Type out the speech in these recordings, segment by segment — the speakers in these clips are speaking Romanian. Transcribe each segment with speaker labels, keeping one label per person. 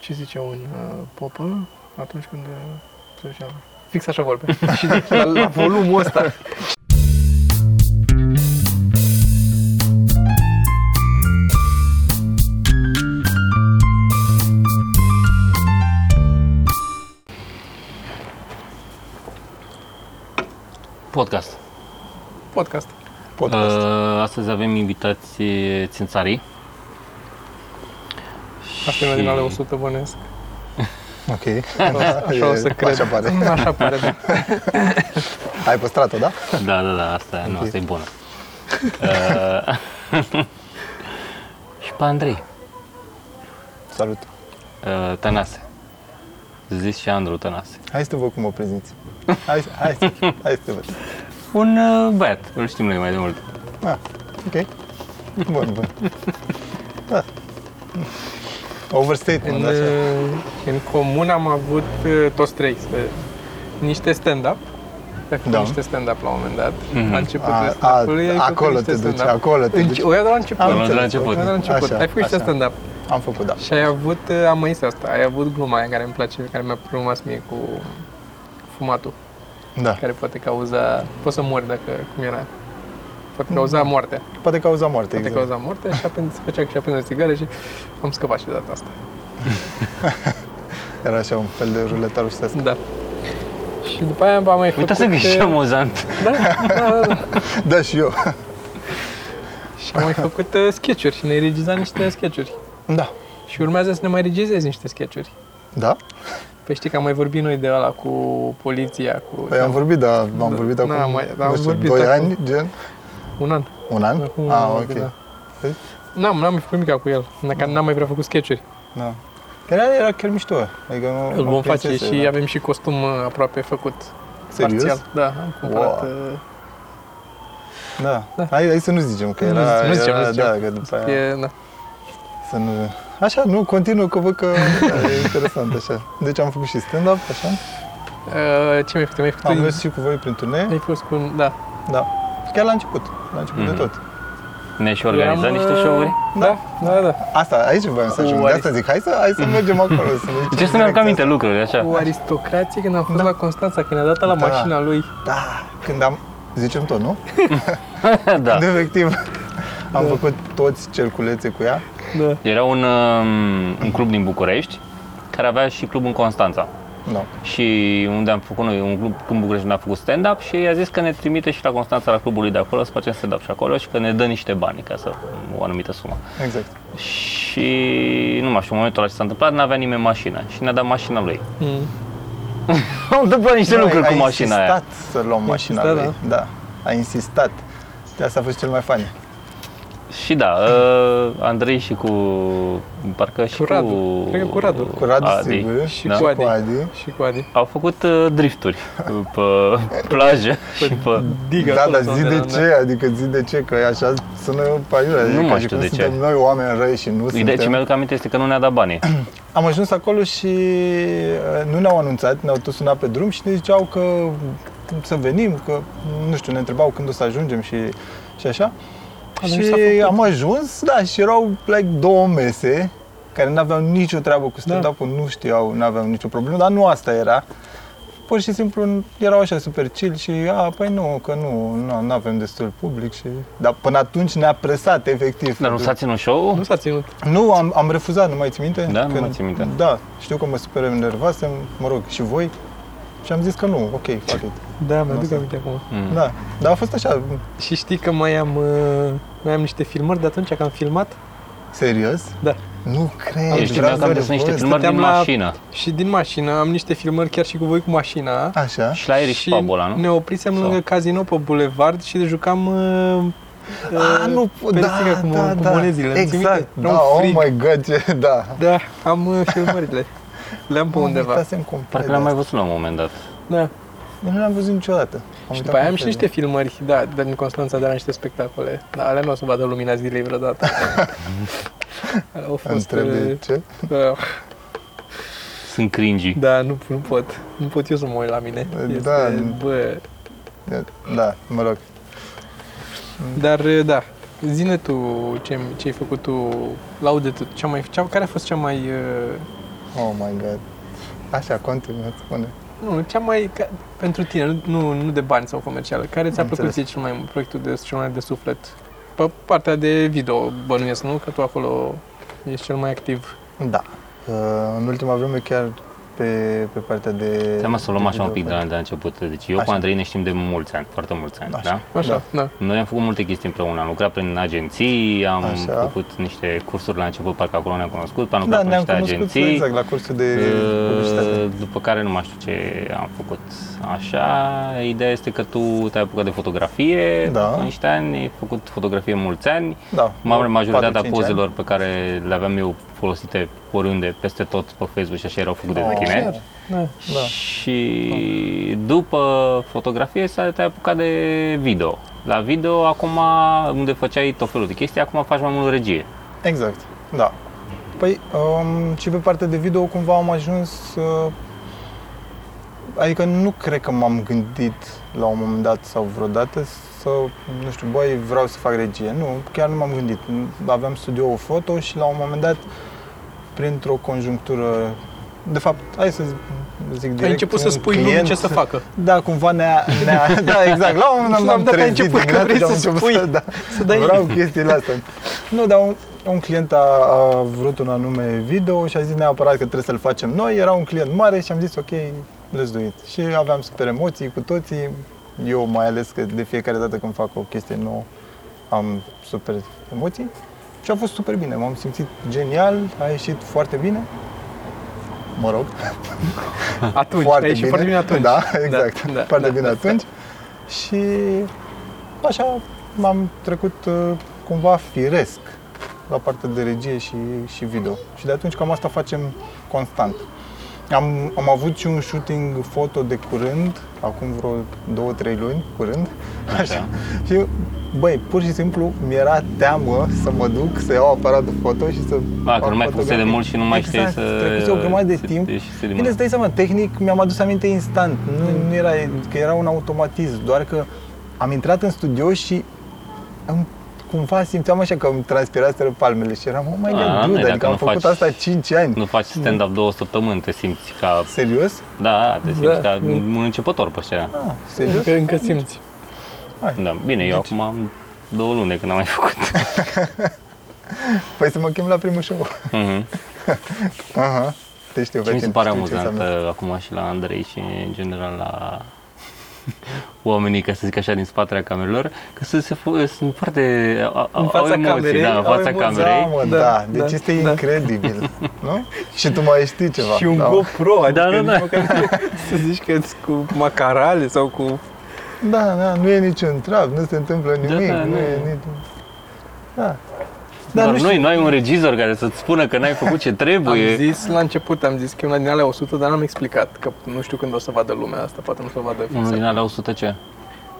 Speaker 1: ce zice un uh, popă atunci când uh, se ducea la- Fix așa vorbește. și zice la, la volumul ăsta.
Speaker 2: Podcast.
Speaker 1: Podcast.
Speaker 2: Podcast.
Speaker 1: Podcast. Uh,
Speaker 2: astăzi avem invitați eh, țințarii.
Speaker 1: Asta e una din ale 100 bănesc.
Speaker 3: Ok.
Speaker 1: Așa o să
Speaker 3: E,
Speaker 1: cred.
Speaker 3: Așa pare.
Speaker 1: Așa pare, da.
Speaker 3: Ai păstrat-o, da?
Speaker 2: Da, da, da, asta, okay. nu,
Speaker 3: Ok.
Speaker 2: asta e bună. Uh, și pe Andrei,
Speaker 3: Salut.
Speaker 2: uh, Tănase. Zis și Andru Tănase.
Speaker 3: Hai să te văd cum o prezinți. Hai, să- hai, să- hai să te văd.
Speaker 2: Un uh, băiat, îl știm noi mai de mult.
Speaker 3: Ah, ok. Bun, bun. Da. Overstatement,
Speaker 1: În, uh,
Speaker 3: da, așa.
Speaker 1: în comun am avut uh, toți trei pe niște stand-up. Ai făcut
Speaker 3: Da.
Speaker 1: niște stand-up la un moment dat.
Speaker 2: Mhm.
Speaker 1: La începutul
Speaker 3: A, a,
Speaker 1: stand-up-ului ai făcut
Speaker 3: acolo
Speaker 1: niște
Speaker 3: te duci,
Speaker 1: stand-up.
Speaker 3: acolo te
Speaker 1: Înce-
Speaker 3: duci.
Speaker 1: O iau de la început.
Speaker 3: Am
Speaker 1: O iau
Speaker 2: de la
Speaker 3: înțeles,
Speaker 2: început.
Speaker 1: de la
Speaker 3: ok.
Speaker 1: început.
Speaker 3: Așa,
Speaker 1: Ai făcut niște
Speaker 3: așa.
Speaker 1: stand-up.
Speaker 3: Am făcut, da.
Speaker 1: Și ai avut, uh, am măis asta, ai avut gluma aia care îmi place, care mi-a rămas mie cu fumatul,
Speaker 3: Da.
Speaker 1: care poate cauza, poți să mori dacă, cum era, poate cauza
Speaker 3: Mm.
Speaker 1: moartea, poate
Speaker 3: Poate cauza moarte,
Speaker 1: cauza moartea și apendi, se făcea și apendi o țigară și am scăpat și de data asta.
Speaker 3: Era așa un fel de ruletarul și asta.
Speaker 1: Da. Și după aia am mai făcut...
Speaker 2: Uitați să că
Speaker 1: uh,
Speaker 2: și amuzant.
Speaker 1: da, da, da.
Speaker 3: Da, și eu.
Speaker 1: Și am mai făcut uh, sketch-uri și ne-ai regizat niște sketch-uri.
Speaker 3: Da.
Speaker 1: Și urmează să ne mai regizezi niște sketch-uri.
Speaker 3: Da?
Speaker 1: Păi știi că am mai vorbit noi de ăla cu poliția, cu
Speaker 3: Păi am vorbit, dar am
Speaker 1: Da,
Speaker 3: vorbit
Speaker 1: n-am
Speaker 3: acum,
Speaker 1: mai- dar am
Speaker 3: nu știu,
Speaker 1: vorbit
Speaker 3: 2
Speaker 1: acum.
Speaker 3: ani, gen?
Speaker 1: un an.
Speaker 3: Un an?
Speaker 1: Acum
Speaker 3: Ah,
Speaker 1: am vorbit,
Speaker 3: ok. Păi?
Speaker 1: da. N-am, n-am mai făcut nimic cu el, n- n-am mai prea făcut sketch-uri.
Speaker 3: Da. Chiar era- era chiar mișto. Adică nu,
Speaker 1: Îl
Speaker 3: mă
Speaker 1: vom face
Speaker 3: prinsese,
Speaker 1: și
Speaker 3: da.
Speaker 1: avem și costum uh, aproape făcut.
Speaker 3: Serios?
Speaker 1: Parțial. Da, am cumpărat.
Speaker 3: Wow.
Speaker 1: uh,
Speaker 3: Da.
Speaker 1: Da.
Speaker 3: Hai, hai să nu zicem că
Speaker 1: Nu
Speaker 3: era...
Speaker 1: zicem, nu zicem,
Speaker 3: era,
Speaker 1: nu zicem.
Speaker 3: Da, că după aia...
Speaker 1: E, da.
Speaker 3: Să nu... Așa, nu, continuă că văd că da, e interesant așa. Deci am făcut și stand-up, așa.
Speaker 1: Uh, Ce mi-ai făcut? Mi-ai făcut,
Speaker 3: Am mers și cu voi prin turnee,
Speaker 1: ai fost cu un... Da.
Speaker 3: da. Chiar la început, la început de
Speaker 2: Mhm.
Speaker 3: tot.
Speaker 2: Ne-ai și organizat
Speaker 1: Eram,
Speaker 2: niște
Speaker 1: uh,
Speaker 2: show-uri.
Speaker 1: Mm. Da, da, da.
Speaker 3: Asta, aici voiam să
Speaker 1: Cu
Speaker 3: ajung, de asta zic, hai să, hai să mergem acolo. Să ne
Speaker 2: Deci să ne aduc aminte lucruri,
Speaker 1: exact. Cu
Speaker 2: așa.
Speaker 1: aristocrații când am fost la Constanța, când a dat la
Speaker 3: Da.
Speaker 1: mașina lui.
Speaker 3: Da, când am... Zicem tot, nu?
Speaker 2: da.
Speaker 3: Când efectiv am făcut toți cerculețe cu ea.
Speaker 1: Da.
Speaker 2: Era un, um, un club din București care avea și club în Constanța.
Speaker 3: Da.
Speaker 2: și unde am făcut noi, un club în București unde am făcut stand-up și i-a zis că ne trimite și la Constanța la clubul lui de acolo să facem stand-up și acolo și că ne dă niște bani ca să o anumită sumă.
Speaker 3: Exact.
Speaker 2: Și nu mai știu, în momentul ăla ce s-a întâmplat, n-avea nimeni mașină și ne-a dat mașina lui.
Speaker 1: Mm.
Speaker 2: Am întâmplat niște
Speaker 3: Nu,
Speaker 2: lucruri
Speaker 3: ai-
Speaker 2: cu mașina
Speaker 3: Ai
Speaker 2: aia.
Speaker 3: insistat să luăm mașina
Speaker 1: insistat,
Speaker 3: lui. Da, ai insistat. De asta a fost cel mai funny.
Speaker 2: Și da, uh, Andrei și cu parcă și
Speaker 1: Cu
Speaker 2: cu,
Speaker 1: Radu. Cred că cu Radu.
Speaker 3: Cu Radu,
Speaker 2: Adi.
Speaker 3: sigur.
Speaker 1: Și
Speaker 2: Da.
Speaker 1: cu Adi.
Speaker 3: Cu Adi.
Speaker 1: Și cu Adi.
Speaker 2: Au făcut uh, drifturi pe plajă și pe...
Speaker 1: Digă
Speaker 3: da,
Speaker 1: acolo
Speaker 3: dar
Speaker 1: sau
Speaker 3: zi de
Speaker 1: unde
Speaker 3: ce? Adică zi de ce? Că e așa sună pe aiurea.
Speaker 2: Nu
Speaker 3: Adică
Speaker 2: mai
Speaker 3: ca și
Speaker 2: știu
Speaker 3: cum
Speaker 2: de ce. Deci,
Speaker 3: suntem noi oameni răi și nu
Speaker 2: Ideea ce
Speaker 3: suntem.
Speaker 2: mi-aduc aminte este că nu ne-a dat banii.
Speaker 3: Am ajuns acolo și uh, nu ne-au anunțat, ne-au tot sunat pe drum și ne ziceau că să venim, că nu știu, ne întrebau când o să ajungem și, și așa.
Speaker 1: Atunci
Speaker 3: și
Speaker 1: s-a făcut.
Speaker 3: am ajuns, da, și erau like două mese care nu aveau nicio treabă
Speaker 1: Da.
Speaker 3: cu stand-up-ul, nu știau, nu aveau nicio problemă, dar nu asta era. Pur și simplu erau așa super chill și, a, păi nu, că nu, nu avem destul public și... Dar până atunci ne-a presat, efectiv.
Speaker 2: Dar nu s-a ținut show
Speaker 1: Nu s-a ținut.
Speaker 3: Nu, am, am refuzat, nu mai ți minte?
Speaker 2: Da, nu mai țin minte.
Speaker 3: Da, știu că mă super enervasem, mă rog, și voi. Și am zis că nu, ok, fuck it.
Speaker 1: Da, mi-aduc
Speaker 3: asta.
Speaker 1: aminte acum.
Speaker 2: Mm.
Speaker 3: Da, dar a fost așa,
Speaker 1: Și știi că mai am, uh, mai am niște filmări de atunci că am filmat
Speaker 3: serios?
Speaker 1: Da.
Speaker 3: Nu cred.
Speaker 2: Ești
Speaker 3: vreau
Speaker 2: că am
Speaker 3: să
Speaker 2: găsit niște
Speaker 3: revăd.
Speaker 2: filmări din
Speaker 1: Stăteam la-
Speaker 2: mașină.
Speaker 1: și din mașină, am niște filmări chiar și cu voi cu mașina.
Speaker 3: Așa.
Speaker 2: Și la Irish
Speaker 1: și
Speaker 2: Pub ăla, nu?
Speaker 1: ne oprisem
Speaker 2: Sau?
Speaker 1: lângă casino pe bulevard și jucam uh,
Speaker 3: A, nu,
Speaker 1: pe
Speaker 3: da,
Speaker 1: sticlă cu,
Speaker 3: da,
Speaker 1: cu
Speaker 3: da.
Speaker 1: monezile, ții
Speaker 3: Exact,
Speaker 1: minte? Era
Speaker 3: da,
Speaker 1: un
Speaker 3: oh
Speaker 1: frig.
Speaker 3: my god, ce, da.
Speaker 1: Da, am uh, filmările. Le-am pe
Speaker 3: Mă,
Speaker 1: undeva.
Speaker 3: uitasem complet
Speaker 2: Parcă
Speaker 3: de
Speaker 2: l-am mai
Speaker 3: asta.
Speaker 2: văzut la un moment dat.
Speaker 1: Da.
Speaker 3: Eu Nu l-am văzut niciodată. Am
Speaker 1: Și
Speaker 3: uitat
Speaker 1: după aia am și
Speaker 3: complet
Speaker 1: niște filmări, da, de din Constanța, de la niște spectacole. Da, alea nu o să vadă lumina zilei vreodată. Alea au
Speaker 3: de-
Speaker 1: fost...
Speaker 3: Întreb de
Speaker 1: uh,
Speaker 3: ce?
Speaker 1: Da,
Speaker 2: Sunt cringy.
Speaker 1: da nu, nu pot. Nu pot eu să mă uit la mine.
Speaker 3: Da,
Speaker 1: Este,
Speaker 3: nu.
Speaker 1: bă,
Speaker 3: Da, mă rog.
Speaker 1: dar uh, da, zine tu ce, ce ai făcut tu, laude tu, cea mai, cea, care a fost cea mai uh,
Speaker 3: Oh my god. Așa, continuă, spune.
Speaker 1: Nu, cea mai, ca, pentru tine, nu- nu, nu de bani sau comercială, care ți-a
Speaker 3: Am
Speaker 1: plăcut
Speaker 3: înțeles.
Speaker 1: ție cel mai mult, proiectul de, cel mai de suflet? Pe partea de video bănuiesc, nu? Că tu acolo ești cel mai activ.
Speaker 3: Da. Uh, în ultima vreme chiar pe, pe partea de...
Speaker 2: Seama să o luăm
Speaker 3: de
Speaker 2: așa un pic de la,
Speaker 3: videoclip.
Speaker 2: de la început. Deci eu
Speaker 3: Așa.
Speaker 2: cu Andrei ne știm de mulți ani, foarte mulți ani,
Speaker 3: Așa.
Speaker 2: da?
Speaker 1: Așa, da.
Speaker 2: Noi am făcut multe chestii împreună, am lucrat prin agenții, am
Speaker 3: Așa.
Speaker 2: făcut niște cursuri la început, parcă acolo ne-am cunoscut, am lucrat
Speaker 3: Da,
Speaker 2: prin
Speaker 3: ne-am
Speaker 2: niște
Speaker 3: cunoscut
Speaker 2: agenții.
Speaker 3: exact la cursul de publicitate.
Speaker 2: Uh, După care nu mai știu ce am făcut așa. Ideea este că tu te-ai apucat de fotografie
Speaker 3: Da.
Speaker 2: cu niște ani, ai făcut fotografie mulți ani.
Speaker 3: Da.
Speaker 2: Mare majoritatea
Speaker 3: 4-5
Speaker 2: pozelor pe care le aveam eu folosite oriunde, peste tot pe Facebook și așa erau făcute
Speaker 3: Oh,
Speaker 2: de tine.
Speaker 3: chiar?
Speaker 1: da.
Speaker 3: Da.
Speaker 2: Și după fotografie s-a te-ai apucat de video. La video, acum, unde făceai tot felul de chestii, acum faci mai mult regie.
Speaker 3: ani. Exact, da. Păi, um, și pe partea de video cumva am ajuns... Uh, adică nu cred că m-am gândit la un moment dat sau vreodată să, nu știu, băi, vreau să fac regie. Nu, chiar nu m-am gândit. Aveam studioul foto și la un moment dat, printr-o conjunctură, de fapt, hai să zic direct,
Speaker 1: Ai început să
Speaker 3: un
Speaker 1: spui
Speaker 3: client,
Speaker 1: lumii ce să facă.
Speaker 3: Da, cumva ne-a, ne-a da, exact, la un moment dat
Speaker 1: Și la
Speaker 3: m-am
Speaker 1: un dat ai
Speaker 3: trezit
Speaker 1: început că
Speaker 3: dimineața
Speaker 1: vrei
Speaker 3: și am
Speaker 1: să
Speaker 3: început
Speaker 1: spui,
Speaker 3: da,
Speaker 1: să dai-
Speaker 3: vreau chestiile astea. Nu, dar un, un client a, a vrut un anume video și a zis neapărat că trebuie să-l facem noi, era un client mare și am zis ok, let's do it. Și aveam super emoții cu toții, eu mai ales că de fiecare dată când fac o chestie nouă am super emoții și a fost super bine, m-am simțit genial, a ieșit foarte bine. Mă rog,
Speaker 1: Atunci,
Speaker 3: foarte
Speaker 1: ai ieșit
Speaker 3: bine.
Speaker 1: foarte bine atunci.
Speaker 3: Da, exact. Da, da, foarte bine atunci. Și așa m-am trecut uh, cumva firesc la partea de regie și, și video. Și de atunci cam asta facem constant. Am, am avut și un shooting foto de curând, acum vreo 2-3 luni, curând. Așa. și băi, pur și simplu mi-era teamă să mă duc să iau aparatul foto și să
Speaker 2: Ba, că
Speaker 3: fac
Speaker 2: nu mai fuse de
Speaker 3: fotografii.
Speaker 2: mult și nu mai știi
Speaker 3: exact,
Speaker 2: să...
Speaker 3: trecuse o grămadă de
Speaker 2: să-
Speaker 3: timp.
Speaker 2: ieși să
Speaker 3: Bine, îți dai seama, tehnic mi-am adus aminte instant, nu, nu era, că era un automatism, doar că am intrat în studio și am, cumva simțeam așa că îmi transpiraseră palmele și eram, oh my god,
Speaker 2: A, nu,
Speaker 3: dude,
Speaker 2: dacă
Speaker 3: adică am
Speaker 2: nu
Speaker 3: făcut
Speaker 2: faci-
Speaker 3: asta 5 ani.
Speaker 2: Nu faci stand-up două săptămâni, te simți ca...
Speaker 3: Serios?
Speaker 2: Da, te simți
Speaker 1: Da.
Speaker 2: ca un începător pe scenă.
Speaker 3: Ah, serios?
Speaker 1: Încă, încă simți.
Speaker 2: Da, bine,
Speaker 3: Deci-
Speaker 2: eu acum am două luni de când am mai făcut.
Speaker 3: Păi să mă chem la primul show.
Speaker 2: Mhm.
Speaker 3: Aha, te știu,
Speaker 2: Și mi se
Speaker 3: vecin,
Speaker 2: pare
Speaker 3: știu ce
Speaker 2: amuzant
Speaker 3: înseamnă.
Speaker 2: uh, acum și la Andrei și în general la oamenii, ca să zic așa, din spatele camerelor, că sunt, se fo- sunt foarte... uh, Au, au
Speaker 1: În fața
Speaker 2: emoții,
Speaker 1: camerei,
Speaker 2: da, în
Speaker 1: au
Speaker 2: fața
Speaker 1: emoții.
Speaker 2: camerei.
Speaker 3: Da, mă,
Speaker 1: Da,
Speaker 3: da,
Speaker 1: da,
Speaker 3: deci este
Speaker 1: da.
Speaker 3: incredibil, nu? Și tu mai știi ceva.
Speaker 1: Și un
Speaker 3: da.
Speaker 1: GoPro, adică
Speaker 2: da, da.
Speaker 1: nici măcar nu- să zici că ești cu macarale sau cu...
Speaker 3: Da, da, nu e niciun trap, nu se întâmplă nimic,
Speaker 2: da,
Speaker 3: nu
Speaker 2: nu.
Speaker 3: e nici... Da.
Speaker 2: Dar
Speaker 3: nu
Speaker 2: noi,
Speaker 3: știu-
Speaker 2: nu ai un regizor care să-ți spună că n-ai făcut ce
Speaker 1: Am
Speaker 2: trebuie.
Speaker 1: zis la început, am zis că e una din alea 100, dar n-am explicat, că nu știu când o să vadă lumea asta, poate nu o să o vadă
Speaker 2: Unul din
Speaker 1: fix.
Speaker 2: alea 100 ce?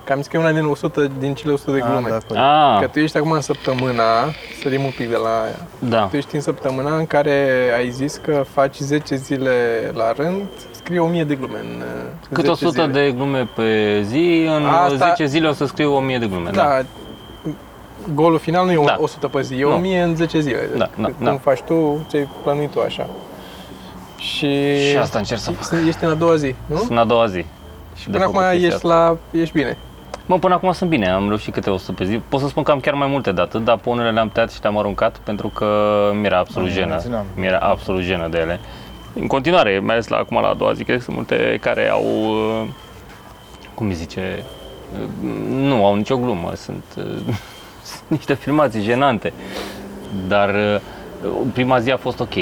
Speaker 1: Că am zis că e una din 100 din cele 100 de Păi glume.
Speaker 3: Ah, da, corect.
Speaker 2: Ah,
Speaker 1: Că tu ești acum în săptămâna, sărim un pic de la aia.
Speaker 2: da.
Speaker 3: Ah.
Speaker 1: Tu ești în săptămâna în care ai zis că faci 10 zile la rând, scrie 1000 de glume în uh,
Speaker 2: Cât
Speaker 1: 10
Speaker 2: 100
Speaker 1: zile.
Speaker 2: de glume pe zi, în
Speaker 1: Asta-
Speaker 2: 10 zile o să scriu 1000 de glume. Da.
Speaker 1: Da. Golul final nu e
Speaker 2: Da.
Speaker 1: da. 100 pe zi, e
Speaker 2: Nu.
Speaker 1: 1000 în 10 zile.
Speaker 2: Da,
Speaker 1: Cât-
Speaker 2: da,
Speaker 1: Cum
Speaker 2: da.
Speaker 1: faci tu, ți-ai planuit tu așa. Și,
Speaker 2: Și asta încerc să fac.
Speaker 1: Sunt- Ești în a doua zi, nu?
Speaker 2: Sunt a doua zi.
Speaker 1: Și
Speaker 2: de
Speaker 1: până acum
Speaker 2: făcut chestia
Speaker 1: ești, la, ești bine.
Speaker 2: Mă, până acum sunt bine, am reușit câte 100 pe zi. Pot să spun că am chiar mai multe de atât, dar pe unele le-am tăiat și le-am aruncat pentru că mi-era absolut
Speaker 3: Am
Speaker 2: jenă.
Speaker 3: imaginat.
Speaker 2: Mi-era absolut jenă de ele. În continuare, mai ales la acum la a doua zi, cred că sunt multe care au, uh, cum îi zice, uh, nu au nicio glumă, sunt, uh, sunt niște filmații jenante. Dar uh, prima zi a fost ok.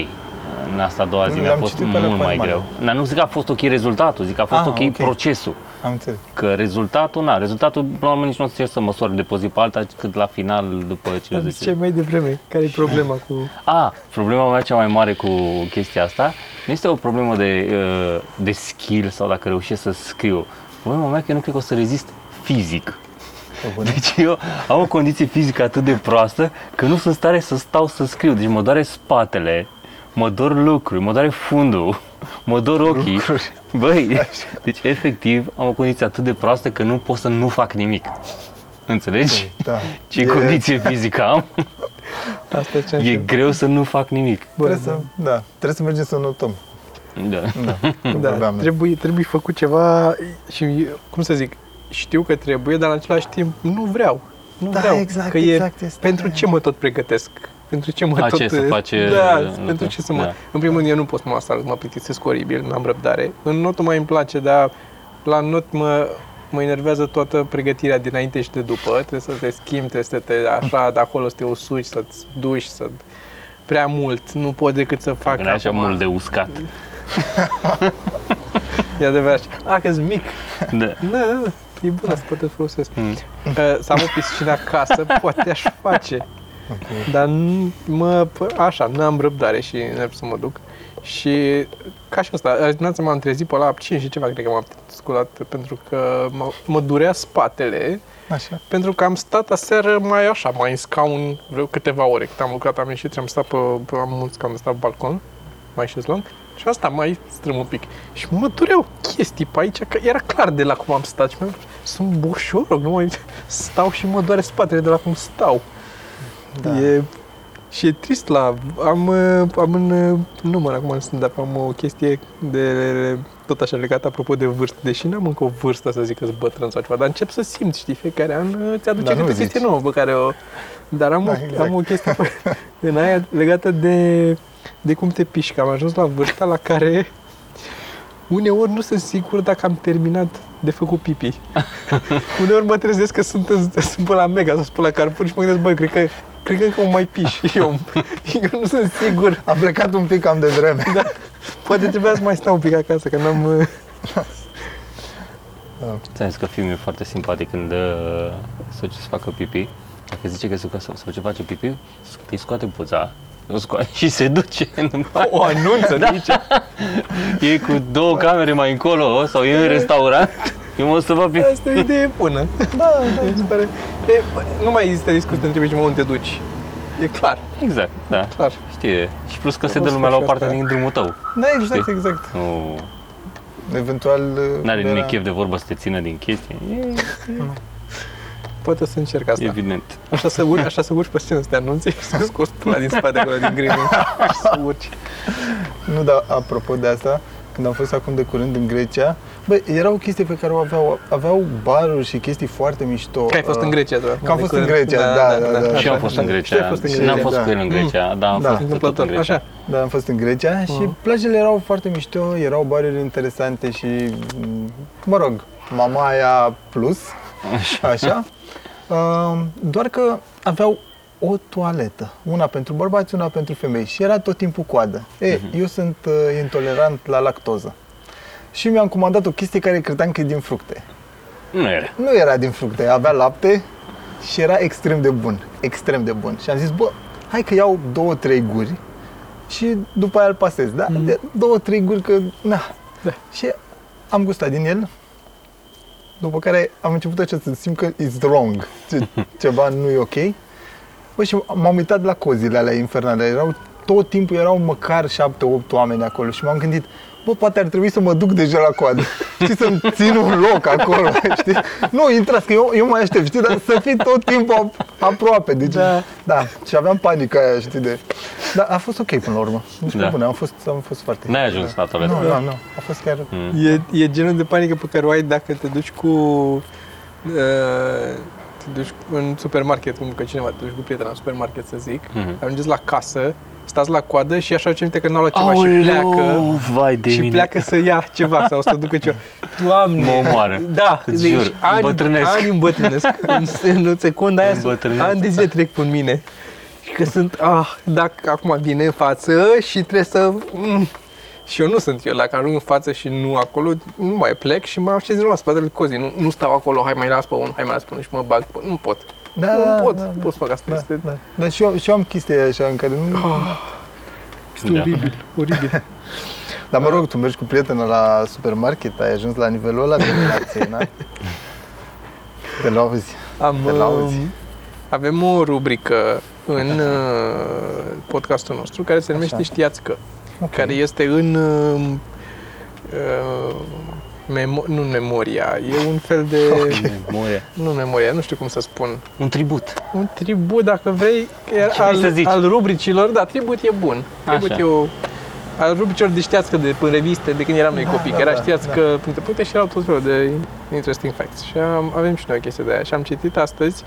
Speaker 2: În asta a doua zi mi-a
Speaker 3: Le-am
Speaker 2: fost
Speaker 3: citit pe ale
Speaker 2: mult mai
Speaker 3: Feynman.
Speaker 2: greu. Dar nu zic că a fost ok rezultatul, zic că a fost
Speaker 3: Ah,
Speaker 2: ok
Speaker 3: ok.
Speaker 2: procesul.
Speaker 3: Am înțeles.
Speaker 2: Că rezultatul, na, rezultatul, până la urmă, nici nu o să cer să măsori de pe o zi pe alta, cât la final, după ce
Speaker 1: Am zis ce mai devreme, care e problema cu...
Speaker 2: A, problema mea cea mai mare cu chestia asta nu este o problemă de, uh, de skill sau dacă reușesc să scriu. Problema mea e că eu nu cred că o să rezist fizic. Deci eu am o condiție fizică atât de proastă că nu sunt în stare să stau să scriu. Deci mă doare spatele, mă dor lucruri, mă doare fundul, mă dor ochii. Băi, deci efectiv am o condiție atât de proastă că nu pot să nu fac nimic. Înțelegi?
Speaker 3: Da.
Speaker 2: Ce
Speaker 3: E-
Speaker 2: condiție fizică am,
Speaker 1: Asta e ce
Speaker 2: e
Speaker 1: înseamnă.
Speaker 2: greu să nu fac nimic.
Speaker 1: Bun,
Speaker 3: Trebuie să, da, trebuie să mergem să notăm.
Speaker 2: Da.
Speaker 3: Da, când
Speaker 1: Da,
Speaker 3: vorbeam noi.
Speaker 1: trebuie, trebuie făcut ceva și, cum să zic, știu că trebuie, dar în același timp nu vreau. Nu
Speaker 3: Da,
Speaker 1: vreau.
Speaker 3: exact,
Speaker 1: că
Speaker 3: exact,
Speaker 1: e,
Speaker 3: este
Speaker 1: pentru
Speaker 3: aia.
Speaker 1: ce mă tot pregătesc? Pentru ce mă
Speaker 2: La
Speaker 1: tot...
Speaker 2: ce să face-
Speaker 1: Da,
Speaker 2: nu
Speaker 1: pentru
Speaker 2: știu.
Speaker 1: ce să mă...
Speaker 2: Da.
Speaker 1: În primul rând, eu nu pot să mă asta, mă plictisesc oribil, n-am răbdare. În notă mai îmi place, dar la not mă, mă enervează toată pregătirea dinainte și de după. Trebuie să te schimbi, trebuie să te așa, de acolo să te usuci, să-ți duci, să prea mult, nu pot decât să fac
Speaker 2: Era așa
Speaker 1: acum.
Speaker 2: mult de uscat.
Speaker 1: E adevărat. A, că mic.
Speaker 2: Da.
Speaker 1: Da, da, da. E bun, asta pot să folosesc. Mm. Să am o piscină acasă, poate aș face. Dar nu- mă, p- așa, n-am răbdare și n să mă duc. Și ca și asta, azi dimineața m-am trezit pe la 5 și ceva, cred că m-am sculat, pentru că mă, mă durea spatele,
Speaker 3: Așa.
Speaker 1: pentru că am stat aseară mai așa, mai în scaun vreo câteva ore. Cât am lucrat, am ieșit, și am stat pe, pe am un scaun de stat pe balcon, mai șezlong. Și asta mai strâm un pic. Și mă dureau chestii pe aici, că era clar de la cum am stat. Și mi-am zis, sunt boșoroc, nu mai stau și mă doare spatele de la cum stau.
Speaker 3: Da.
Speaker 1: E, și e trist la... Am, uh, am în uh, număr acum în stand am o chestie de tot așa legată apropo de vârstă, deși n-am încă o vârstă să zic că sunt bătrân sau ceva, dar încep să simt, știi, fiecare an uh, ți aduce
Speaker 3: Dar Da, nu
Speaker 1: câte o
Speaker 3: zici.
Speaker 1: chestie nouă pe care o... Dar am,
Speaker 3: Da,
Speaker 1: o,
Speaker 3: exact.
Speaker 1: am o chestie pe, în aia legată de, de cum te pișcă. Am ajuns la vârsta la care uneori nu sunt sigur dacă am terminat de făcut pipi. Uneori mă trezesc că sunt, în, sunt până la Mega sau sunt până la Carrefour și mă gândesc, băi, cred că, cred că încă mă mai piș eu. Eu nu sunt sigur.
Speaker 3: A plecat un pic cam de vreme.
Speaker 1: Da. Poate trebuia să mai stau un pic acasă, că n-am... uh,
Speaker 2: Ți-am zis că filmul e foarte simpatic când uh, să se facă pipi. Dacă zice că se să ce face pipi, sc- îi scoate buza, o scoate și se duce în baie.
Speaker 1: O anunță, da.
Speaker 2: E cu două camere mai încolo sau e în restaurant. Eu mă să vă pipi.
Speaker 1: Asta e o idee bună. Da, da. Mi se pare... E, bă, nu mai există discuție între mine unde te duci. E clar,
Speaker 2: Exact, da.
Speaker 1: clar.
Speaker 2: Știe. Și plus că se dă
Speaker 1: să
Speaker 2: lumea la
Speaker 1: faci
Speaker 2: o parte
Speaker 1: asta.
Speaker 2: din drumul tău.
Speaker 3: Da, exact,
Speaker 2: Știi?
Speaker 3: exact.
Speaker 2: Nu
Speaker 3: Eventual...
Speaker 2: are
Speaker 3: era-
Speaker 2: nimeni chef de vorbă să te țină din chestii. E
Speaker 1: Poate o să încerc asta.
Speaker 2: evident.
Speaker 1: Așa să, urci, așa să urci pe scenă să te anunți și să scoți pula din spate acolo din grină și să urci.
Speaker 3: Nu, dar apropo de asta, când am fost acum de curând în Grecia, bă, era o chestie pe care o aveau, aveau baruri și chestii foarte mișto. uh,
Speaker 1: Că ai fost în Grecia, Adică- doar.
Speaker 3: că am fost în Grecia, da, da, da.
Speaker 2: Și
Speaker 3: Așa,
Speaker 2: eu am fost în
Speaker 3: așa.
Speaker 1: Și ai
Speaker 2: Grecia.
Speaker 1: fost în
Speaker 2: Și
Speaker 1: Grecia.
Speaker 2: n-am fost
Speaker 3: da.
Speaker 2: cu el în Grecia, dar am fost cu
Speaker 3: Da.
Speaker 2: tot în
Speaker 1: Întâmplător,
Speaker 2: Grecia.
Speaker 1: așa.
Speaker 3: Da, am fost în Grecia și plajele erau foarte mișto, erau baruri interesante și, m, mă rog, Mamaia Plus, așa. Um, Doar că aveau o toaletă, una pentru bărbați, una pentru femei și era tot timpul coadă. E, eu sunt uh, intolerant la lactoză și mi-am comandat o chestie care credeam că e din fructe.
Speaker 2: Nu era.
Speaker 3: Nu era din fructe, avea lapte și era extrem de bun, extrem de bun. Și am zis, bă, hai că iau două, trei guri și după aia îl pasez, da? Mm. De două, trei guri că, na.
Speaker 1: Da.
Speaker 3: Și am gustat din el, după care am început așa să simt că it's wrong, ce, ceva nu e ok. Bă, și m-am uitat la cozile alea infernale, erau tot timpul erau măcar 7-8 oameni acolo și m-am gândit, bă, poate ar trebui să mă duc deja la coadă și să-mi țin un loc acolo, știi? Nu, intrați, că eu, eu mai aștept, știi, dar să fii tot timpul ap- aproape, deci,
Speaker 1: Da.
Speaker 3: da. da, și aveam panică aia, știi, de... Dar a fost ok până la urmă, nu știu
Speaker 2: Da.
Speaker 3: da. bune, am fost, am fost foarte...
Speaker 2: N-ai Mm. ajuns la toaletă.
Speaker 3: Nu, da. nu, nu, a fost chiar...
Speaker 1: E, e genul de panică pe care o ai dacă te duci cu... Uh, te duci în supermarket, cum că cineva te duci cu prietena în supermarket, să zic,
Speaker 2: Mhm.
Speaker 1: ajungeți la casă, stați la coadă și așa ce că n-au luat ceva și pleacă.
Speaker 2: vai de
Speaker 1: și
Speaker 2: mine.
Speaker 1: pleacă să ia ceva sau să ducă ceva. Doamne!
Speaker 2: Mă omoară.
Speaker 1: Da,
Speaker 2: Îți
Speaker 1: deci
Speaker 2: jur,
Speaker 1: ani,
Speaker 2: îmbătrânesc.
Speaker 1: Ani îmbătrânesc. în, în secunda aia,
Speaker 2: Îmbătrânesc.
Speaker 1: ani de zile trec prin mine. Și că sunt, ah, dacă acum vine în față și trebuie să... Mm, și eu nu sunt eu, dacă ajung în față și nu acolo, nu mai plec și mă așez la spatele cozii. Nu, nu stau acolo, hai mai las pe unul, hai mai las pe unul și mă bag pe Nu pot.
Speaker 3: Da,
Speaker 1: nu
Speaker 3: da,
Speaker 1: pot,
Speaker 3: da, da.
Speaker 1: pot să fac asta.
Speaker 3: Da,
Speaker 1: este
Speaker 3: da. Ah. Dar și eu, și eu am chestia aia așa în care nu...
Speaker 1: este
Speaker 2: Da.
Speaker 1: oribil, oribil.
Speaker 3: Dar mă rog, tu mergi cu prietena la supermarket, ai ajuns la nivelul ăla de relație, na? Te lauzi.
Speaker 1: Am,
Speaker 3: Te lauzi.
Speaker 1: um, avem o rubrică în uh, podcastul nostru care se numește
Speaker 3: Așa.
Speaker 1: Știați că,
Speaker 3: Ok.
Speaker 1: care este în uh, uh, memo- nu în memoria, e un fel de
Speaker 2: Memoria.
Speaker 1: nu în memoria, nu știu cum să spun.
Speaker 2: Un tribut.
Speaker 1: Un tribut, dacă vrei, e
Speaker 2: vrei să
Speaker 1: al,
Speaker 2: zici?
Speaker 1: al rubricilor, da, tribut e bun. Tribut
Speaker 2: Așa.
Speaker 1: e o A rupt picior de știați de până reviste, de când eram noi copii,
Speaker 3: da,
Speaker 1: că era
Speaker 3: da,
Speaker 1: știați
Speaker 3: da.
Speaker 1: că puncte puncte și erau tot felul de interesting facts. Și am, avem și noi o chestie de aia. Și am citit astăzi,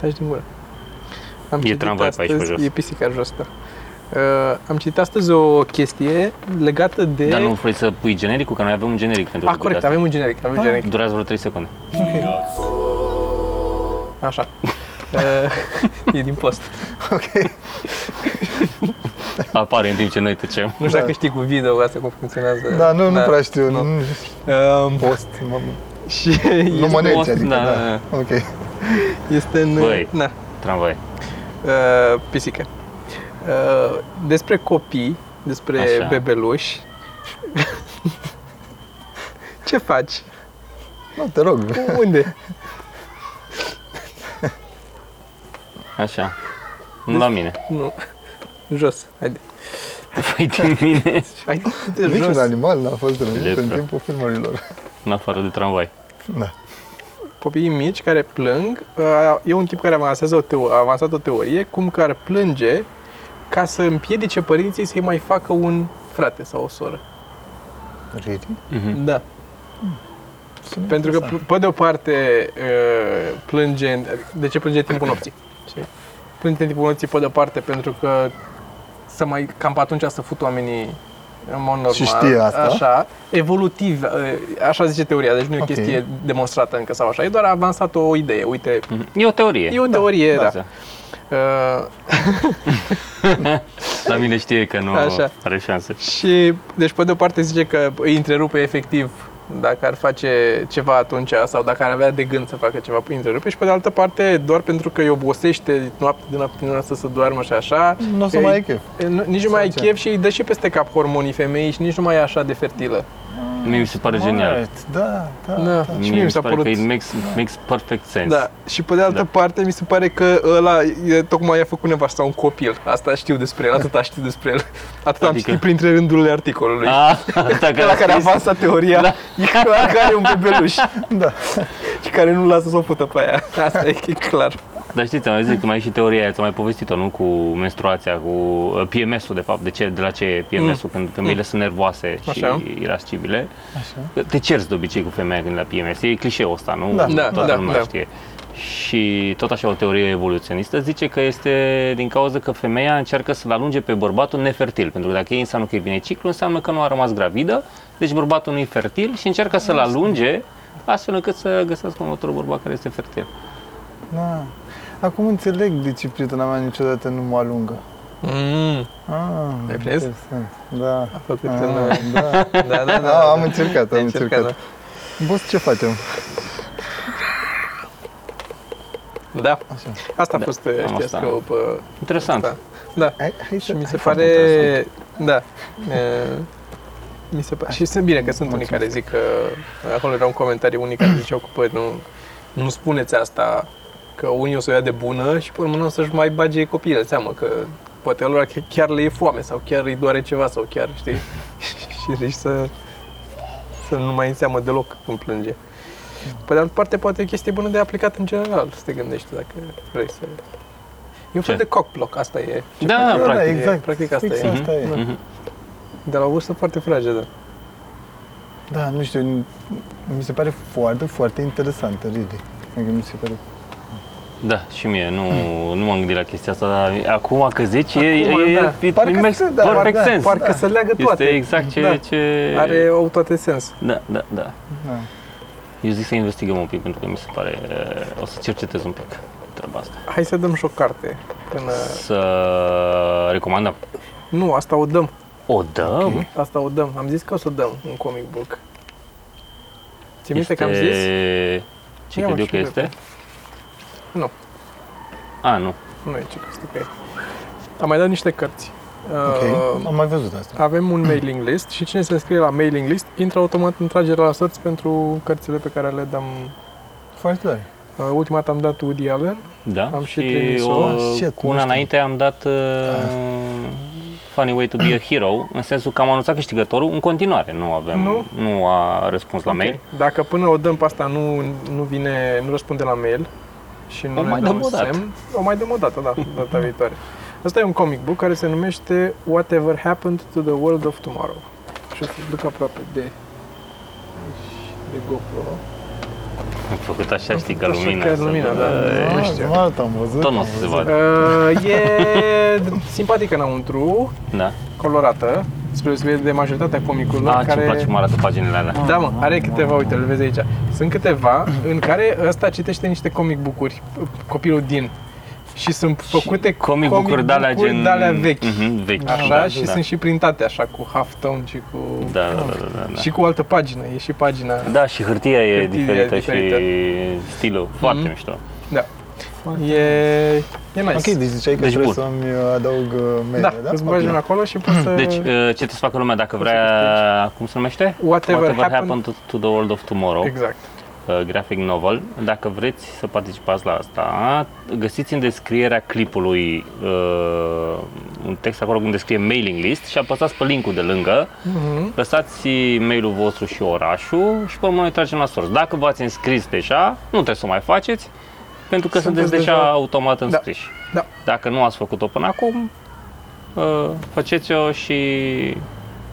Speaker 1: taci din gură. Am
Speaker 2: E tramvai pe aici pe jos.
Speaker 1: E pisica jos, da. Uh, am citit astăzi o chestie legată de...
Speaker 2: Dar nu vrei să pui genericul, că noi avem un generic pentru
Speaker 1: ah,
Speaker 2: rubrica
Speaker 1: corect,
Speaker 2: asta.
Speaker 1: avem un generic,
Speaker 3: Ah.
Speaker 1: avem un generic.
Speaker 2: Durează vreo 3 secunde.
Speaker 1: Așa. Uh, e din post.
Speaker 2: Apare în timp ce noi tăcem.
Speaker 1: Nu știu
Speaker 3: Da.
Speaker 1: dacă știi cu video asta cum funcționează.
Speaker 3: Da, nu, nu prea știu, nu, nu
Speaker 1: Um,
Speaker 3: post, mă,
Speaker 1: și
Speaker 3: Ehm, nu mă neci,
Speaker 2: post,
Speaker 3: adică,
Speaker 2: da,
Speaker 3: da,
Speaker 2: da,
Speaker 3: ok.
Speaker 1: este în...
Speaker 2: Băi.
Speaker 1: Na,
Speaker 2: Tramvai.
Speaker 1: uh, pisică. Uh, despre copii, despre
Speaker 2: Așa.
Speaker 1: Așa. bebeluși. Ce faci?
Speaker 3: Nu, te rog,
Speaker 1: Unde?
Speaker 2: Așa. Nu la mine.
Speaker 1: Nu. Jos. Haide.
Speaker 2: Păi din mine.
Speaker 1: Haide, de
Speaker 3: niciun
Speaker 1: jos.
Speaker 3: animal n-a fost rănit în
Speaker 2: Lepră.
Speaker 3: timpul filmărilor.
Speaker 2: În afară de tramvai.
Speaker 3: Da.
Speaker 1: Copiii mici care plâng, uh, e un tip care avansează o teo- a avansat o teorie, cum că ar plânge ca să împiedice părinții să-i mai facă un frate sau o soră.
Speaker 3: Really?
Speaker 2: Mhm.
Speaker 1: Da. Pentru că,
Speaker 3: Interesant.
Speaker 1: pe de o parte, uh, plânge... De ce plânge în timpul nopții? știi? Plânge în timpul nopții, pe de o parte, pentru că să mai, cam pe atunci să fut oamenii în mod normal.
Speaker 3: Și știe asta.
Speaker 1: Așa, evolutiv, uh, așa zice teoria, deci nu e o
Speaker 3: Ok.
Speaker 1: chestie demonstrată încă sau așa, e doar avansat o idee, uite,
Speaker 2: Mhm. E o teorie.
Speaker 1: e o teorie, da.
Speaker 2: Asta.
Speaker 1: Uh,
Speaker 2: La mine știe că nu
Speaker 1: Așa.
Speaker 2: are șanse.
Speaker 1: Și, deci, pe de-o parte zice că îi întrerupe efectiv dacă ar face ceva atunci sau dacă ar avea de gând să facă ceva, îi întrerupe și pe de altă parte doar pentru că îi obosește noapte de noapte din noapte să doarmă și așa.
Speaker 3: Nu o să
Speaker 1: îi-
Speaker 3: mai ai chef.
Speaker 1: nu- Nici nu mai ai
Speaker 3: ce?
Speaker 1: chef și îi dă și peste cap hormonii femeii și nici nu mai e așa de fertilă.
Speaker 2: Mie mi se pare genial.
Speaker 3: Alright, Da, da,
Speaker 1: Da.
Speaker 3: da.
Speaker 1: Și mie mi s-a
Speaker 2: pare
Speaker 1: părut-
Speaker 2: că it makes, makes perfect sense.
Speaker 1: Da, și pe de altă
Speaker 2: Da.
Speaker 1: parte mi se pare că ăla e, tocmai a făcut nevasta un copil. Asta știu despre el, atâta știu despre el. Atât am
Speaker 2: Adică?
Speaker 1: citit printre rândurile articolului.
Speaker 2: Ah,
Speaker 1: Că
Speaker 2: asta
Speaker 1: la
Speaker 2: care
Speaker 1: care
Speaker 2: a scris.
Speaker 1: avansa teoria
Speaker 2: Da.
Speaker 1: e că ăla care are un bebeluș.
Speaker 3: Da.
Speaker 1: Și care nu lasă să o pută pe aia. Asta e clar.
Speaker 2: Dar știți, am zis că mai e și teoria aia, ți-am mai povestit-o, nu? Cu menstruația, cu uh, PMS-ul, de fapt, de, ce, de la ce e PMS-ul, când femeile sunt nervoase și
Speaker 1: Așa.
Speaker 2: irascibile.
Speaker 3: Așa.
Speaker 2: Te cerți de obicei cu femeia când e la PMS, e clișeul ăsta, nu?
Speaker 3: Da.
Speaker 1: Da,
Speaker 2: Toată
Speaker 1: da,
Speaker 2: lumea
Speaker 1: da.
Speaker 2: știe. Și tot așa o teorie evoluționistă zice că este din cauza că femeia încearcă să-l alunge pe bărbatul nefertil, pentru că dacă ei înseamnă că îi vine ciclu, înseamnă că nu a rămas gravidă, deci bărbatul nu e fertil și încearcă să-l alunge astfel încât să găsească un următorul bărbat care este fertil.
Speaker 3: Da. Acum înțeleg de ce prietena mea niciodată nu mă alungă.
Speaker 1: Mm,
Speaker 3: Ah,
Speaker 1: Ai prins?
Speaker 3: interesant. Da.
Speaker 1: a făcut
Speaker 3: Ah,
Speaker 1: în...
Speaker 3: da.
Speaker 1: Da, da, da.
Speaker 3: da, am încercat, am
Speaker 1: Ai
Speaker 3: încercat.
Speaker 1: da.
Speaker 3: Boss, ce facem?
Speaker 1: Da,
Speaker 3: Așa.
Speaker 1: asta a
Speaker 2: Da,
Speaker 1: fost
Speaker 2: am
Speaker 1: știți
Speaker 2: asta.
Speaker 1: că o pă...
Speaker 2: Interesant.
Speaker 1: Da. Da.
Speaker 3: Hai, hai
Speaker 1: Și
Speaker 3: să...
Speaker 1: mi se
Speaker 3: hai.
Speaker 1: pare...
Speaker 2: foarte
Speaker 1: Da. E, Mi se pare. Și sunt bine că sunt unii care zic că... eh, Acolo erau un comentariu unii care ziceau că, păi, nu, nu spuneți asta, că unii o să o ia de bună și, pe urmă, nu o să-și mai bage copiii în seamă, că poate lor chiar le e foame sau chiar îi doare ceva sau chiar, știi? și riști să, să nu mai înseamă deloc cum plânge. Pe de altă parte, poate e o chestie bună de aplicat în general, să te gândești dacă vrei să... E un fel
Speaker 2: Ce?
Speaker 1: de cock block, asta e.
Speaker 2: Da,
Speaker 3: Da,
Speaker 2: practic.
Speaker 3: exact.
Speaker 1: practic asta
Speaker 3: Fix
Speaker 1: e.
Speaker 3: Asta e.
Speaker 2: Mhm.
Speaker 1: De la o vârstă foarte fragedă.
Speaker 3: Da, nu știu, mi se pare foarte, foarte interesantă, really. Adică mi se pare...
Speaker 2: Da, și mie, nu, nu m-am gândit la chestia asta, dar acum că zici, e,
Speaker 1: Mhm. Acum,
Speaker 2: e,
Speaker 1: da.
Speaker 2: e,
Speaker 3: Parcă
Speaker 2: it makes
Speaker 3: se- da,
Speaker 2: perfect
Speaker 3: da,
Speaker 2: sense.
Speaker 1: Parcă
Speaker 3: Da.
Speaker 1: se leagă
Speaker 2: este
Speaker 1: toate.
Speaker 2: exact ce,
Speaker 1: Da.
Speaker 2: ce...
Speaker 1: Are au toate sens.
Speaker 2: Da, da, da.
Speaker 3: Da.
Speaker 2: Eu zic să investigăm un pic, pentru că mi se pare... eh, O să cercetez un pic treaba asta.
Speaker 1: Hai să dăm și o carte. Până...
Speaker 2: Să recomandăm.
Speaker 1: Nu, asta o dăm.
Speaker 2: O dăm?
Speaker 3: Ok.
Speaker 1: Asta o dăm. Am zis că o să o dăm un comic book. Ți minte că am zis?
Speaker 2: Ce
Speaker 1: Ia, mă,
Speaker 2: cred
Speaker 1: ce
Speaker 2: eu că
Speaker 1: cred?
Speaker 2: este?
Speaker 1: Nu.
Speaker 2: A, nu.
Speaker 1: Nu e ce căstă că e. Am mai dat niște cărți.
Speaker 3: Ok,
Speaker 1: Uh,
Speaker 3: am mai văzut asta.
Speaker 1: avem un mailing list și cine se înscrie la mailing list intră automat în tragerea la sorți pentru cărțile pe care le dăm.
Speaker 3: Foarte tare.
Speaker 1: Uh, ultima dată am dat Woody Allen.
Speaker 2: Da.
Speaker 1: Am și trimis-o.
Speaker 2: o,
Speaker 3: Ah, shit,
Speaker 2: cu
Speaker 3: nu
Speaker 2: una
Speaker 3: știu.
Speaker 2: înainte am dat uh,
Speaker 1: Ah.
Speaker 2: Funny Way to be a Hero, în sensul că am anunțat câștigătorul. În continuare nu avem,
Speaker 1: Nu?
Speaker 2: nu a răspuns la mail.
Speaker 1: Ok. Dacă până o dăm pe asta nu, nu vine, nu răspunde la mail și nu
Speaker 2: O
Speaker 1: ne
Speaker 2: mai
Speaker 1: dă
Speaker 2: dăm
Speaker 1: un
Speaker 2: o dată.
Speaker 1: semn, o mai dăm o dată, da, data viitoare. Asta e un comic book care se numește Whatever Happened to the World of Tomorrow. Și o să duc aproape de, de GoPro.
Speaker 2: Am făcut așa,
Speaker 1: Am
Speaker 2: știi, ca
Speaker 1: făcut așa
Speaker 2: lumina.
Speaker 1: ca
Speaker 2: să-
Speaker 1: lumina, da.
Speaker 2: E,
Speaker 1: Da.
Speaker 3: Ah,
Speaker 1: știu.
Speaker 3: cum altă am văzut.
Speaker 2: Tot nu o să se vadă.
Speaker 1: Uh, e simpatică înăuntru,
Speaker 2: Da.
Speaker 1: colorată, spre deosebire de majoritatea comicurilor
Speaker 2: A, ce
Speaker 1: care...
Speaker 2: îmi Da, place cum arată paginile alea.
Speaker 1: Da, mă, are câteva, uite, le vezi aici. Sunt câteva în care ăsta citește niște comic bucuri, copilul din. Și sunt făcute
Speaker 2: Și comic bucuri de alea
Speaker 1: book-uri
Speaker 2: gen...
Speaker 1: de-alea vechi.
Speaker 2: Mhm, vechi.
Speaker 1: Așa,
Speaker 2: da,
Speaker 1: și
Speaker 2: da.
Speaker 1: sunt și printate așa cu halftone și cu
Speaker 2: Da, da, da, da, da.
Speaker 1: și cu altă pagină, e și pagina.
Speaker 2: Da, și hârtia e
Speaker 1: Hârtia e
Speaker 2: diferită, și
Speaker 1: diferită.
Speaker 2: stilul. Foarte
Speaker 1: Mhm.
Speaker 2: mișto.
Speaker 1: Da. E e nice.
Speaker 3: Ok, deci ziceai că
Speaker 2: Deci
Speaker 3: trebuie
Speaker 2: bun.
Speaker 3: să-mi adaug uh, mele,
Speaker 1: da,
Speaker 3: da?
Speaker 1: îți bagi
Speaker 3: Ok.
Speaker 1: mâna acolo și poți să
Speaker 2: Deci, uh, ce trebuie să facă lumea dacă
Speaker 1: Poți
Speaker 2: vrea, cum se numește?
Speaker 1: deci, Whatever
Speaker 2: happened,
Speaker 1: Happened
Speaker 2: to, to the world of tomorrow,
Speaker 1: Exact.
Speaker 2: uh, graphic novel. Dacă vreți să participați la asta, găsiți în descrierea clipului uh, un text acolo unde scrie mailing list și apăsați pe linkul de lângă.
Speaker 1: Mhm.
Speaker 2: Lăsați mailul vostru și orașul și pe urmă noi tragem la sorți. Dacă v-ați înscris deja, nu trebuie să o mai faceți, pentru că sunteți,
Speaker 1: Sunteți
Speaker 2: deja,
Speaker 1: deja-
Speaker 2: automat înscriși.
Speaker 1: Da.
Speaker 2: Dacă nu ați făcut-o până acum, uh, faceți-o și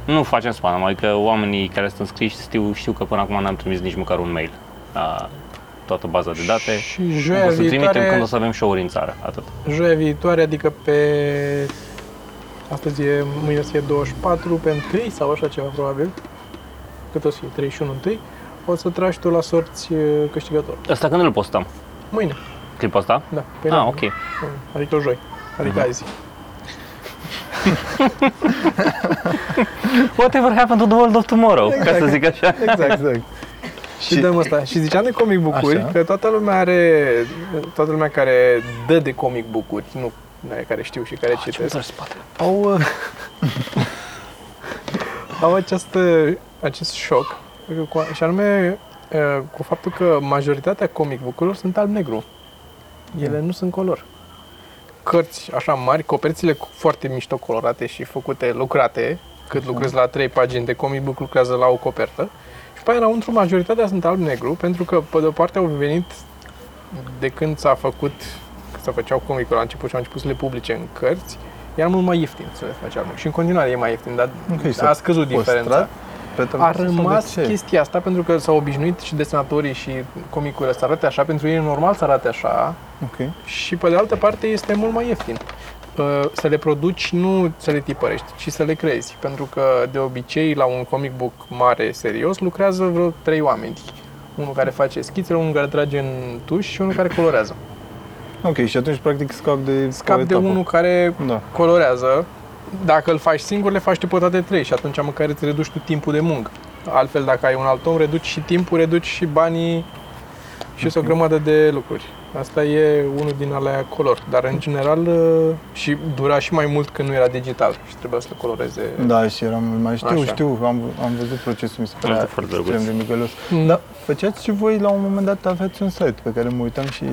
Speaker 2: nu facem spam, adică oamenii care sunt înscriși știu, știu că până acum n-am trimis nici măcar un mail la toată baza de date.
Speaker 1: Și
Speaker 2: o
Speaker 1: joia
Speaker 2: să trimitem când o
Speaker 1: viitoare,
Speaker 2: să avem show-uri în țară, atât.
Speaker 1: joia viitoare, adică pe astăzi e mâine o să fie 24 pe 1 sau așa ceva probabil. Cât o să fie 31 întâi, o să tragi tu la sorți e, câștigător.
Speaker 2: Asta când îl postăm?
Speaker 1: Mâine,
Speaker 2: Clipul ăsta?
Speaker 1: da. Pe
Speaker 2: Ah, ok.
Speaker 1: Adică joi. Adică azi.
Speaker 2: Whatever happened to the world of tomorrow, ca să zic așa.
Speaker 3: Exact, exact.
Speaker 1: Și dăm asta. Și ziceam de comic book-uri,
Speaker 3: Așa.
Speaker 1: că toată lumea are, toată lumea care dă de comic book-uri, nu aia care știu și care citesc, au, uh, au această, acest șoc, cu- și anume uh, cu faptul că majoritatea comic book-urilor sunt alb-negru. Ele nu sunt color. Cărți așa mari, coperțile cu- foarte mișto colorate și făcute, lucrate, cât lucrezi la trei pagini de comic book, lucrează la o copertă. Și pe aia înăuntru majoritatea sunt alb-negru, pentru că pe de o parte au venit de când s-a făcut, când s-a făceau comicul la început și au început să le publice în cărți, era mult mai ieftin să le faci alb Și în continuare e mai ieftin, dar
Speaker 3: Ok, s-a
Speaker 1: a scăzut
Speaker 3: da?
Speaker 1: diferența.
Speaker 3: Păstrat,
Speaker 1: A rămas chestia asta pentru că s-au obișnuit și desenatorii și comicurile să arate așa, pentru ei e normal să arate așa,
Speaker 3: Ok.
Speaker 1: și pe de altă parte este mult mai ieftin. Uh, Să le produci, nu să le tipărești, ci să le crezi. Pentru că de obicei la un comic book mare, serios, lucrează vreo trei oameni. Unul care face schițele, unul care trage în tuș și unul care colorează.
Speaker 3: Ok, și atunci practic scap de
Speaker 1: Scap
Speaker 3: o
Speaker 1: de
Speaker 3: etapă.
Speaker 1: unul care
Speaker 3: Da.
Speaker 1: colorează. Dacă îl faci singur, le faci tu pe toate trei și atunci măcar îți reduci tu timpul de muncă. Altfel, dacă ai un alt om, reduci și timpul, reduci și banii și sunt o grămadă de lucruri. Asta e unul din alea color, dar în general ă, și dura și mai mult când nu era digital și trebuia să le coloreze.
Speaker 3: Da, și eram mai știu,
Speaker 1: Așa.
Speaker 3: știu, am, am văzut procesul, mi se părea
Speaker 2: Arată foarte
Speaker 3: extrem
Speaker 2: drăguț.
Speaker 3: de migălos.
Speaker 1: Da,
Speaker 3: Făceați și voi la un moment dat aveați un site pe care mă uitam și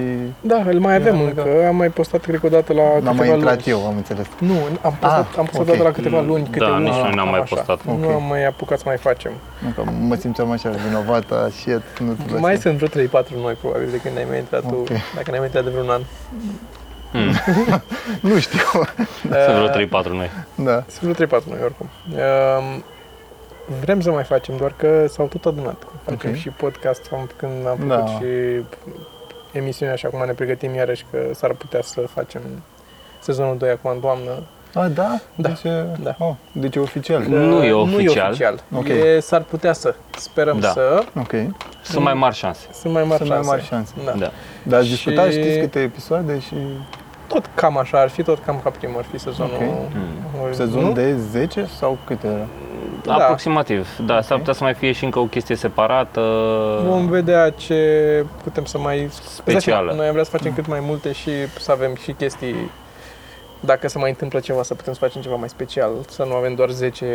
Speaker 1: da îl mai avem
Speaker 3: Ia,
Speaker 1: încă. Am mai postat, cred că, o dată la câteva
Speaker 3: n-am mai intrat
Speaker 1: luni.
Speaker 3: eu, am înțeles.
Speaker 1: Nu, am postat,
Speaker 3: Ah,
Speaker 1: am postat
Speaker 3: ok.
Speaker 1: doar la câteva luni, câte
Speaker 2: Da,
Speaker 1: una,
Speaker 2: nici noi n-am
Speaker 1: cam
Speaker 2: mai
Speaker 1: așa.
Speaker 2: postat.
Speaker 1: Nu
Speaker 3: Ok.
Speaker 1: am mai apucat să mai facem.
Speaker 3: Nu, că mă simțeam așa vinovată, shit, nu trebuie
Speaker 1: Mai
Speaker 3: să...
Speaker 1: sunt vreo 3-4 noi, probabil, de când ai mai intrat
Speaker 3: Ok.
Speaker 1: tu, dacă ne-ai mai intrat de vreun an.
Speaker 2: Mm.
Speaker 3: Nu știu,
Speaker 2: Sunt
Speaker 1: Uh,
Speaker 2: vreo 3-4 noi.
Speaker 3: da.
Speaker 1: Sunt vreo 3-4 noi, oricum. Uh, Vrem să mai facem, doar că s-au tot adunat. Facem
Speaker 3: Ok.
Speaker 1: și podcast am- când am făcut
Speaker 3: Da.
Speaker 1: și emisiunea și acum ne pregătim iarăși că s-ar putea să facem sezonul 2 acum în toamnă.
Speaker 3: A, da?
Speaker 1: Da.
Speaker 3: Deci, e-
Speaker 1: Da.
Speaker 3: Oh, deci e oficial.
Speaker 2: Nu e
Speaker 1: Uh, Nu e
Speaker 2: oficial.
Speaker 1: oficial.
Speaker 3: Ok.
Speaker 1: E, s-ar putea să. Sperăm
Speaker 2: Da.
Speaker 1: să.
Speaker 3: Ok,
Speaker 2: Sunt mai mari șanse.
Speaker 1: Sunt mai mari
Speaker 3: sunt mai
Speaker 1: șanse.
Speaker 3: mari șanse.
Speaker 1: Da.
Speaker 2: Da.
Speaker 3: Dar ați
Speaker 1: Și-
Speaker 3: discutat, știți câte episoade și
Speaker 1: Tot cam așa ar fi, tot cam ca primul ar fi sezonul.
Speaker 3: Ok.
Speaker 2: Mm.
Speaker 1: ori-
Speaker 3: sezonul
Speaker 1: nu?
Speaker 3: de 10 sau câte era?
Speaker 1: Da.
Speaker 2: Aproximativ, da, s-ar putea să mai fie și încă o chestie separată.
Speaker 1: Vom vedea ce putem să mai... Îți dai
Speaker 2: Ah. Specială.
Speaker 1: seama, Noi am vrea să facem cât mai multe și să avem și chestii... Dacă se mai întâmplă ceva, să putem să facem ceva mai special. Să nu avem doar 10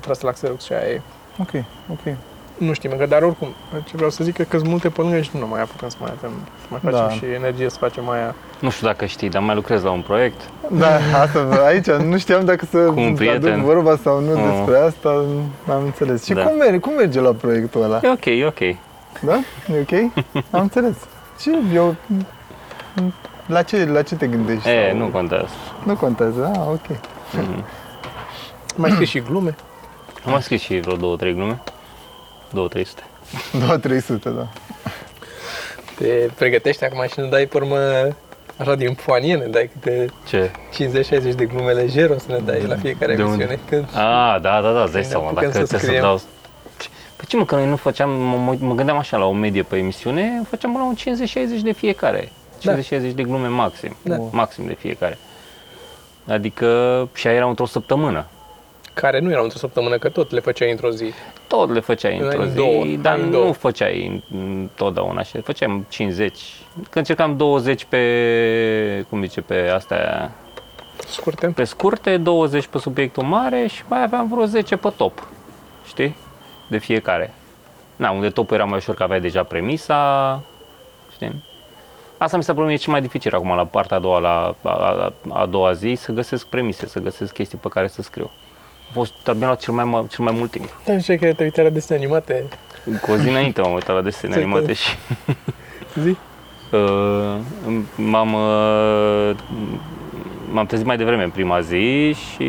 Speaker 1: trase la Xerox și aia e.
Speaker 3: Ok, ok.
Speaker 1: Nu știm încă, dar oricum, ce vreau să zic e că sunt multe pe lângă și nu mai apucăm să mai avem, să mai facem
Speaker 3: Da.
Speaker 1: și energie să facem aia.
Speaker 2: Nu știu dacă știi, dar mai lucrez la un proiect.
Speaker 3: Da, asta, vă- aici nu știam dacă să
Speaker 2: Cu un
Speaker 3: aduc
Speaker 2: prieten.
Speaker 3: vorba sau nu
Speaker 2: Mm.
Speaker 3: despre asta, am înțeles. Și
Speaker 2: Da.
Speaker 3: cum, merge, cum merge la proiectul ăla?
Speaker 1: Da.
Speaker 2: E ok, e ok.
Speaker 3: Da? E ok? Am înțeles. Și eu La ce, la ce te gândești?
Speaker 2: E,
Speaker 3: Sau-
Speaker 2: nu contează.
Speaker 3: Nu contează, ah, ok.
Speaker 1: Mai scris și glume.
Speaker 2: Am mai scris și vreo două, trei glume. Două, trei sute.
Speaker 3: 2-300, da.
Speaker 1: Te pregătești acum și nu dai pe urmă așa din foanie, ne dai câte
Speaker 2: Ce?
Speaker 1: 50-60 de glume lejer o să ne dai la fiecare
Speaker 2: De unde?
Speaker 1: emisiune. Când
Speaker 2: A, da, da, da, îți dai
Speaker 1: Ne
Speaker 2: seama,
Speaker 1: apucăm
Speaker 2: dacă
Speaker 1: să
Speaker 2: trebuie să
Speaker 1: scriem.
Speaker 2: dau... Păi ce mă, că noi nu făceam, mă, mă- mă gândeam așa la o medie pe emisiune, făceam la un 50-60 de fiecare. 50-60
Speaker 1: Da.
Speaker 2: de glume maxim,
Speaker 1: Da.
Speaker 2: maxim de fiecare. Adică și aia era într-o săptămână.
Speaker 1: care nu erau într-o săptămână, că tot le făceai într-o zi.
Speaker 2: Tot le făceai
Speaker 1: În
Speaker 2: într-o
Speaker 1: anii
Speaker 2: zi,
Speaker 1: două,
Speaker 2: dar
Speaker 1: anii
Speaker 2: nu
Speaker 1: două.
Speaker 2: făceai întotdeauna așa. Făceam 50, că încercam 20 pe, cum zice, pe astea,
Speaker 1: Scurte.
Speaker 2: pe scurte, 20 pe subiectul mare și mai aveam vreo 10 pe top, știi? De fiecare. Na, unde topul era mai ușor că aveai deja premisa, știi? Asta mi s-a părut mie cel mai dificil acum la partea a doua, la a, a, a doua zi, să găsesc premise, să găsesc chestii pe care să scriu. A fost, abia la cel mai, ma- cel mai mult timp.
Speaker 1: Dar ce că te uitai la desene animate,
Speaker 2: Cu o zi înainte m-am uitat la desene
Speaker 1: Ți-ai
Speaker 2: animate
Speaker 1: uitat.
Speaker 2: și
Speaker 1: zi?
Speaker 2: Uh, m-am, uh, m-am trezit mai devreme în prima zi și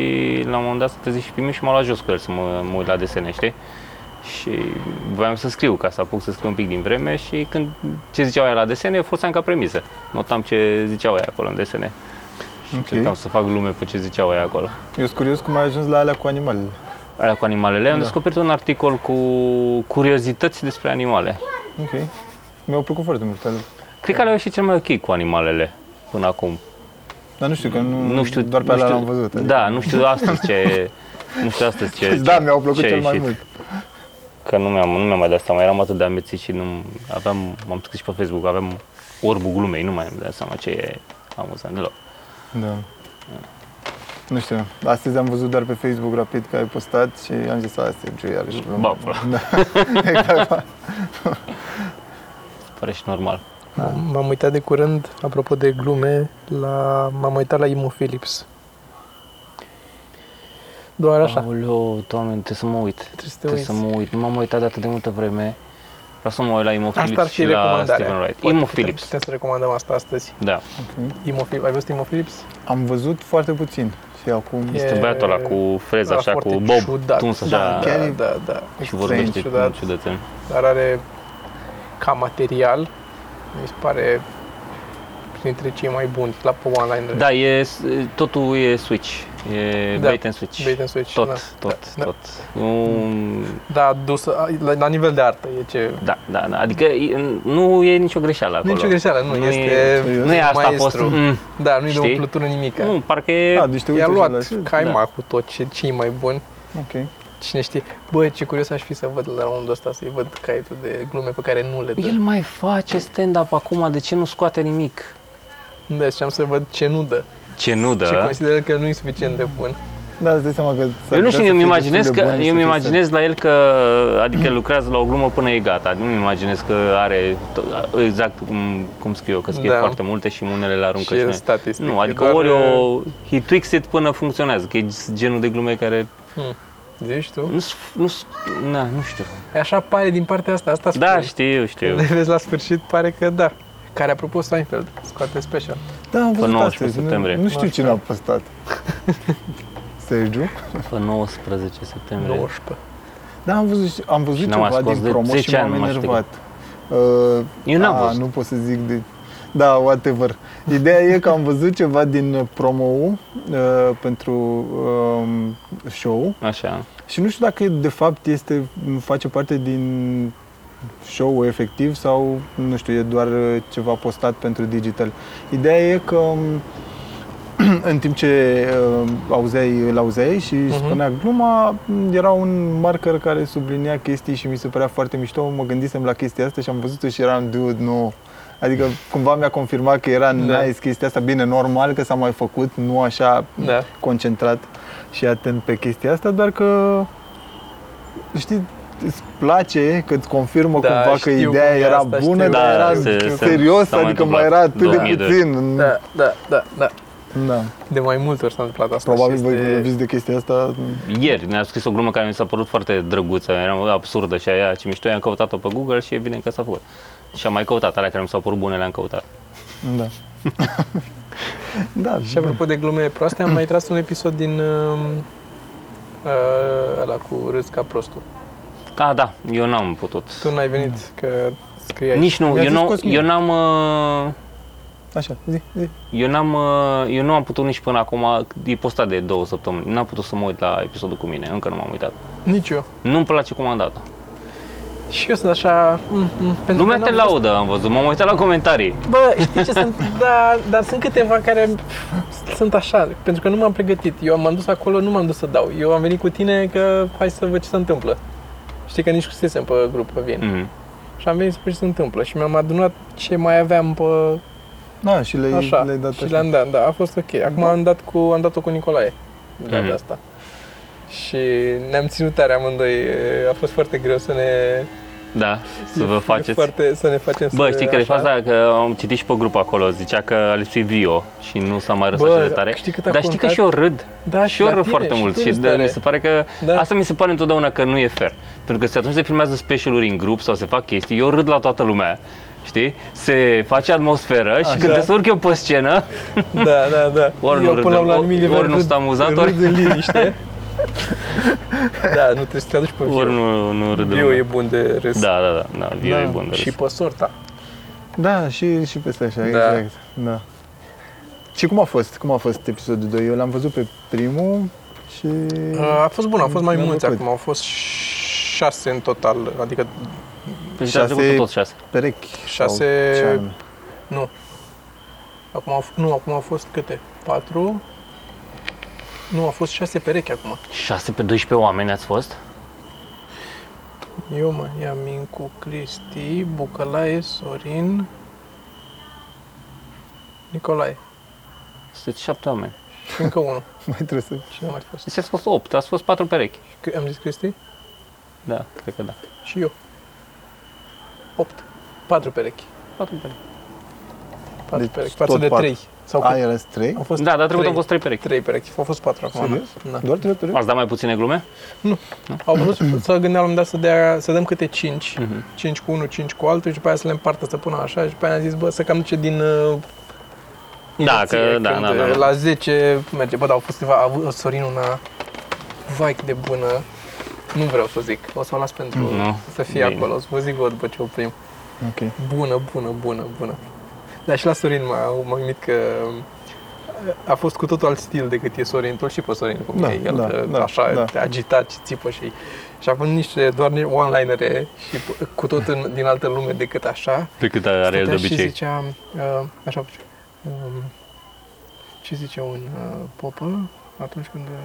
Speaker 2: la un moment dat s-a trezit și pe mine și m-a luat jos cu el să mă, mă uit la desene, știi? Și voiam să scriu, ca să apuc să scriu un pic din vreme și când ce ziceau aia la desene, forțam ca premisă. Notam ce ziceau aia acolo în desene. Încercam
Speaker 3: Ok.
Speaker 2: să fac lume pe ce ziceau aia acolo.
Speaker 3: Eu sunt curios cum ai ajuns la alea cu animalele.
Speaker 2: Aia cu animalele, am descoperit un articol cu curiozități despre animale.
Speaker 3: Ok. Mi-au plăcut foarte mult alea.
Speaker 2: Cred că alea au și cel mai ok cu animalele până acum.
Speaker 3: Dar nu știu, că nu,
Speaker 2: Nu știu,
Speaker 3: doar pe
Speaker 2: nu
Speaker 3: alea
Speaker 2: știu-
Speaker 3: l-am văzut. adică.
Speaker 2: Da, nu știu astăzi ce... Nu știu astăzi ce...
Speaker 3: da,
Speaker 2: ce-
Speaker 3: mi-au plăcut
Speaker 2: ce a
Speaker 3: cel mai
Speaker 2: ieșit.
Speaker 3: mult.
Speaker 2: Că nu mi-am, nu mi-am mai dat seama, eram atât de amețit și nu... Aveam, m-am scris și pe Facebook, aveam orbul glumei, nu mai am dat seama ce e amuzant deloc.
Speaker 3: Da. Nu știu, astăzi am văzut doar pe Facebook rapid că ai postat și am zis, asta e Joe iarăși.
Speaker 2: Ba, bă.
Speaker 3: da. exact.
Speaker 2: Pare și normal.
Speaker 1: M-am uitat de curând, apropo de glume, la... m-am uitat la Imo Philips. Doar așa.
Speaker 2: Aoleu, doamne, trebuie să mă uit.
Speaker 1: Trebuie să te
Speaker 2: Trebuie să
Speaker 1: uiți.
Speaker 2: mă uit. Nu m-am uitat de atât de multă vreme. Vreau să mă uit la Imo
Speaker 1: Asta ar
Speaker 2: Phillips
Speaker 1: fi
Speaker 2: și la
Speaker 1: recomandarea.
Speaker 2: Steven Wright.
Speaker 1: Poate
Speaker 2: Imo
Speaker 1: putem-
Speaker 2: Phillips,
Speaker 1: Putem să recomandăm asta astăzi.
Speaker 2: da.
Speaker 1: Imo Philips. Ai văzut Imo Phillips?
Speaker 3: Am văzut foarte puțin și acum...
Speaker 1: E-
Speaker 2: Este băiatul ăla cu freza
Speaker 1: Da,
Speaker 2: așa, cu
Speaker 1: foarte
Speaker 2: bob
Speaker 1: ciudat.
Speaker 2: tuns așa
Speaker 3: Da, chiar
Speaker 1: Da,
Speaker 3: e-
Speaker 1: da, da.
Speaker 2: și vorbește
Speaker 1: ciudat,
Speaker 2: ciudățel.
Speaker 1: dar are ca material, mi se pare printre cei mai buni la pe online.
Speaker 2: Da, e, totul e switch. E
Speaker 1: Da,
Speaker 2: bait and switch.
Speaker 1: Bait and switch,
Speaker 2: tot,
Speaker 1: da,
Speaker 2: tot,
Speaker 1: da, da.
Speaker 2: tot. Nu,
Speaker 1: Da, dusă, la, la nivel de artă e ce...
Speaker 2: da, da, da, adică e- nu e nicio greșeală acolo.
Speaker 1: Nu e nicio greșeală, nu,
Speaker 2: Nu
Speaker 1: este
Speaker 2: e-
Speaker 3: serios?
Speaker 2: Nu e asta a fost.
Speaker 1: maestru.
Speaker 2: Mm,
Speaker 1: Da, nu-i de
Speaker 2: Știi?
Speaker 1: umplutură nimic.
Speaker 2: nu, parcă e...
Speaker 3: Ah, deci te uiți
Speaker 1: I-a
Speaker 3: și la
Speaker 1: luat
Speaker 3: ce?
Speaker 2: da.
Speaker 1: caima cu tot ce, cei mai buni.
Speaker 3: Ok.
Speaker 1: Cine știe. Bă, ce curios aș fi să văd la omul ăsta, să-i văd caietul de glume pe care nu le dă.
Speaker 2: El mai face stand-up acum, de ce nu scoate nimic?
Speaker 1: Da, ziceam să văd ce nu dă.
Speaker 2: Ce nu
Speaker 1: Ce
Speaker 2: dă?
Speaker 1: consideră că nu e suficient de bun.
Speaker 3: Da, îți dai seama că... s-ar
Speaker 2: Eu nu
Speaker 3: putea
Speaker 2: știu,
Speaker 3: să
Speaker 2: eu îmi
Speaker 3: fie
Speaker 2: imaginez
Speaker 3: destul de
Speaker 2: că,
Speaker 3: bun și
Speaker 2: eu
Speaker 3: să
Speaker 2: îmi
Speaker 3: fie
Speaker 2: imaginez la el că, adică lucrează la o glumă până e gata. Nu îmi imaginez că are to- exact cum, cum scriu eu, că scrie
Speaker 1: Da.
Speaker 2: foarte multe și unele le aruncă
Speaker 1: Și e
Speaker 2: ne-
Speaker 1: statistic,
Speaker 2: Nu,
Speaker 1: e
Speaker 2: adică
Speaker 1: doar-
Speaker 2: ori
Speaker 3: uh,
Speaker 2: o, he tweaks it până funcționează, că e genul de glume care
Speaker 1: Hmm. Zici tu?
Speaker 2: nu, s- nu, s- na, nu știu.
Speaker 1: Așa pare din partea asta, asta spune.
Speaker 2: Da, știu, știu.
Speaker 1: Când le vezi la sfârșit, pare că da. Care, apropo, Seinfeld scoate special.
Speaker 3: Da, am văzut
Speaker 2: 19
Speaker 3: astăzi,
Speaker 2: septembrie.
Speaker 3: Nu, nu știu
Speaker 1: Așa.
Speaker 3: cine a postat. Sergiu?
Speaker 2: Pe 19 septembrie.
Speaker 1: 19.
Speaker 3: Da, am văzut, și- am văzut
Speaker 2: Și n-am
Speaker 3: ceva
Speaker 2: ascuns
Speaker 3: din
Speaker 2: de
Speaker 3: promo
Speaker 2: 10
Speaker 3: și m-am
Speaker 2: ani, mă, știu.
Speaker 3: enervat. Uh,
Speaker 2: Eu n-am
Speaker 3: a,
Speaker 2: văzut.
Speaker 3: Nu pot să zic de... Da, whatever. Ideea e că am văzut ceva din promo uh, pentru um, show
Speaker 2: Așa.
Speaker 3: și nu știu dacă de fapt este face parte din show efectiv sau nu știu, e doar uh, ceva postat pentru digital. Ideea e că um, în timp ce uh, auzeai, îl auzeai și
Speaker 1: Mhm.
Speaker 3: uh-huh. spunea gluma, m, era un marker care sublinia chestii și mi se părea foarte mișto. Mă gândisem la chestia asta și am văzut-o și eram, dude, nu. Adică cumva mi-a confirmat că era
Speaker 1: Da.
Speaker 3: nice chestia asta. Bine, normal că s-a mai făcut, nu așa
Speaker 1: Da.
Speaker 3: concentrat și atent pe chestia asta, doar că știi, îți place că îți confirmă
Speaker 1: Da,
Speaker 3: cumva că
Speaker 1: știu
Speaker 3: ideea
Speaker 1: cum e
Speaker 3: era
Speaker 1: asta,
Speaker 3: bună,
Speaker 1: știu.
Speaker 3: dar
Speaker 2: Da,
Speaker 3: era
Speaker 2: se- se-
Speaker 3: serios,
Speaker 2: s-a mai
Speaker 3: adică mai
Speaker 2: întâmplat
Speaker 3: era atât de
Speaker 2: 2002.
Speaker 3: puțin.
Speaker 1: Da, da, da, da.
Speaker 3: da.
Speaker 1: De mai multe ori s-a întâmplat asta.
Speaker 3: Probabil
Speaker 1: și
Speaker 3: voi
Speaker 1: este-
Speaker 3: vorbiți de chestia asta.
Speaker 2: Ieri ne-a scris o glumă care mi s-a părut foarte drăguță, era absurdă și aia ce mișto, i-am căutat-o pe Google și evident că s-a făcut. Și am mai căutat, alea care mi s-au părut bune le-am căutat.
Speaker 3: Da. Da,
Speaker 1: Și apropo de glume proaste, am mai tras un episod din uh, uh, ăla cu râs ca prostul.
Speaker 2: Da, da, eu n-am putut.
Speaker 1: Tu n-ai venit că scriai.
Speaker 2: Nici nu,
Speaker 3: Mi-a
Speaker 2: eu,
Speaker 3: zis
Speaker 2: nu,
Speaker 3: Cosmin.
Speaker 2: eu n-am... uh,
Speaker 3: așa, zi, zi.
Speaker 2: Eu, n-am, uh, eu nu am putut nici până acum, e postat de două săptămâni, n-am putut să mă uit la episodul cu mine, încă nu m-am uitat.
Speaker 1: Nici eu.
Speaker 2: Nu-mi place cum am dat
Speaker 1: Și eu sunt așa... Mm, mm, pentru că
Speaker 2: Lumea
Speaker 1: n-am
Speaker 2: te
Speaker 1: văzut-
Speaker 2: laudă, am văzut, m-am uitat la comentarii.
Speaker 1: Bă, știi ce sunt? Da, dar sunt câteva care sunt așa, pentru că nu m-am pregătit. Eu m-am dus acolo, nu m-am dus să dau. Eu am venit cu tine că hai să văd ce se întâmplă. Știi că nici scrisesem pe grup pe vin.
Speaker 2: Mhm.
Speaker 1: Și am venit să văd ce se întâmplă și mi-am adunat ce mai aveam pe
Speaker 3: Da, și le-ai,
Speaker 1: așa.
Speaker 3: le-ai dat
Speaker 1: și
Speaker 3: așa.
Speaker 1: le-am dat, da, a fost ok. Acum
Speaker 3: Da.
Speaker 1: am dat cu am dat-o cu Nicolae. De
Speaker 2: Mhm.
Speaker 1: mm. asta. Și ne-am ținut tare amândoi. A fost foarte greu să ne
Speaker 2: Da, să vă faceți.
Speaker 1: Foarte, să ne facem
Speaker 2: Bă,
Speaker 1: să-
Speaker 2: știi care e
Speaker 1: așa.
Speaker 2: faza? Că am citit și pe grup acolo, zicea că a lipsit Vio și nu s-a mai răsat
Speaker 1: Bă,
Speaker 2: așa de tare.
Speaker 1: știi cât a
Speaker 2: Dar știi că
Speaker 1: contat?
Speaker 2: și eu râd.
Speaker 1: Da,
Speaker 2: Și eu
Speaker 1: la
Speaker 2: râd
Speaker 1: tine,
Speaker 2: foarte mult
Speaker 1: tu
Speaker 2: și
Speaker 1: râzi
Speaker 2: de,
Speaker 1: tare.
Speaker 2: mi se pare că
Speaker 1: Da.
Speaker 2: asta mi se pare întotdeauna că nu e fair. Pentru că se atunci se filmează specialuri în grup sau se fac chestii, eu râd la toată lumea. Știi? Se face atmosferă Așa. și când te surc eu pe scenă,
Speaker 1: Da, da, da.
Speaker 2: Ori
Speaker 1: Eu
Speaker 2: nu
Speaker 1: până
Speaker 2: râdem,
Speaker 1: la
Speaker 2: ori-
Speaker 1: anumit nivel
Speaker 2: ori nu
Speaker 1: râd-
Speaker 2: sunt amuzat,
Speaker 1: râd
Speaker 2: ori-
Speaker 1: în liniște. da, nu trebuie să te aduci pe viu.
Speaker 2: ori nu, nu râd
Speaker 1: Viu e
Speaker 2: lumea.
Speaker 1: bun de râs.
Speaker 2: Da, da, da, da, Vio
Speaker 3: Da.
Speaker 2: e bun de
Speaker 1: Și
Speaker 2: râs.
Speaker 1: pe sorta.
Speaker 3: Da, și, și peste așa,
Speaker 1: Da.
Speaker 3: exact. Da. Și cum a fost? Cum a fost episodul 2? Eu l-am văzut pe primul și...
Speaker 1: A fost bun, au fost mai
Speaker 3: Mi-a
Speaker 1: mulți
Speaker 3: plăcut.
Speaker 1: acum, au fost șase în total, adică
Speaker 2: Păi și a
Speaker 3: șase-
Speaker 2: trecut cu tot șase.
Speaker 3: Perechi.
Speaker 1: Șase-
Speaker 3: Sau ce anume.
Speaker 1: nu. Acum au, f- nu, acum au fost câte? Patru? Nu, au fost șase perechi acum.
Speaker 2: Șase pe 12 oameni ați fost?
Speaker 1: Eu, mă, ia Mincu, Cristi, Bucălae, Sorin, Nicolae
Speaker 2: Sunteți șapte oameni.
Speaker 1: și încă unul.
Speaker 3: Mai trebuie să...
Speaker 1: Cine mai fost?
Speaker 2: Deci ați fost opt, ați fost patru perechi.
Speaker 1: C- Am zis Cristi?
Speaker 2: Da, cred că da.
Speaker 1: Și eu. 8. 4 perechi.
Speaker 2: Patru perechi.
Speaker 1: 4
Speaker 3: Deci
Speaker 1: perechi.
Speaker 3: tot
Speaker 1: Față de
Speaker 3: patru.
Speaker 1: 3. Sau
Speaker 3: A,
Speaker 1: cât?
Speaker 3: era trei?
Speaker 1: Au fost
Speaker 2: Da, dar trecut
Speaker 1: trei.
Speaker 2: au fost trei perechi.
Speaker 1: 3 perechi. Au fost 4 acum.
Speaker 3: Serios?
Speaker 1: Da.
Speaker 3: Doar trei ori?
Speaker 2: Ați dat mai puține glume?
Speaker 1: Au vrut să gândeam la un moment dat să, dea, să dăm câte 5.
Speaker 2: Mhm.
Speaker 1: 5 cu unul, 5 cu altul și după aia să le împartă să pună așa și după aia am zis, bă, să cam duce din uh,
Speaker 2: Da,
Speaker 1: inerție,
Speaker 2: că- da,
Speaker 1: când,
Speaker 2: da, da,
Speaker 1: uh,
Speaker 2: da.
Speaker 1: La 10 merge. Bă, dar au fost câteva, a avut Sorin una vai cât de bună. Nu vreau să o zic, o să o las pentru
Speaker 2: Nu.
Speaker 1: să fie
Speaker 2: Bine.
Speaker 1: acolo, o să vă zic vă după ce oprim.
Speaker 3: Ok.
Speaker 1: Bună, bună, bună, bună. Dar și la Sorin m-a, m-am gândit că uh, a fost cu totul alt stil decât e Sorin. Tu și pe Sorin cum
Speaker 3: Da,
Speaker 1: e el,
Speaker 3: da,
Speaker 1: că
Speaker 3: da,
Speaker 1: așa,
Speaker 3: da.
Speaker 1: agitat și țipă și... Și a avut niște, doar niște one-linere și p- cu tot în, din altă lume decât așa.
Speaker 2: Pe cât are el
Speaker 1: Stătea
Speaker 2: de
Speaker 1: Și
Speaker 2: obicei.
Speaker 1: zicea, uh, așa, face, um, ce zice un uh, popă atunci când uh,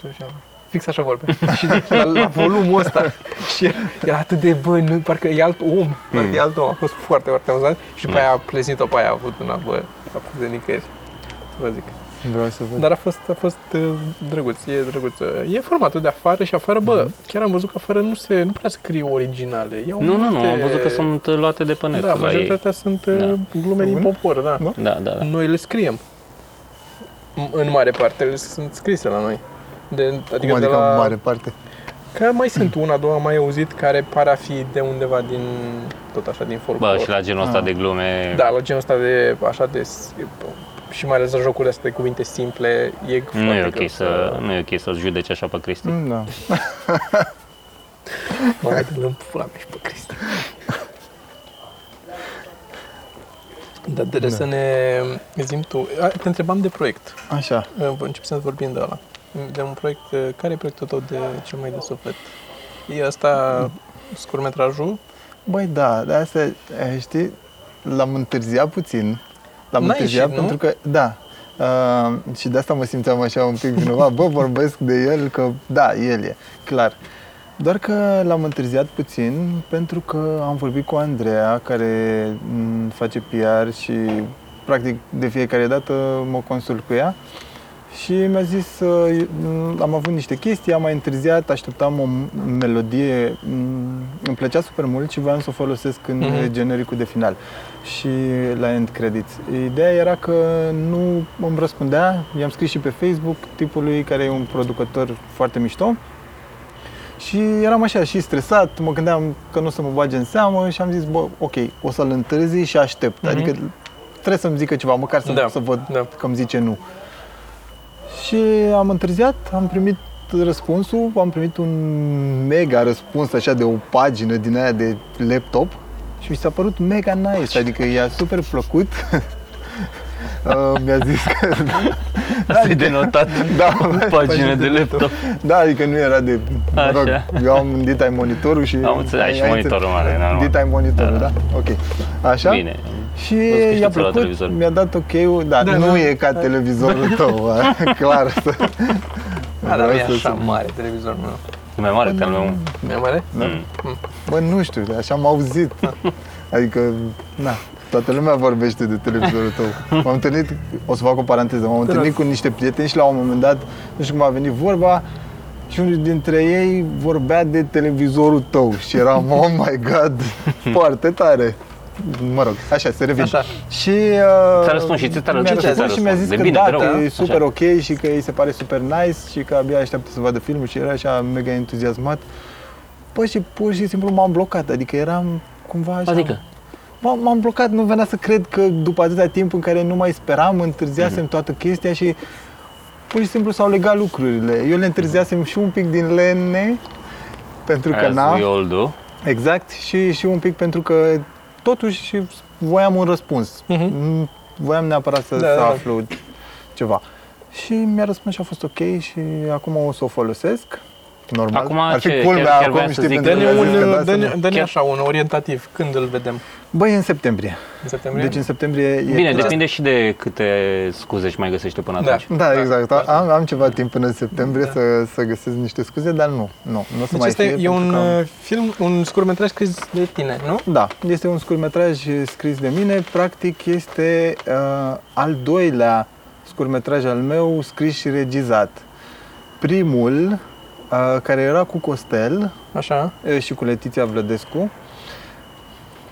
Speaker 1: se ducea? Fix așa vorbea. și zic, la, la volumul ăsta. și era atât de, bă, nu, parcă e alt om. Parcă
Speaker 2: Hmm.
Speaker 1: e alt om. A fost foarte, foarte amuzant. Și după aia a plezit-o, pe aia a avut una, bă, a fost de nicăieri. Să vă zic.
Speaker 3: Vreau să
Speaker 2: Hmm.
Speaker 3: văd.
Speaker 1: Dar a fost, a fost uh, drăguț, e drăguț. E formatul de afară și afară, bă,
Speaker 2: Hmm.
Speaker 1: chiar am văzut că afară nu se, nu prea scriu originale. Iau
Speaker 2: Nu, nu, nu, am
Speaker 1: multe-
Speaker 2: văzut că sunt uh, luate de pe net
Speaker 1: da,
Speaker 2: la ei.
Speaker 1: majoritatea sunt uh,
Speaker 2: Da.
Speaker 1: glume din
Speaker 3: Bun.
Speaker 1: popor, da.
Speaker 3: Da.
Speaker 2: Da, da, da.
Speaker 1: Noi le scriem. M- În mare parte le sunt scrise la noi. De, adică,
Speaker 3: Cum
Speaker 1: de
Speaker 3: adică
Speaker 1: la...
Speaker 3: în mare parte?
Speaker 1: Că mai sunt una, două, am mai auzit, care par a fi de undeva din, tot așa, din folclor.
Speaker 2: Bă, și la genul ăsta
Speaker 3: Ah.
Speaker 2: de glume.
Speaker 1: Da, la genul ăsta de, așa de, s- și mai ales la jocurile astea de cuvinte simple, e
Speaker 2: Nu
Speaker 1: foarte
Speaker 2: e
Speaker 1: greu
Speaker 2: ok să nu e ok să judeci așa pe Cristi.
Speaker 3: Mm, Da.
Speaker 1: Mă, hai de lâmp, pula mea și pe Cristi. Dar trebuie
Speaker 3: Da.
Speaker 1: să ne zim tu, a, te întrebam de proiect.
Speaker 3: Așa.
Speaker 1: Începem să vorbim de ăla. De un proiect, eh, care e proiectul tău de cel mai de suflet? E asta scurmetrajul?
Speaker 3: Băi, da, dar asta, e, știi, l-am întârziat puțin. L-am
Speaker 1: N-a
Speaker 3: întârziat
Speaker 1: ieșit, nu?
Speaker 3: pentru că, da, uh, și de asta mă simțeam așa un pic vinovat. Bă, vorbesc de el că, da, el e, clar. Doar că l-am întârziat puțin pentru că am vorbit cu Andreea, care m, face PR și, practic, de fiecare dată mă consult cu ea. Și mi-a zis, uh, m, am avut niște chestii, am mai întârziat, așteptam o m- melodie, m, îmi plăcea super mult și voiam să o folosesc în
Speaker 1: Mhm.
Speaker 3: mm-hmm. genericul de final și la end credits. Ideea era că nu îmi răspundea, i-am scris și pe Facebook tipului care e un producător foarte mișto și eram așa și stresat, mă gândeam că nu o să mă bage în seamă și am zis, bă, ok, o să-l întârzi și aștept,
Speaker 1: Mhm.
Speaker 3: mm-hmm. adică trebuie să-mi zică ceva, măcar să,
Speaker 1: Da,
Speaker 3: să văd
Speaker 1: da.
Speaker 3: că îmi zice nu. Și am întârziat, am primit răspunsul, am primit un mega răspuns așa de o pagină din aia de laptop și mi s-a părut mega nice, adică i-a super plăcut. Uh, mi-a zis că
Speaker 2: Asta e denotat
Speaker 3: da,
Speaker 2: pe pagină de laptop.
Speaker 3: Da, adică nu era de... Mă rog,
Speaker 2: Așa.
Speaker 3: eu am în D-Time monitorul și...
Speaker 2: Am înțeles, ai și
Speaker 3: ai
Speaker 2: monitorul mare,
Speaker 3: înțeles.
Speaker 2: normal.
Speaker 3: D-Time monitorul, da,
Speaker 2: Da, da.
Speaker 3: Ok. Așa?
Speaker 2: Bine.
Speaker 3: Și
Speaker 2: că știi
Speaker 3: i-a
Speaker 2: tu la televizor.
Speaker 3: plăcut, mi-a dat ok-ul, da,
Speaker 1: Da,
Speaker 3: nu
Speaker 1: da.
Speaker 3: e ca televizorul tău, clar. Să...
Speaker 1: Ah,
Speaker 4: Da, dar
Speaker 3: vreau
Speaker 4: nu e
Speaker 3: să
Speaker 4: așa
Speaker 3: spun.
Speaker 4: mare televizorul meu.
Speaker 2: E mai mare ca al meu.
Speaker 4: Nu e mare?
Speaker 3: Da.
Speaker 2: Mm.
Speaker 3: Bă, nu știu, așa am auzit. Adică, na, toată lumea vorbește de televizorul tău. M-am întâlnit, o să fac o paranteză, m-am întâlnit cu niște prieteni și la un moment dat, nu știu cum a venit vorba, și unul dintre ei vorbea de televizorul tău și eram, oh my god, foarte tare. Mă rog, așa, să revin.
Speaker 4: Așa.
Speaker 3: Și uh,
Speaker 2: Ți-a răspuns și ți-a răspuns,
Speaker 3: mi-a
Speaker 2: ți-a
Speaker 3: răspuns și mi-a
Speaker 2: răspuns.
Speaker 3: zis
Speaker 2: De
Speaker 3: că
Speaker 2: bine,
Speaker 3: da,
Speaker 2: de rău,
Speaker 3: că e
Speaker 2: da?
Speaker 3: super
Speaker 2: Așa.
Speaker 3: ok și că îi se pare super nice și că abia așteaptă să vadă filmul și era așa mega entuziasmat. Păi și pur și simplu m-am blocat, adică eram cumva așa...
Speaker 2: Adică?
Speaker 3: M-am, m-am blocat, nu venea să cred că după atâta timp în care nu mai speram,
Speaker 2: Mhm.
Speaker 3: întârziasem toată chestia și pur și simplu s-au legat lucrurile. Eu le întârziasem și un pic din lene, pentru că
Speaker 2: As
Speaker 3: na,
Speaker 2: we all do.
Speaker 3: exact, și, și un pic pentru că totuși voiam un răspuns.
Speaker 4: Mhm.
Speaker 3: Mm, Voiam neapărat să,
Speaker 4: Da,
Speaker 3: să
Speaker 4: da, da.
Speaker 3: aflu ceva. Și mi-a răspuns și a fost ok și acum o să o folosesc. Normal.
Speaker 2: Acum
Speaker 3: Ar fi
Speaker 2: ce-
Speaker 3: culmea,
Speaker 2: chiar- chiar
Speaker 3: acum
Speaker 2: voiam să
Speaker 3: știi,
Speaker 2: zic,
Speaker 3: pentru
Speaker 4: dă-ne
Speaker 3: că mi-a
Speaker 4: un,
Speaker 3: zis că da, să
Speaker 1: dă-ne-
Speaker 3: nu-
Speaker 4: Dă-ne
Speaker 2: Chiar-
Speaker 4: așa un orientativ, când îl vedem?
Speaker 3: Băi, în septembrie.
Speaker 4: În septembrie?
Speaker 3: Deci în septembrie e
Speaker 2: Bine, deci
Speaker 3: clar.
Speaker 2: depinde și de câte scuze își mai găsește până
Speaker 4: Da.
Speaker 2: atunci.
Speaker 3: Da,
Speaker 4: Da,
Speaker 3: exact.
Speaker 4: da.
Speaker 3: Am, am ceva timp până în septembrie
Speaker 4: Da.
Speaker 3: să, să găsesc niște scuze, dar nu. Nu, nu o să
Speaker 1: Deci
Speaker 3: mai
Speaker 1: asta
Speaker 3: fie,
Speaker 1: e
Speaker 3: pentru
Speaker 1: un
Speaker 3: că am-
Speaker 4: eh,
Speaker 1: uh, film, un scurtmetraj scris
Speaker 4: de tine, nu?
Speaker 3: Da, este un scurtmetraj scris de mine. Practic este uh, al doilea scurtmetraj al meu scris și regizat. Primul, uh, care era cu Costel
Speaker 4: Așa.
Speaker 3: uh, și cu Letiția Vlădescu,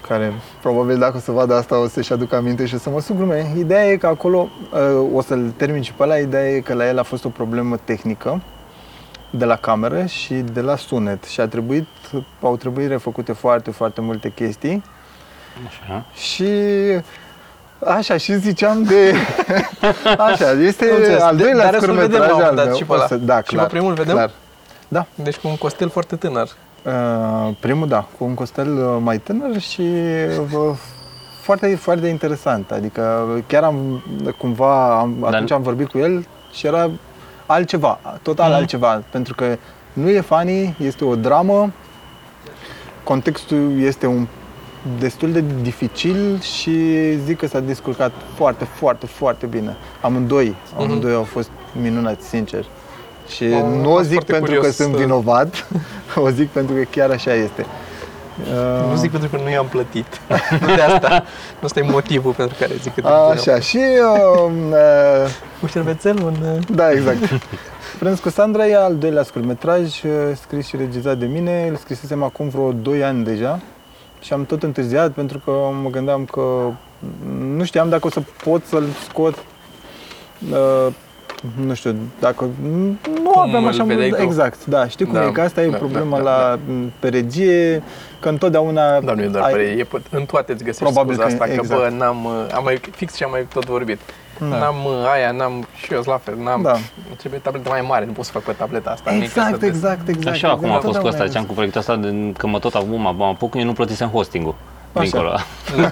Speaker 3: care probabil dacă o să vadă asta o să-și aducă aminte și o să mă sugrume. Ideea e că acolo, uh, o să-l termin și pe ăla, ideea e că la el a fost o problemă tehnică de la cameră și de la sunet și a trebuit, au trebuit refăcute foarte, foarte multe chestii
Speaker 2: Așa.
Speaker 3: și Așa, și ziceam de... Așa, este
Speaker 4: Am înțeles.
Speaker 3: al
Speaker 4: De-
Speaker 3: doilea
Speaker 4: dar o să-l vedem la un
Speaker 3: scurtmetraj
Speaker 4: moment
Speaker 3: al
Speaker 4: dat
Speaker 3: meu.
Speaker 4: și pe
Speaker 3: O
Speaker 4: ăla.
Speaker 3: să- Da,
Speaker 4: Și pe
Speaker 3: clar,
Speaker 4: primul îl vedem?
Speaker 3: clar. Da,
Speaker 4: Deci cu un costel foarte tânăr.
Speaker 3: Uh, primul, da, cu un costel uh, mai tânăr și uh, foarte, foarte interesant. Adică chiar am, cumva, am,
Speaker 2: Dar-
Speaker 3: atunci am vorbit cu el și era altceva, total
Speaker 4: Mhm.
Speaker 3: altceva. Pentru că nu e funny, este o dramă, contextul este un destul de dificil și zic că s-a descurcat foarte, foarte, foarte bine. Amândoi, amândoi au fost minunați, sincer. Și
Speaker 4: Am-
Speaker 3: nu o
Speaker 4: am
Speaker 3: zic
Speaker 4: foarte
Speaker 3: pentru că
Speaker 4: curios uh,
Speaker 3: sunt
Speaker 4: să-
Speaker 3: vinovat, o zic pentru că chiar așa este. Uh,
Speaker 4: Nu zic pentru că nu i-am plătit. nu de asta. Nu ăsta e motivul pentru care zic că
Speaker 3: Așa, și uh, uh,
Speaker 4: Cu șervețel, un... uh,
Speaker 3: Da, exact. Prânz cu Sandra e al doilea scurtmetraj, uh, scris și regizat de mine. Îl scrisesem acum vreo 2 ani deja și am tot întârziat pentru că mă gândeam că mm, nu știam dacă o să pot să-l scot uh, nu știu, dacă mm, nu
Speaker 4: Cum
Speaker 3: aveam
Speaker 4: îl
Speaker 3: așa
Speaker 4: vedeai tu?
Speaker 3: Exact, da, știi cum
Speaker 4: Da,
Speaker 3: e, că asta e
Speaker 4: da,
Speaker 3: problema
Speaker 4: da,
Speaker 3: la
Speaker 4: da,
Speaker 3: mm, pe regie, că întotdeauna
Speaker 4: Dar Da, nu e doar
Speaker 3: ai-
Speaker 4: părere, e pe- în toate îți găsești
Speaker 3: Probabil
Speaker 4: Probabil scuza
Speaker 3: că-
Speaker 4: asta,
Speaker 3: exact.
Speaker 4: că bă, n-am, uh, am mai, fix și am mai tot vorbit.
Speaker 3: Da.
Speaker 4: N-am uh, aia, n-am și eu la fel, n-am,
Speaker 3: Da.
Speaker 4: îmi trebuie tabletă mai mare, nu pot să fac pe tableta asta mică. să
Speaker 3: Exact,
Speaker 4: vezi.
Speaker 3: exact, exact.
Speaker 2: Așa Da, acum a
Speaker 3: exact.
Speaker 2: fost cu asta,
Speaker 3: Întotdeauna
Speaker 2: ziceam cu proiectul ăsta, din- că mă tot acum mă mă apuc, eu nu plătisem hosting-ul.
Speaker 3: Așa. Da.
Speaker 2: Dincolo.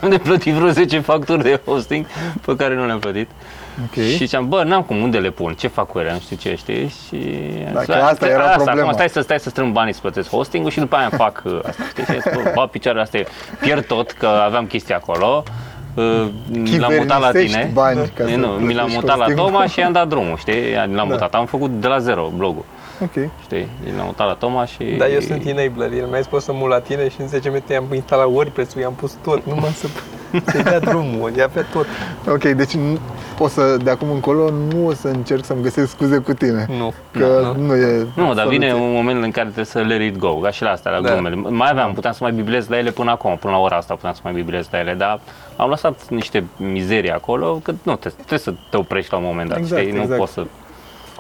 Speaker 2: Ne plătit vreo 10 facturi de hosting pe care nu le-am plătit.
Speaker 3: Ok.
Speaker 2: Și ziceam, bă, n-am cum, unde le pun, ce fac cu ele, nu știu ce, știi? Și am
Speaker 3: Da,
Speaker 2: zis,
Speaker 3: că asta era problema.
Speaker 2: Acum stai să, stai să strâng banii să plătesc hosting-ul și după aia fac uh, asta, știi? Și am zis, bă, bă, picioarele astea, pierd tot, că aveam chestia acolo. uh, L-am mutat la
Speaker 3: Chivernisești
Speaker 2: tine.
Speaker 3: bani ca
Speaker 2: nu,
Speaker 3: să
Speaker 2: mi l-am
Speaker 3: plătești
Speaker 2: mutat la
Speaker 3: hosting-ul.
Speaker 2: Toma și i-am dat drumul, știi? L-am
Speaker 3: Da.
Speaker 2: mutat, am făcut de la zero blogul.
Speaker 3: Ok.
Speaker 2: Știi? Deci l-am mutat la Toma și...
Speaker 4: Da, eu sunt enabler, el mi-a spus să mut la tine și în 10 minute i-am instalat WordPress-ul, i-am pus tot, numai să, să dea drumul, i-a pe tot.
Speaker 3: Ok, deci n- o să, de acum încolo, nu o să încerc să-mi găsesc scuze cu tine.
Speaker 4: Nu.
Speaker 3: Că
Speaker 4: nu.
Speaker 3: nu, e
Speaker 2: Mm. Nu, dar vine
Speaker 3: soluție.
Speaker 2: un moment în care trebuie să let it go, ca și la astea, la
Speaker 4: Da.
Speaker 2: glumele. Mai aveam, puteam să mai bibilez la ele până acum, până la ora asta puteam să mai bibilez la ele, dar am lăsat niște mizerii acolo, că nu, te, trebuie să te oprești la un moment dat,
Speaker 3: Exact,
Speaker 2: știi?
Speaker 3: exact.
Speaker 2: Nu poți să...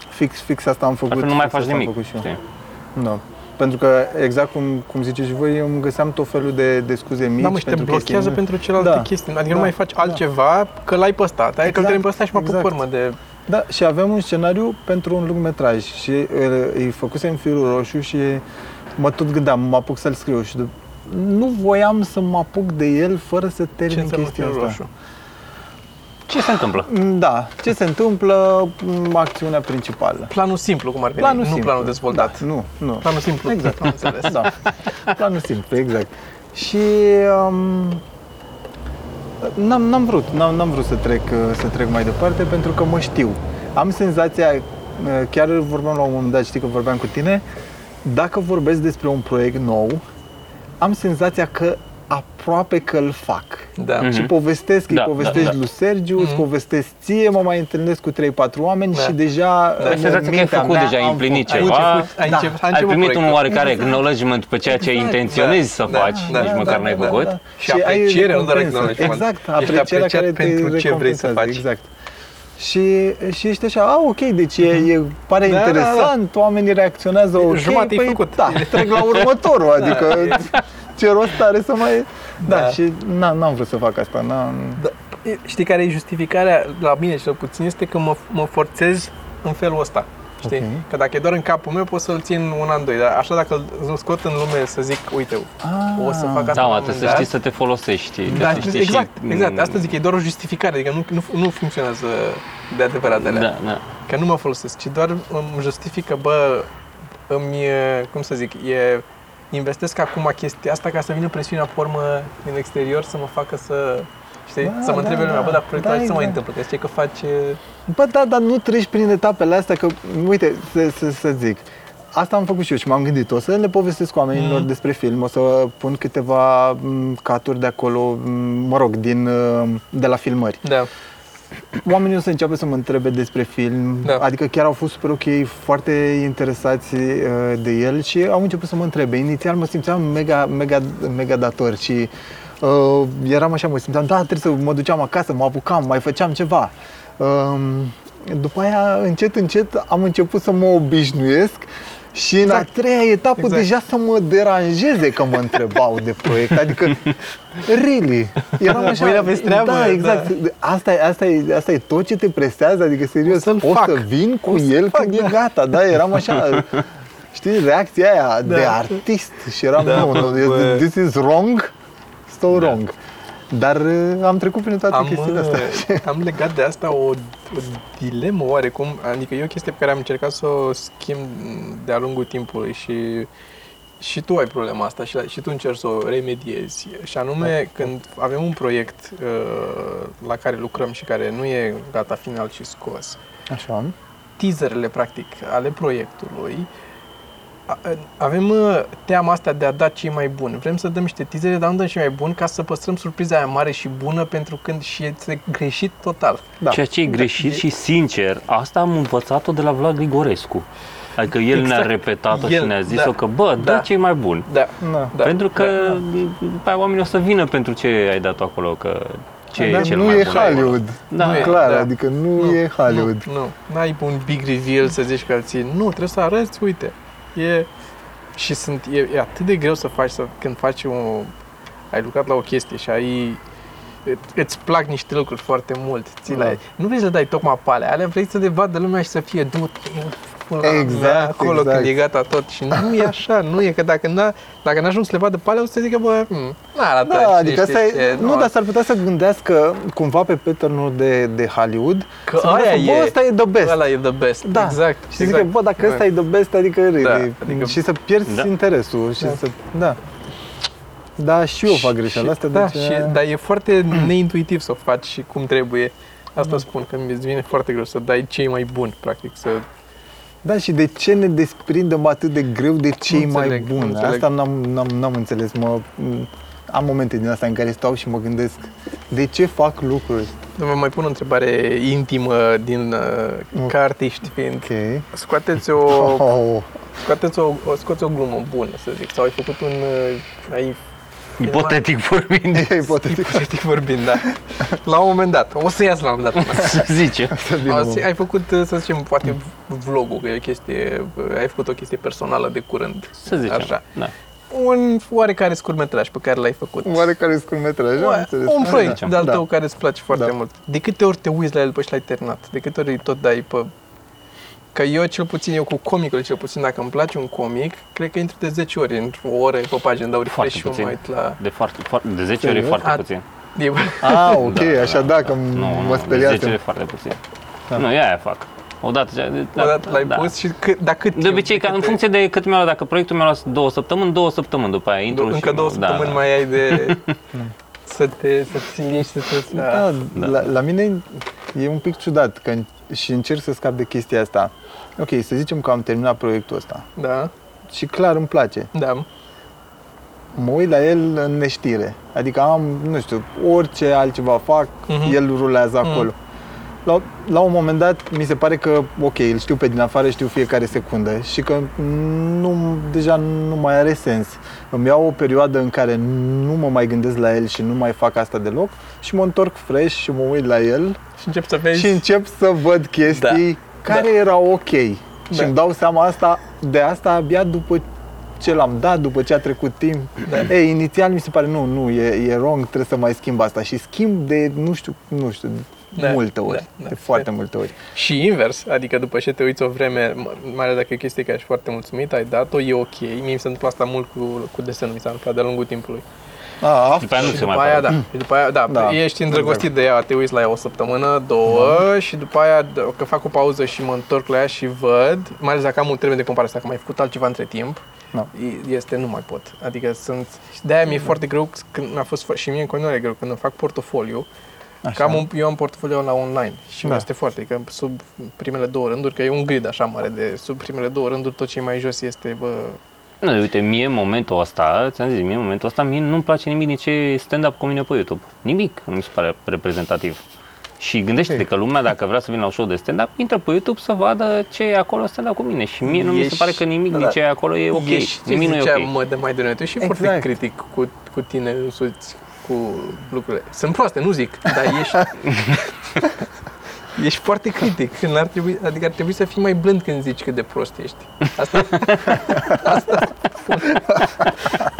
Speaker 3: Fix, fix asta am făcut.
Speaker 2: Altfel nu mai
Speaker 3: fix
Speaker 2: faci
Speaker 3: asta am
Speaker 2: nimic,
Speaker 3: făcut și eu.
Speaker 2: știi?
Speaker 3: Da. Pentru că, exact cum, cum ziceți și voi, eu îmi găseam tot felul de, de scuze mici
Speaker 1: Da, mă, și te
Speaker 3: pentru
Speaker 1: blochează
Speaker 3: chestii.
Speaker 1: pentru celelalte
Speaker 3: Da.
Speaker 1: chestii. Adică nu
Speaker 3: Da.
Speaker 1: mai faci altceva, că l-ai pe ăsta. Hai că-l
Speaker 3: Exact.
Speaker 1: trebuie pe ăsta și mă apuc
Speaker 3: Exact.
Speaker 1: pe urmă de...
Speaker 3: Da, și aveam un scenariu pentru un lungmetraj și uh, îi făcusem firul roșu și mă tot gândeam, mă apuc să-l scriu și de... nu voiam să mă apuc de el fără să
Speaker 1: Ce
Speaker 3: termin
Speaker 1: înseamnă
Speaker 3: chestia
Speaker 1: firul
Speaker 3: asta.
Speaker 1: roșu?
Speaker 2: Ce se întâmplă?
Speaker 3: Da, ce se întâmplă, m, acțiunea principală.
Speaker 1: Planul simplu, cum ar veni. nu
Speaker 3: simplu.
Speaker 1: planul dezvoltat.
Speaker 3: Da, nu, nu.
Speaker 1: Planul simplu. Exact. Am înțeles.
Speaker 3: da. Planul simplu, exact. Și um, n-am, n-am vrut, n-am, n-am vrut să trec, uh, să trec mai departe pentru că mă știu. Am senzația, uh, chiar vorbeam la un moment dat, știi că vorbeam cu tine, dacă vorbesc despre un proiect nou, am senzația că aproape că îl fac.
Speaker 1: Da.
Speaker 2: Mhm.
Speaker 3: Și povestesc,
Speaker 2: Da,
Speaker 3: îi
Speaker 2: da,
Speaker 3: povestesc
Speaker 2: da.
Speaker 3: lui Sergiu, îți povestesc ție, mă mai întâlnesc cu 3-4 oameni
Speaker 1: Mhm. Da.
Speaker 3: și deja
Speaker 2: Ai Păi senzația că ai
Speaker 3: mintea
Speaker 2: făcut
Speaker 3: mea,
Speaker 2: deja, ai
Speaker 3: am
Speaker 2: împlinit
Speaker 3: făcut.
Speaker 2: ceva.
Speaker 1: Ai început, ai
Speaker 3: Da.
Speaker 1: început,
Speaker 2: Ai primit un
Speaker 1: proiectul.
Speaker 2: oarecare acknowledgement pe ceea ce
Speaker 3: Exact,
Speaker 2: intenționezi să
Speaker 1: da,
Speaker 2: faci,
Speaker 1: da,
Speaker 2: nici
Speaker 1: da,
Speaker 2: măcar n-ai făcut.
Speaker 1: Și aprecierea, nu doar
Speaker 3: recompensă.
Speaker 1: acknowledgement.
Speaker 3: Exact,
Speaker 1: Ești
Speaker 3: aprecierea
Speaker 1: apreciat
Speaker 3: care te
Speaker 1: pentru ce vrei să
Speaker 3: recompensează,
Speaker 1: faci.
Speaker 3: Exact. Și, și ești așa, a, ok, deci e, e pare
Speaker 1: Da, da, da.
Speaker 3: interesant, oamenii reacționează ok,
Speaker 1: Jumate-i
Speaker 3: păi,
Speaker 1: făcut.
Speaker 3: da, trec la următorul, adică ce rost are să mai... Da,
Speaker 1: Da.
Speaker 3: și na, n-am vrut să fac asta, n-am...
Speaker 1: Da. E- Știi care e justificarea, la mine cel puțin, este că mă, mă forțez în felul ăsta. Știi?
Speaker 3: Ok.
Speaker 1: Că dacă e doar în capul meu, pot să-l țin un an, doi. Dar așa dacă îl- îl scot în lume să zic, uite,
Speaker 3: Ah,
Speaker 1: o să fac asta.
Speaker 2: Da,
Speaker 1: la un
Speaker 2: mă,
Speaker 1: moment
Speaker 2: trebuie să
Speaker 1: dat.
Speaker 2: știi să te folosești.
Speaker 1: Da,
Speaker 2: trebuie să știi și-
Speaker 1: exact, exact. Asta zic, e doar o justificare, adică nu, nu, nu funcționează de adevărat de alea.
Speaker 2: Da, da.
Speaker 1: Că nu mă folosesc, ci doar îmi justifică, bă, îmi, e, cum să zic, e, investesc acum chestia asta ca să vină presiunea pe urmă din exterior să mă facă să, știi,
Speaker 3: Da,
Speaker 1: să mă
Speaker 3: da,
Speaker 1: întrebe lumea,
Speaker 3: da.
Speaker 1: bă, dar proiectul
Speaker 3: Da,
Speaker 1: da, ce se mai
Speaker 3: exact.
Speaker 1: întâmplă? Că știi că faci... e,
Speaker 3: Bă, da, dar nu treci prin etapele astea, că, uite, să, să, să zic, asta am făcut și eu și m-am gândit, o să le povestesc oamenilor
Speaker 1: Mm.
Speaker 3: mm. despre film, o să pun câteva m, caturi de acolo, m, mă rog, din, uh, de la filmări.
Speaker 1: Da,
Speaker 3: Oamenii o să înceapă să mă întrebe despre film,
Speaker 1: Da.
Speaker 3: da. adică chiar au fost super ok, foarte interesați uh, de el și au început să mă întrebe. Inițial mă simțeam mega, mega, mega dator și uh, eram așa, mă simțeam, da, trebuie să mă duceam acasă, mă apucam, mai făceam ceva. Um, după aia, încet, încet, am început să mă obișnuiesc și exact. în
Speaker 1: Exact.
Speaker 3: a treia etapă
Speaker 1: Exact.
Speaker 3: exact. deja să mă deranjeze că mă întrebau de proiect, adică, really, eram așa,
Speaker 1: Mâine aveți treabă,
Speaker 3: da,
Speaker 1: da.
Speaker 3: exact, Asta e, asta, e, asta e tot ce te presează, adică serios, o,
Speaker 1: să-l
Speaker 3: o
Speaker 1: fac.
Speaker 3: să vin cu el când e gata, da, eram așa, știi, reacția aia da. de artist și eram,
Speaker 1: Da,
Speaker 3: da, nu, no,
Speaker 1: bă.
Speaker 3: this is wrong, so da. wrong. Dar uh, am trecut prin toate
Speaker 1: am,
Speaker 3: chestiile
Speaker 1: uh,
Speaker 3: astea.
Speaker 1: am legat de asta o, o dilemă oarecum, adică e o chestie pe care am încercat să o schimb de-a lungul timpului și și tu ai problema asta și, la- și tu încerci să o remediezi. Și anume, când avem un proiect uh, la care lucrăm și care nu e gata final și scos,
Speaker 3: Așa.
Speaker 1: teaserele, practic, ale proiectului, a- avem uh, teama asta de a da cei mai buni. Vrem să dăm niște teasere, dar nu dăm cei mai buni ca să păstrăm surpriza aia mare și bună pentru când și este greșit total.
Speaker 3: Da.
Speaker 2: Ceea ce e greșit și sincer, asta am învățat-o de la Vlad Grigorescu. Adică el ne-a
Speaker 1: Exact.
Speaker 2: repetat-o
Speaker 1: El,
Speaker 2: și ne-a zis-o
Speaker 1: da.
Speaker 2: că, bă,
Speaker 1: Da.
Speaker 2: da, ce e mai bun.
Speaker 1: Da.
Speaker 3: Da.
Speaker 1: da.
Speaker 2: Pentru că după aia oamenii o să vină pentru ce ai dat acolo, că ce e
Speaker 3: Dar
Speaker 2: cel
Speaker 3: Da, nu
Speaker 2: mai
Speaker 3: e
Speaker 2: bun acolo.
Speaker 3: Hollywood,
Speaker 2: Da.
Speaker 1: Nu e,
Speaker 3: clar,
Speaker 1: da.
Speaker 3: adică nu, nu e Hollywood.
Speaker 1: Nu, nu. N-ai un big reveal să zici că ții. Nu, trebuie să arăți, uite. E, și sunt, e, e atât de greu să faci, să, când faci un... Ai lucrat la o chestie și ai... î- Îți plac niște lucruri foarte mult. Ți
Speaker 3: Da.
Speaker 1: le, nu vrei să le dai tocmai pe alea, alea vrei să le vadă lumea și să fie du până la-
Speaker 3: Exact,
Speaker 1: acolo
Speaker 3: exact.
Speaker 1: când e gata tot. Și nu e așa, nu e că dacă n-a, dacă n-ajung să le vadă pe alea, o să zică, bă, hmm, n-a arătat.
Speaker 3: Da,
Speaker 1: știi,
Speaker 3: adică
Speaker 1: știi,
Speaker 3: asta e,
Speaker 1: știi,
Speaker 3: nu, dar s-ar putea să gândească cumva pe pattern de, de Hollywood,
Speaker 1: Că
Speaker 3: să gândească,
Speaker 1: aia
Speaker 3: bă,
Speaker 1: e-
Speaker 3: ăsta e the best.
Speaker 1: Ăla e the best.
Speaker 3: Da.
Speaker 1: Exact.
Speaker 3: Și să zică, bă, dacă ăsta e the best, adică really.
Speaker 1: adică-
Speaker 3: Adică, și să pierzi
Speaker 2: Da.
Speaker 3: da. interesul și
Speaker 1: Da.
Speaker 3: da. să... Da. Da, și eu fac
Speaker 1: Și-
Speaker 3: greșeala asta,
Speaker 1: da,
Speaker 3: deci...
Speaker 1: și, dar e foarte neintuitiv să o faci și cum trebuie.
Speaker 3: Mm.
Speaker 1: Asta spun, că mi vine foarte greu să dai cei mai buni, practic, să...
Speaker 3: Da, și de ce ne desprindem atât de greu de cei
Speaker 1: Nu
Speaker 3: mai
Speaker 1: înțeleg, nu
Speaker 3: buni?
Speaker 1: înțeleg.
Speaker 3: Asta n-am, n-am, n-am înțeles, mă... m- Am momente din astea în care stau și mă gândesc de ce fac lucruri.
Speaker 1: Vă mai pun o întrebare intimă din uh,
Speaker 3: Ok.
Speaker 1: ca artiști fiind.
Speaker 3: Ok.
Speaker 1: Scoateți o,
Speaker 3: Oh.
Speaker 1: scoateți o, o, scoți o glumă bună, să zic, sau ai făcut un, uh, ai
Speaker 2: Ipotetic vorbind,
Speaker 3: E ipotetic.
Speaker 1: Hipotetic vorbind, da. La un moment dat. O să iasă la un moment dat.
Speaker 2: să zice.
Speaker 3: Să vină
Speaker 1: Azi,
Speaker 3: omul.
Speaker 1: ai făcut, uh, să zicem, poate
Speaker 3: Mm.
Speaker 1: vlogul, că e o chestie, uh, ai făcut o chestie personală de curând.
Speaker 2: Să zicem.
Speaker 1: Așa.
Speaker 2: Da.
Speaker 1: Un oarecare scurtmetraj pe care l-ai făcut.
Speaker 3: Oarecare scurtmetraj, am
Speaker 1: Oa-
Speaker 3: înțeles.
Speaker 1: un
Speaker 3: Da,
Speaker 1: proiect
Speaker 3: da.
Speaker 1: de-al
Speaker 3: Da.
Speaker 1: tău care îți place foarte
Speaker 3: Da.
Speaker 1: mult. De câte ori te uiți la el după ce l-ai terminat? De câte ori îi tot dai pe... Că eu, cel puțin, eu cu comicul, cel puțin, dacă îmi place un comic, cred că intru de 10 ori, într-o oră pe pagină, dau refresh
Speaker 2: Foarte
Speaker 1: și mă
Speaker 2: puțin.
Speaker 1: uit la...
Speaker 2: De, foarte, foarte, de 10 ori e
Speaker 3: Serios?
Speaker 2: foarte
Speaker 1: A-
Speaker 2: puțin.
Speaker 1: E-
Speaker 3: Ah, ok,
Speaker 2: Da,
Speaker 3: așa
Speaker 2: da,
Speaker 3: da,
Speaker 2: da.
Speaker 3: că
Speaker 2: Nu,
Speaker 3: mă
Speaker 2: nu, de 10 ori e
Speaker 3: speriați.
Speaker 2: foarte puțin.
Speaker 3: Da.
Speaker 2: Nu, eu aia fac. Odată, ce-
Speaker 1: Odată l-ai pus și cât, dar cât
Speaker 2: Da, De
Speaker 1: timp?
Speaker 2: obicei, ca, în
Speaker 1: câte-
Speaker 2: funcție de cât mi-a luat, dacă proiectul mi-a luat două săptămâni, două săptămâni după aia intru
Speaker 1: Du-
Speaker 2: și...
Speaker 1: Încă două săptămâni
Speaker 2: da,
Speaker 1: mai ai de... să te să te ții și să te...
Speaker 3: Da, la, la mine e un pic ciudat că în- și încerc să scap de chestia asta. Ok, să zicem că am terminat proiectul ăsta
Speaker 1: Da,
Speaker 3: și clar îmi place.
Speaker 1: da.
Speaker 3: Mă uit la el în neștire. Adică am, nu știu, orice altceva fac,
Speaker 1: Mhm.
Speaker 3: el rulează acolo. La, la un moment dat mi se pare că, ok, îl știu pe din afară, știu fiecare secundă și că nu, deja nu mai are sens. Îmi iau o perioadă în care nu mă mai gândesc la el și nu mai fac asta deloc și mă întorc fresh și mă uit la el
Speaker 1: Și încep să vezi...
Speaker 3: și încep să văd chestii
Speaker 1: Da.
Speaker 3: care erau ok. Și
Speaker 1: Da.
Speaker 3: îmi dau seama asta, de asta abia după ce l-am dat, după ce a trecut timp.
Speaker 1: Da.
Speaker 3: Ei, inițial mi se pare, nu, nu, e, e wrong, trebuie să mai schimb asta. Și schimb de, nu știu, nu știu,
Speaker 1: Da,
Speaker 3: da, multe ori,
Speaker 1: da, da.
Speaker 3: da, de foarte multe ori.
Speaker 1: Și invers, adică după ce te uiți o vreme, m- mai ales dacă e o chestie care ești foarte mulțumit, ai dat-o, e ok. Mie mi se întâmplă asta mult cu, cu desenul, mi s-a întâmplat de-a lungul timpului.
Speaker 3: A, af-
Speaker 2: După aia nu
Speaker 1: și
Speaker 2: se
Speaker 1: după
Speaker 2: mai
Speaker 1: aia,
Speaker 2: pare.
Speaker 1: da, și după aia, da,
Speaker 3: Da.
Speaker 1: ești îndrăgostit de ea, te uiți la ea o săptămână, două și după aia d- că fac o pauză și mă întorc la ea și văd, mai ales dacă am un termen de comparație, dacă am mai făcut altceva între timp,
Speaker 3: Da. Exact.
Speaker 1: e- este, nu mai pot. Adică sunt, de-aia mi-e foarte greu, când mi-a fost fo- și mie în continuare greu, când îmi fac portofoliu, Că am un, eu am portofoliu la online și da.
Speaker 3: Da.
Speaker 1: este foarte, că sub primele două rânduri, că e un grid așa mare de sub primele două rânduri, tot ce e mai jos este, bă,
Speaker 2: Nu, uite, mie în momentul ăsta, ți-am zis, mie în momentul ăsta, mie nu-mi place nimic din ce e stand-up cu mine pe YouTube. Nimic nu mi se pare reprezentativ. Și gândește-te
Speaker 3: Ok.
Speaker 2: că lumea, dacă vrea să vină la un show de stand-up, intră pe YouTube să vadă ce e acolo stand-up cu mine. Și mie nu mi se
Speaker 1: Ești-
Speaker 2: pare că nimic din
Speaker 3: da.
Speaker 2: ce e acolo e ok.
Speaker 1: ești, ce
Speaker 2: nimic nu e
Speaker 1: ziceam
Speaker 2: ok.
Speaker 1: mă, de mai devreme, tu ești exact. foarte
Speaker 3: Exact.
Speaker 1: critic cu, cu tine însuți, cu lucrurile. Sunt proaste, nu zic, dar ești... Ești foarte critic, când ar trebui, adică ar trebui să fii mai blând când zici cât de prost ești. Asta,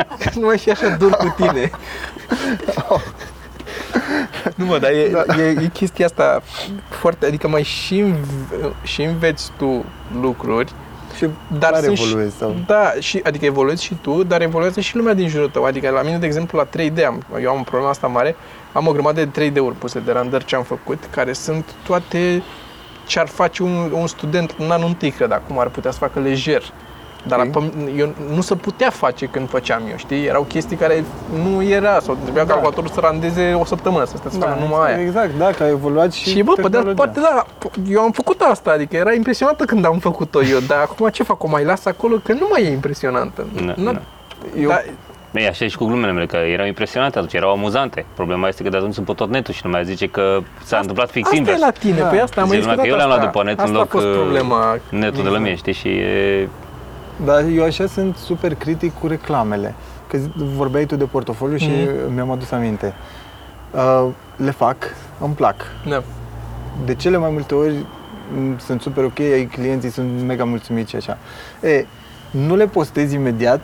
Speaker 1: asta nu mai fi așa dur cu tine. Nu mă, dar e, da. e, e chestia asta foarte, adică mai și, înv- și înveți tu lucruri
Speaker 3: și
Speaker 1: dar
Speaker 3: dar care
Speaker 1: sunt și-
Speaker 3: evoluezi sau...
Speaker 1: da, și, adică evoluezi și tu, dar evoluează și lumea din jurul tău. Adică la mine, de exemplu, la 3D, am, eu am problema asta mare, am o grămadă de 3D-uri puse de randări ce am făcut, care sunt toate ce ar face un, un student în anul întâi, cred, acum ar putea să facă lejer. Dar la,
Speaker 3: Ok.
Speaker 1: păm- eu, nu se putea face când făceam eu, știi? Erau chestii care nu era, sau trebuia da.
Speaker 3: Da.
Speaker 1: calculatorul să randeze o săptămână, să stea să facă numai aia.
Speaker 3: Exact, da, că a evoluat și
Speaker 1: Și bă, pe de altă
Speaker 3: tehnologia.
Speaker 1: parte, da, eu am făcut asta, adică era impresionată când am făcut-o eu, dar acum ce fac, o mai las acolo, că nu mai e impresionantă.
Speaker 2: Nu,
Speaker 1: Nu-
Speaker 2: nu.
Speaker 1: Eu, da,
Speaker 2: Ei, așa e și cu glumele mele, că erau impresionante atunci, erau amuzante. Problema este că de atunci sunt pe tot netul și lumea zice că s-a întâmplat fix
Speaker 1: asta
Speaker 2: invers.
Speaker 1: e la tine, da.
Speaker 3: Da.
Speaker 1: păi asta am mai
Speaker 2: Zice
Speaker 1: discutat
Speaker 2: lumea că eu
Speaker 1: asta.
Speaker 2: le-am luat după net
Speaker 1: asta
Speaker 2: în loc
Speaker 1: a fost
Speaker 2: uh,
Speaker 1: problema.
Speaker 2: netul de la mine, știi, și e...
Speaker 3: Dar eu așa sunt super critic cu reclamele. Că zi- vorbeai tu de portofoliu și
Speaker 1: Mhm.
Speaker 3: mi-am adus aminte. Uh, le fac, îmi plac.
Speaker 1: Da.
Speaker 3: De cele mai multe ori m, sunt super ok, ai clienții sunt mega mulțumiți și așa. E, nu le postez imediat,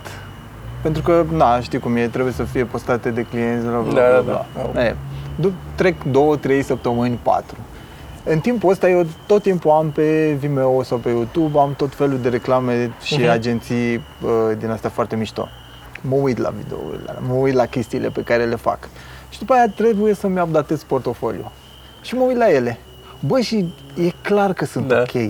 Speaker 3: pentru că, na, știi cum e, trebuie să fie postate de clienți, bla, bla,
Speaker 1: Da,
Speaker 3: bla,
Speaker 1: da, da.
Speaker 3: bla. E, dup- trec 2, 3 săptămâni, 4. În timpul ăsta eu tot timpul am pe Vimeo sau pe YouTube, am tot felul de reclame și
Speaker 1: Mhm.
Speaker 3: agenții uh, din astea foarte mișto. Mă uit la videourile alea, mă uit la chestiile pe care le fac. Și după aia trebuie să-mi updatez portofoliu. Și mă uit la ele. Bă, și e clar că sunt
Speaker 1: Da.
Speaker 3: ok.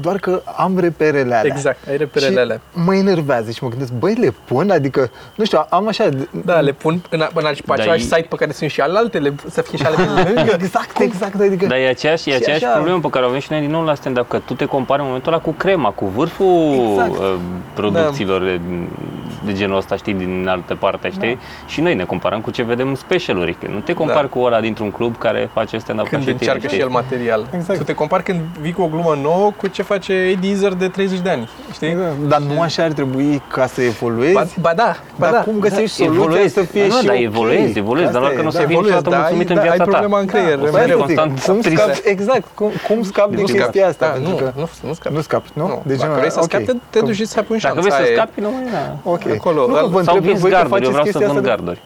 Speaker 3: Doar că am reperele alea.
Speaker 1: Exact, ai reperele
Speaker 3: și
Speaker 1: alea.
Speaker 3: mă enervează și mă gândesc, băi, le pun? Adică, nu știu, am așa...
Speaker 1: Da, le pun în, în alt, pe
Speaker 2: Da,
Speaker 1: același
Speaker 2: e-
Speaker 1: site pe care sunt și alaltă, le, să fie și ale mele.
Speaker 3: exact, exact, adică...
Speaker 2: Dar e aceeași, e
Speaker 3: Și
Speaker 2: aceeași
Speaker 3: așa-
Speaker 2: problemă pe care o avem și noi din nou la stand-up, că tu te compari în momentul ăla cu crema, cu vârful
Speaker 3: Exact.
Speaker 2: exact. producțiilor da. de genul ăsta, știi, din altă parte,
Speaker 3: Da.
Speaker 2: știi? Și noi ne comparăm cu ce vedem în specialuri. că Nu te compari
Speaker 1: Da.
Speaker 2: cu ăla dintr-un club care face stand-up
Speaker 1: Când
Speaker 2: ca și
Speaker 1: încearcă
Speaker 2: tine,
Speaker 1: și el material.
Speaker 3: Exact.
Speaker 1: Tu te compari când vii cu o glumă nouă cu ce face Eddie Izzard de 30 de ani, știi?
Speaker 3: Da, Dar nu așa ar trebui ca să evoluezi?
Speaker 1: Ba, ba da, ba
Speaker 3: Dar
Speaker 1: da.
Speaker 3: cum găsești
Speaker 2: Da,
Speaker 3: soluția
Speaker 2: evoluezi.
Speaker 3: să fie
Speaker 2: Da, nu,
Speaker 3: și
Speaker 2: dar
Speaker 3: ok?
Speaker 2: evoluezi, evoluezi,
Speaker 3: Asta
Speaker 2: dar doar
Speaker 3: e,
Speaker 2: că nu
Speaker 3: da.
Speaker 2: se vine
Speaker 1: evoluezi, da,
Speaker 2: niciodată
Speaker 1: ai-
Speaker 2: mulțumit în
Speaker 1: da, ai
Speaker 2: viața ta.
Speaker 1: problema în creier,
Speaker 2: Da, o să
Speaker 1: mereu.
Speaker 2: fii
Speaker 3: Asta zic,
Speaker 2: constant
Speaker 3: cum
Speaker 2: trist.
Speaker 3: scapi, exact, cum, cum scapi de
Speaker 2: Nu
Speaker 3: chestia
Speaker 2: scapi.
Speaker 3: asta?
Speaker 1: Da,
Speaker 3: pentru
Speaker 1: nu,
Speaker 3: că
Speaker 1: nu, nu scapi.
Speaker 3: nu scapi, nu?
Speaker 1: Deci, dacă
Speaker 3: nu,
Speaker 1: vrei să
Speaker 3: ok.
Speaker 1: scapi, te- te duci și să apui în
Speaker 2: Dacă
Speaker 1: șanță.
Speaker 2: vrei să
Speaker 1: Aia e.
Speaker 2: scapi, nu mai da.
Speaker 3: Ok.
Speaker 1: Acolo,
Speaker 3: nu, că vă
Speaker 2: Sau
Speaker 3: întreb pe
Speaker 2: vinzi
Speaker 3: voi că
Speaker 2: garduri, eu
Speaker 3: faceți
Speaker 2: vreau să
Speaker 3: chestia asta
Speaker 2: vând
Speaker 3: de...
Speaker 2: garduri.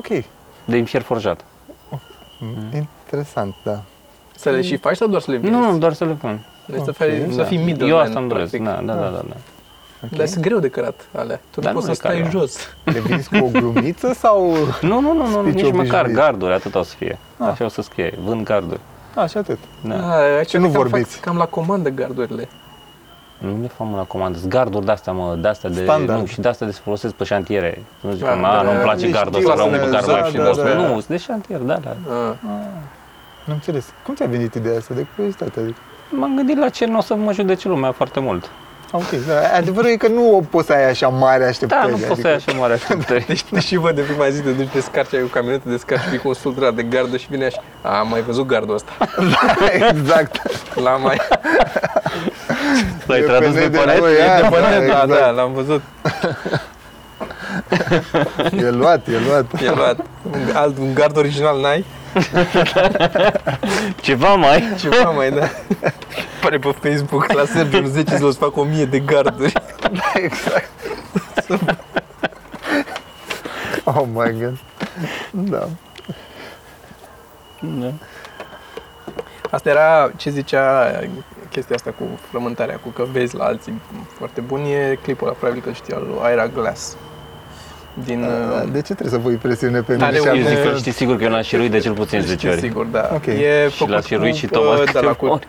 Speaker 3: Ok,
Speaker 2: De fier forjat. Mm.
Speaker 3: interesant, da.
Speaker 1: Să le și faci sau doar să le vinzi?
Speaker 2: Nu, nu, doar să le pun.
Speaker 1: Deci să, faci, să
Speaker 2: Da.
Speaker 1: fii middleman.
Speaker 2: Eu asta îmi doresc,
Speaker 1: practic. Ah.
Speaker 2: da, da, da, da. da.
Speaker 1: Dar sunt greu de cărat alea. Tu
Speaker 2: Dar
Speaker 1: nu poți
Speaker 2: nu
Speaker 1: să
Speaker 2: e
Speaker 1: stai
Speaker 2: cărat.
Speaker 1: jos.
Speaker 3: Le vinzi cu o glumiță sau...
Speaker 2: Nu, nu, nu, nu
Speaker 3: Spici
Speaker 2: nici măcar
Speaker 3: obișnuit.
Speaker 2: garduri, atât o să fie. Așa o să scrie, vând garduri.
Speaker 3: A, și atât.
Speaker 2: Da.
Speaker 1: Ah,
Speaker 3: Ce nu
Speaker 1: cam fac-
Speaker 3: vorbiți?
Speaker 1: Cam la comandă gardurile.
Speaker 2: Nu le fac la comandă. Sunt garduri de-astea, mă, de-astea de...
Speaker 3: Standard.
Speaker 2: Nu, și de-astea de se folosesc pe șantiere. Nu zic,
Speaker 1: Da,
Speaker 2: a,
Speaker 1: da,
Speaker 2: nu-mi
Speaker 1: da,
Speaker 2: place
Speaker 3: le
Speaker 2: gardul
Speaker 3: știu,
Speaker 2: ăsta, rămân
Speaker 3: să
Speaker 2: cu
Speaker 3: ne-
Speaker 2: gardul
Speaker 3: da,
Speaker 2: și
Speaker 3: da,
Speaker 2: boss.
Speaker 1: da.
Speaker 2: Nu, sunt de șantier, da, da.
Speaker 1: Ah.
Speaker 3: Nu înțeles. Cum ți-a venit ideea asta de curiozitate? Adică,
Speaker 2: M-am gândit la ce nu o să mă judece lumea foarte mult.
Speaker 3: a, ok, da. Adevărul e că nu poți să ai așa mare
Speaker 2: Da,
Speaker 3: așteptări.
Speaker 2: nu poți să ai așa mare așteptări.
Speaker 1: Deci, deși văd de prima zi te duci de scarci, ai cu camionetă de scarci, vii cu un sultrat de gardă și vine așa. Am mai văzut gardul ăsta.
Speaker 3: da, exact.
Speaker 1: La mai...
Speaker 2: L-ai
Speaker 3: E
Speaker 2: tradus
Speaker 3: pe
Speaker 2: de
Speaker 3: net
Speaker 2: pe net?
Speaker 3: noi,
Speaker 2: E
Speaker 3: aia,
Speaker 2: de pe
Speaker 3: da,
Speaker 2: net,
Speaker 1: da,
Speaker 3: exact.
Speaker 1: da, l-am văzut.
Speaker 3: exact. E luat, e luat.
Speaker 1: E luat. Un, alt, un gard original n-ai?
Speaker 2: Ceva mai?
Speaker 1: Ceva mai, da. Pare pe Facebook la Sergiu 10 să-ți fac o mie de garduri.
Speaker 3: exact. oh my god. Da.
Speaker 2: Da.
Speaker 1: Asta era ce zicea chestia asta cu frământarea, cu că vezi la alții foarte buni, e clipul ăla, probabil că știi, al lui Ira Glass. Din...
Speaker 3: Da, De ce trebuie să pui presiune pe mine
Speaker 1: Are
Speaker 3: și
Speaker 1: un-
Speaker 2: Eu Mm. zic că
Speaker 3: acum?
Speaker 2: știi sigur că eu n-aș și lui de cel puțin 10
Speaker 1: Știi,
Speaker 2: ori.
Speaker 1: sigur, da.
Speaker 3: Ok.
Speaker 1: E
Speaker 2: Și l-a
Speaker 1: făcut
Speaker 2: ceruit
Speaker 1: cu,
Speaker 2: și Thomas
Speaker 1: uh, da,
Speaker 2: câteva
Speaker 1: la cu uh,
Speaker 2: ori.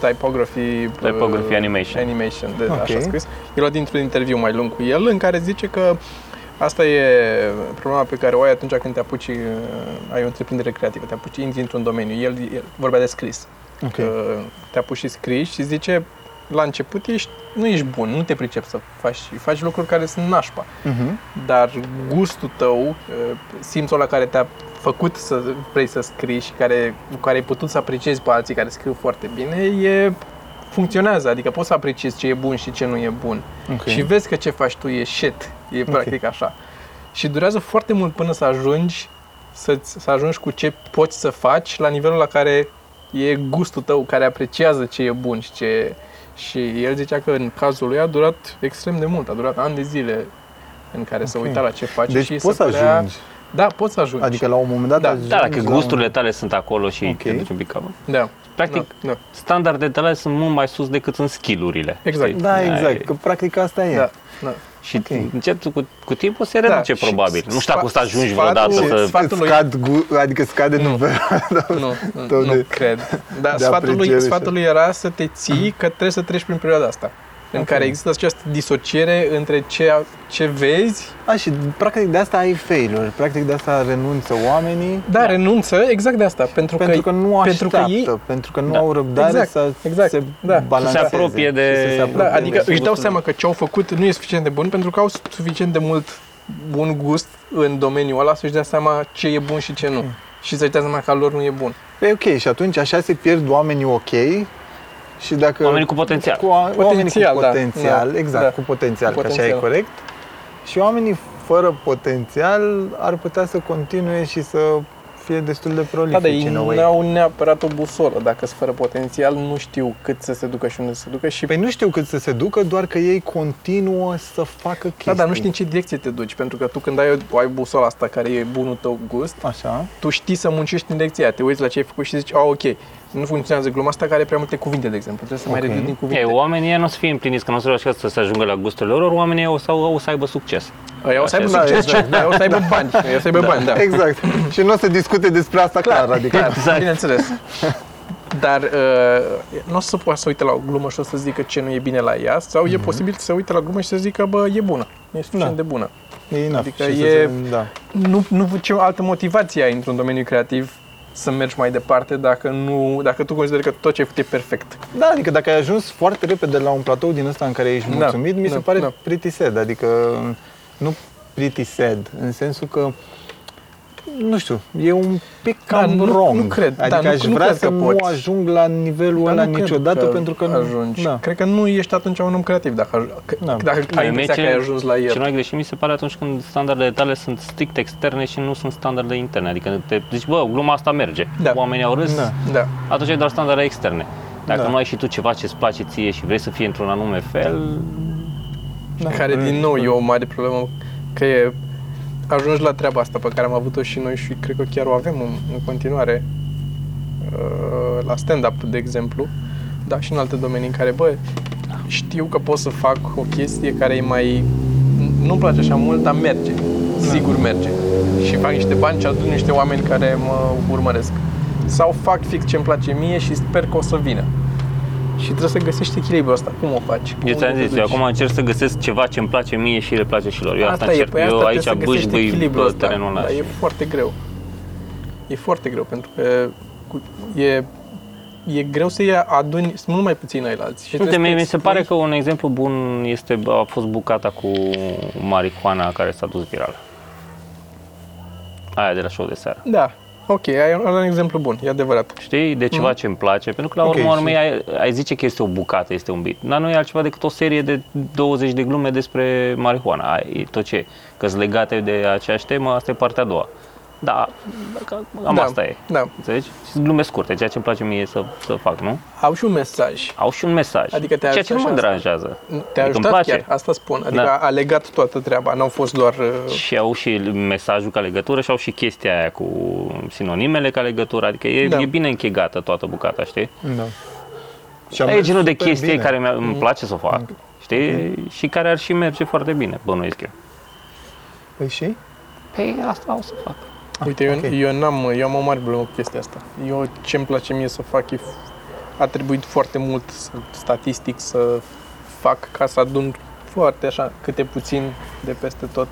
Speaker 1: typography, uh,
Speaker 2: Typography Animation.
Speaker 1: Animation, de,
Speaker 3: Ok.
Speaker 1: așa scris. E luat dintr-un interviu mai lung cu el în care zice că asta e problema pe care o ai atunci când te apuci, uh, ai o întreprindere creativă, te apuci, intri într-un domeniu. El, el vorbea de scris.
Speaker 3: Ok.
Speaker 1: Că te apuci și scrii și zice la început ești, nu ești bun, nu te pricepi să faci, faci lucruri care sunt nașpa
Speaker 3: Mhm.
Speaker 1: dar gustul tău, simțul la care te-a făcut să vrei să scrii și care, cu care ai putut să apreciezi pe alții care scriu foarte bine, e, funcționează, adică poți să apreciezi ce e bun și ce nu e bun.
Speaker 3: Ok.
Speaker 1: Și vezi că ce faci tu e shit, e practic așa. Și durează foarte mult până să ajungi să, să ajungi cu ce poți să faci la nivelul la care e gustul tău, care apreciază ce e bun și ce... Și el zicea că în cazul lui a durat extrem de mult, a durat ani de zile în care se
Speaker 3: Ok.
Speaker 1: uita la ce face
Speaker 3: Deci
Speaker 1: și
Speaker 3: poți să
Speaker 1: se părea-
Speaker 3: ajungi.
Speaker 1: Da, poți să ajungi.
Speaker 3: Adică la un moment dat
Speaker 1: Da,
Speaker 3: ajungi
Speaker 2: Da, dacă
Speaker 3: la-
Speaker 2: gusturile tale sunt acolo și
Speaker 3: Ok.
Speaker 2: te duci un pic cam.
Speaker 1: da.
Speaker 2: Practic,
Speaker 1: da, da.
Speaker 2: standardele tale sunt mult mai sus decât sunt skillurile.
Speaker 1: Exact.
Speaker 2: știi?
Speaker 3: Da,
Speaker 2: Ai-
Speaker 3: exact, că practic asta e.
Speaker 1: Da, da.
Speaker 2: Și
Speaker 3: Ok. Da,
Speaker 2: încet cu, cu timpul se reduce
Speaker 1: și
Speaker 2: probabil. Nu știu dacă o să
Speaker 1: sfa-
Speaker 2: ajungi
Speaker 1: sfatul-
Speaker 2: vreodată să...
Speaker 1: sfatul-
Speaker 3: Îți
Speaker 1: Faptul lui-
Speaker 3: scad, gu- adică scade
Speaker 1: Nu.
Speaker 3: nivelul.
Speaker 1: Nu,
Speaker 3: Tău
Speaker 1: nu,
Speaker 3: de-
Speaker 1: nu cred. Dar
Speaker 3: de
Speaker 1: sfatul
Speaker 3: apreciere
Speaker 1: lui,
Speaker 3: și- Mm.
Speaker 1: sfatul lui era să te ții că trebuie să treci prin perioada asta. În
Speaker 3: Ok.
Speaker 1: care există această disociere între ce, ce vezi,
Speaker 3: A, și practic de asta ai failuri, practic de asta renunță oamenii
Speaker 1: dar da. renunță exact de asta. Pentru,
Speaker 3: pentru că, nu
Speaker 1: pentru
Speaker 3: așteaptă,
Speaker 1: că
Speaker 3: pentru că,
Speaker 1: ei-
Speaker 3: nu
Speaker 2: Da.
Speaker 3: au răbdare
Speaker 1: Exact,
Speaker 3: să
Speaker 1: exact,
Speaker 3: se
Speaker 1: da.
Speaker 2: Să se
Speaker 3: balanceze.
Speaker 2: apropie
Speaker 3: și să
Speaker 2: de...
Speaker 3: se apropie
Speaker 1: Da, adică
Speaker 3: de
Speaker 1: își dau
Speaker 3: gustul
Speaker 1: seama că ce au făcut nu e suficient de bun pentru că au suficient de mult bun gust în domeniul ăla să-și dea seama ce e bun și ce
Speaker 3: Mm.
Speaker 1: nu. Și să-și dea seama că al lor nu e bun.
Speaker 3: lor. E Păi ok, și atunci așa se pierd oamenii ok și dacă...
Speaker 2: Oamenii cu potențial.
Speaker 3: Cu, a- oamenii
Speaker 1: Da. Potențial,
Speaker 3: cu
Speaker 1: da,
Speaker 3: potențial,
Speaker 1: da,
Speaker 3: exact,
Speaker 1: da.
Speaker 3: cu potențial,
Speaker 1: Cu
Speaker 3: că așa e
Speaker 1: potențial.
Speaker 3: corect. Și oamenii fără potențial ar putea să continue și să fie destul de
Speaker 1: Da, dar
Speaker 3: prolifici
Speaker 1: ei
Speaker 3: în a way.
Speaker 1: n-au neapărat o busolă. Dacă sunt fără potențial, nu știu cât să se ducă și unde să se ducă și
Speaker 3: Păi nu știu cât să se ducă, doar că ei continuă să facă chestii.
Speaker 1: Da, dar nu știi în ce direcție te duci, pentru că tu când ai, ai busola asta care e bunul tău gust,
Speaker 3: Așa.
Speaker 1: tu știi să muncești în direcția aia, te uiți la ce ai făcut și zici, a, ok, nu funcționează gluma asta care are prea multe cuvinte, de exemplu, trebuie să
Speaker 3: Ok.
Speaker 1: mai reduc din cuvinte.
Speaker 2: Ei, oamenii ăia nu o să fie împliniți, că nu o să reușească să se ajungă la gusturile lor, oamenii ăia o să, au- o să aibă succes.
Speaker 1: Aia o să aibă
Speaker 2: Da,
Speaker 1: succes,
Speaker 3: exact,
Speaker 1: aia o să aibă bani, aia o să aibă bani, da.
Speaker 3: Exact. și nu o să discute despre asta clar, adică
Speaker 1: Clar,
Speaker 2: Exact.
Speaker 1: bineînțeles. Dar uh, nu o să poată să uite la o glumă și o să zică ce nu e bine la ea, sau e posibil să se uite la glumă și să zică, bă, e bună, e suficient
Speaker 3: Mhm.
Speaker 1: de
Speaker 3: Da.
Speaker 1: bună.
Speaker 3: e enough.
Speaker 1: Adică
Speaker 3: Și să
Speaker 1: e-
Speaker 3: se- da.
Speaker 1: Nu, nu ce altă motivație ai într-un domeniu creativ să mergi mai departe dacă, nu, dacă tu consideri că tot ce ai făcut e perfect.
Speaker 3: Da, adică dacă ai ajuns foarte repede la un platou din ăsta în care ești
Speaker 1: Da,
Speaker 3: mulțumit, mi se
Speaker 1: da,
Speaker 3: pare
Speaker 1: da.
Speaker 3: pretty sad, adică nu pretty sad, în sensul că nu știu, e un pic
Speaker 1: Da,
Speaker 3: cam
Speaker 1: nu- nu
Speaker 3: wrong.
Speaker 1: cred, da,
Speaker 3: Adică
Speaker 1: nu-
Speaker 3: aș
Speaker 1: nu
Speaker 3: vrea
Speaker 1: cred
Speaker 3: să
Speaker 1: că
Speaker 3: nu
Speaker 1: poți. Da,
Speaker 3: ajung la nivelul ăla
Speaker 1: nu cred
Speaker 3: niciodată pentru că nu
Speaker 1: ajungi.
Speaker 3: Da.
Speaker 1: Cred că nu ești atunci un om creativ dacă, aj- că,
Speaker 3: Da.
Speaker 1: dacă ai impresia că ai ajuns la el.
Speaker 2: Cel mai greșit mi se pare atunci când standardele tale sunt strict externe și nu sunt standardele interne. Adică te zici, bă, gluma asta merge,
Speaker 1: Da.
Speaker 2: oamenii au râs,
Speaker 3: Da.
Speaker 1: Da.
Speaker 2: atunci e doar standardele externe. Dacă
Speaker 3: Da.
Speaker 2: nu ai și tu ceva ce-ți place ție și vrei să fie într-un anume fel,
Speaker 1: da. Care
Speaker 2: Mm.
Speaker 1: din nou e o mare problemă că e ajungi la treaba asta pe care am avut-o și noi și cred că chiar o avem în, în continuare uh, la stand-up, de exemplu, dar și în alte domenii în care, bă, știu că pot să fac o chestie care e mai... Nu-mi place așa mult, dar merge.
Speaker 2: Da.
Speaker 1: Sigur merge. Și fac niște bani și adun niște oameni care mă urmăresc. Sau fac fix ce îmi place mie și sper că o să vină. Și trebuie să găsești echilibrul ăsta. Cum o faci?
Speaker 2: eu ți-am
Speaker 1: Unde te
Speaker 2: zis, eu
Speaker 1: duci?
Speaker 2: acum încerc să găsesc ceva ce îmi place mie și le place și lor. Eu asta, încerc,
Speaker 1: păi
Speaker 2: eu
Speaker 1: trebuie
Speaker 2: aici
Speaker 1: să găsești
Speaker 2: bâșbâi
Speaker 1: echilibrul
Speaker 2: pe
Speaker 1: ăsta,
Speaker 2: terenul ăla.
Speaker 1: Dar
Speaker 2: și-
Speaker 1: e foarte greu. E foarte greu, pentru că cu- e, e greu să-i aduni, sunt mult mai puțini ai la alții. Și
Speaker 2: Uite,
Speaker 1: trebuie să
Speaker 2: mie mi se pare
Speaker 1: expui-
Speaker 2: că un exemplu bun este, a fost bucata cu marihuana care s-a dus viral. Aia de la show de seară.
Speaker 1: Da, ok, ai un, ai un exemplu bun, e adevărat.
Speaker 2: Știi? De
Speaker 1: Mhm.
Speaker 2: ceva ce îmi place, pentru că la
Speaker 3: Ok,
Speaker 2: urma
Speaker 3: și-
Speaker 2: urmei ai, ai zice că este o bucată, este un bit. Dar nu e altceva decât o serie de 20 de glume despre marihuana. Ai, e tot ce că sunt legate de aceeași temă, asta e partea a doua. Da, dacă- cam
Speaker 1: da,
Speaker 2: asta e.
Speaker 1: Da.
Speaker 2: Înțelegi? Și sunt glume scurte, ceea ce îmi place mie să, să fac, nu?
Speaker 1: Au și un mesaj.
Speaker 2: Au și un mesaj,
Speaker 1: Adică te
Speaker 2: ceea ce
Speaker 1: ajută
Speaker 2: nu mă
Speaker 1: și asta.
Speaker 2: deranjează. Adică
Speaker 1: Te-a
Speaker 2: îmi
Speaker 1: ajutat
Speaker 2: place.
Speaker 1: chiar, asta spun. Adică
Speaker 2: Da.
Speaker 1: a legat toată treaba, n-au fost doar... uh,
Speaker 2: Și au și mesajul ca legătură și au și chestia aia cu sinonimele ca legătură, adică e,
Speaker 1: Da.
Speaker 2: da. e bine închegată toată bucata, știi?
Speaker 3: Da. Și
Speaker 2: Dar e
Speaker 3: mers
Speaker 2: genul de
Speaker 3: super
Speaker 2: chestie
Speaker 3: bine.
Speaker 2: care mi-a-
Speaker 1: Mm-hmm.
Speaker 2: îmi place să o fac, știi? Și care ar și merge foarte bine, bănuiesc eu.
Speaker 3: Păi și?
Speaker 2: Păi asta o să fac.
Speaker 1: Uite, eu,
Speaker 3: Ah, ok.
Speaker 1: eu, n-am, eu am o mare problemă cu chestia asta. Eu ce-mi place mie să fac e, f- a trebuit foarte mult să, statistic să fac ca să adun foarte așa câte puțin de peste tot.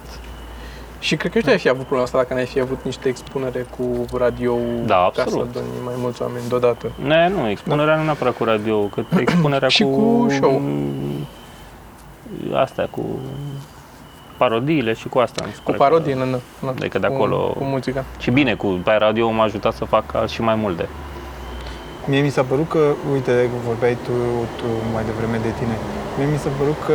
Speaker 1: Și cred că ăștia ai fi avut problema asta dacă n-ai fi avut niște expunere cu radio
Speaker 2: Da,
Speaker 1: ca să
Speaker 2: absolut.
Speaker 1: aduni mai mulți oameni deodată.
Speaker 2: Ne, nu, expunerea nu neapărat cu radio, cât expunerea
Speaker 1: Și cu show.
Speaker 2: Asta, cu parodiile și cu asta. mi se
Speaker 1: Cu
Speaker 2: pare că-
Speaker 1: parodii, nu, nu, nu.
Speaker 2: Adică de
Speaker 1: Cu-
Speaker 2: acolo-
Speaker 1: Cu, muzica.
Speaker 2: Și bine, cu pe radio m-a ajutat să fac și mai multe.
Speaker 3: Mie mi s-a părut că, uite, vorbeai tu, tu mai devreme de tine, mie mi s-a părut că,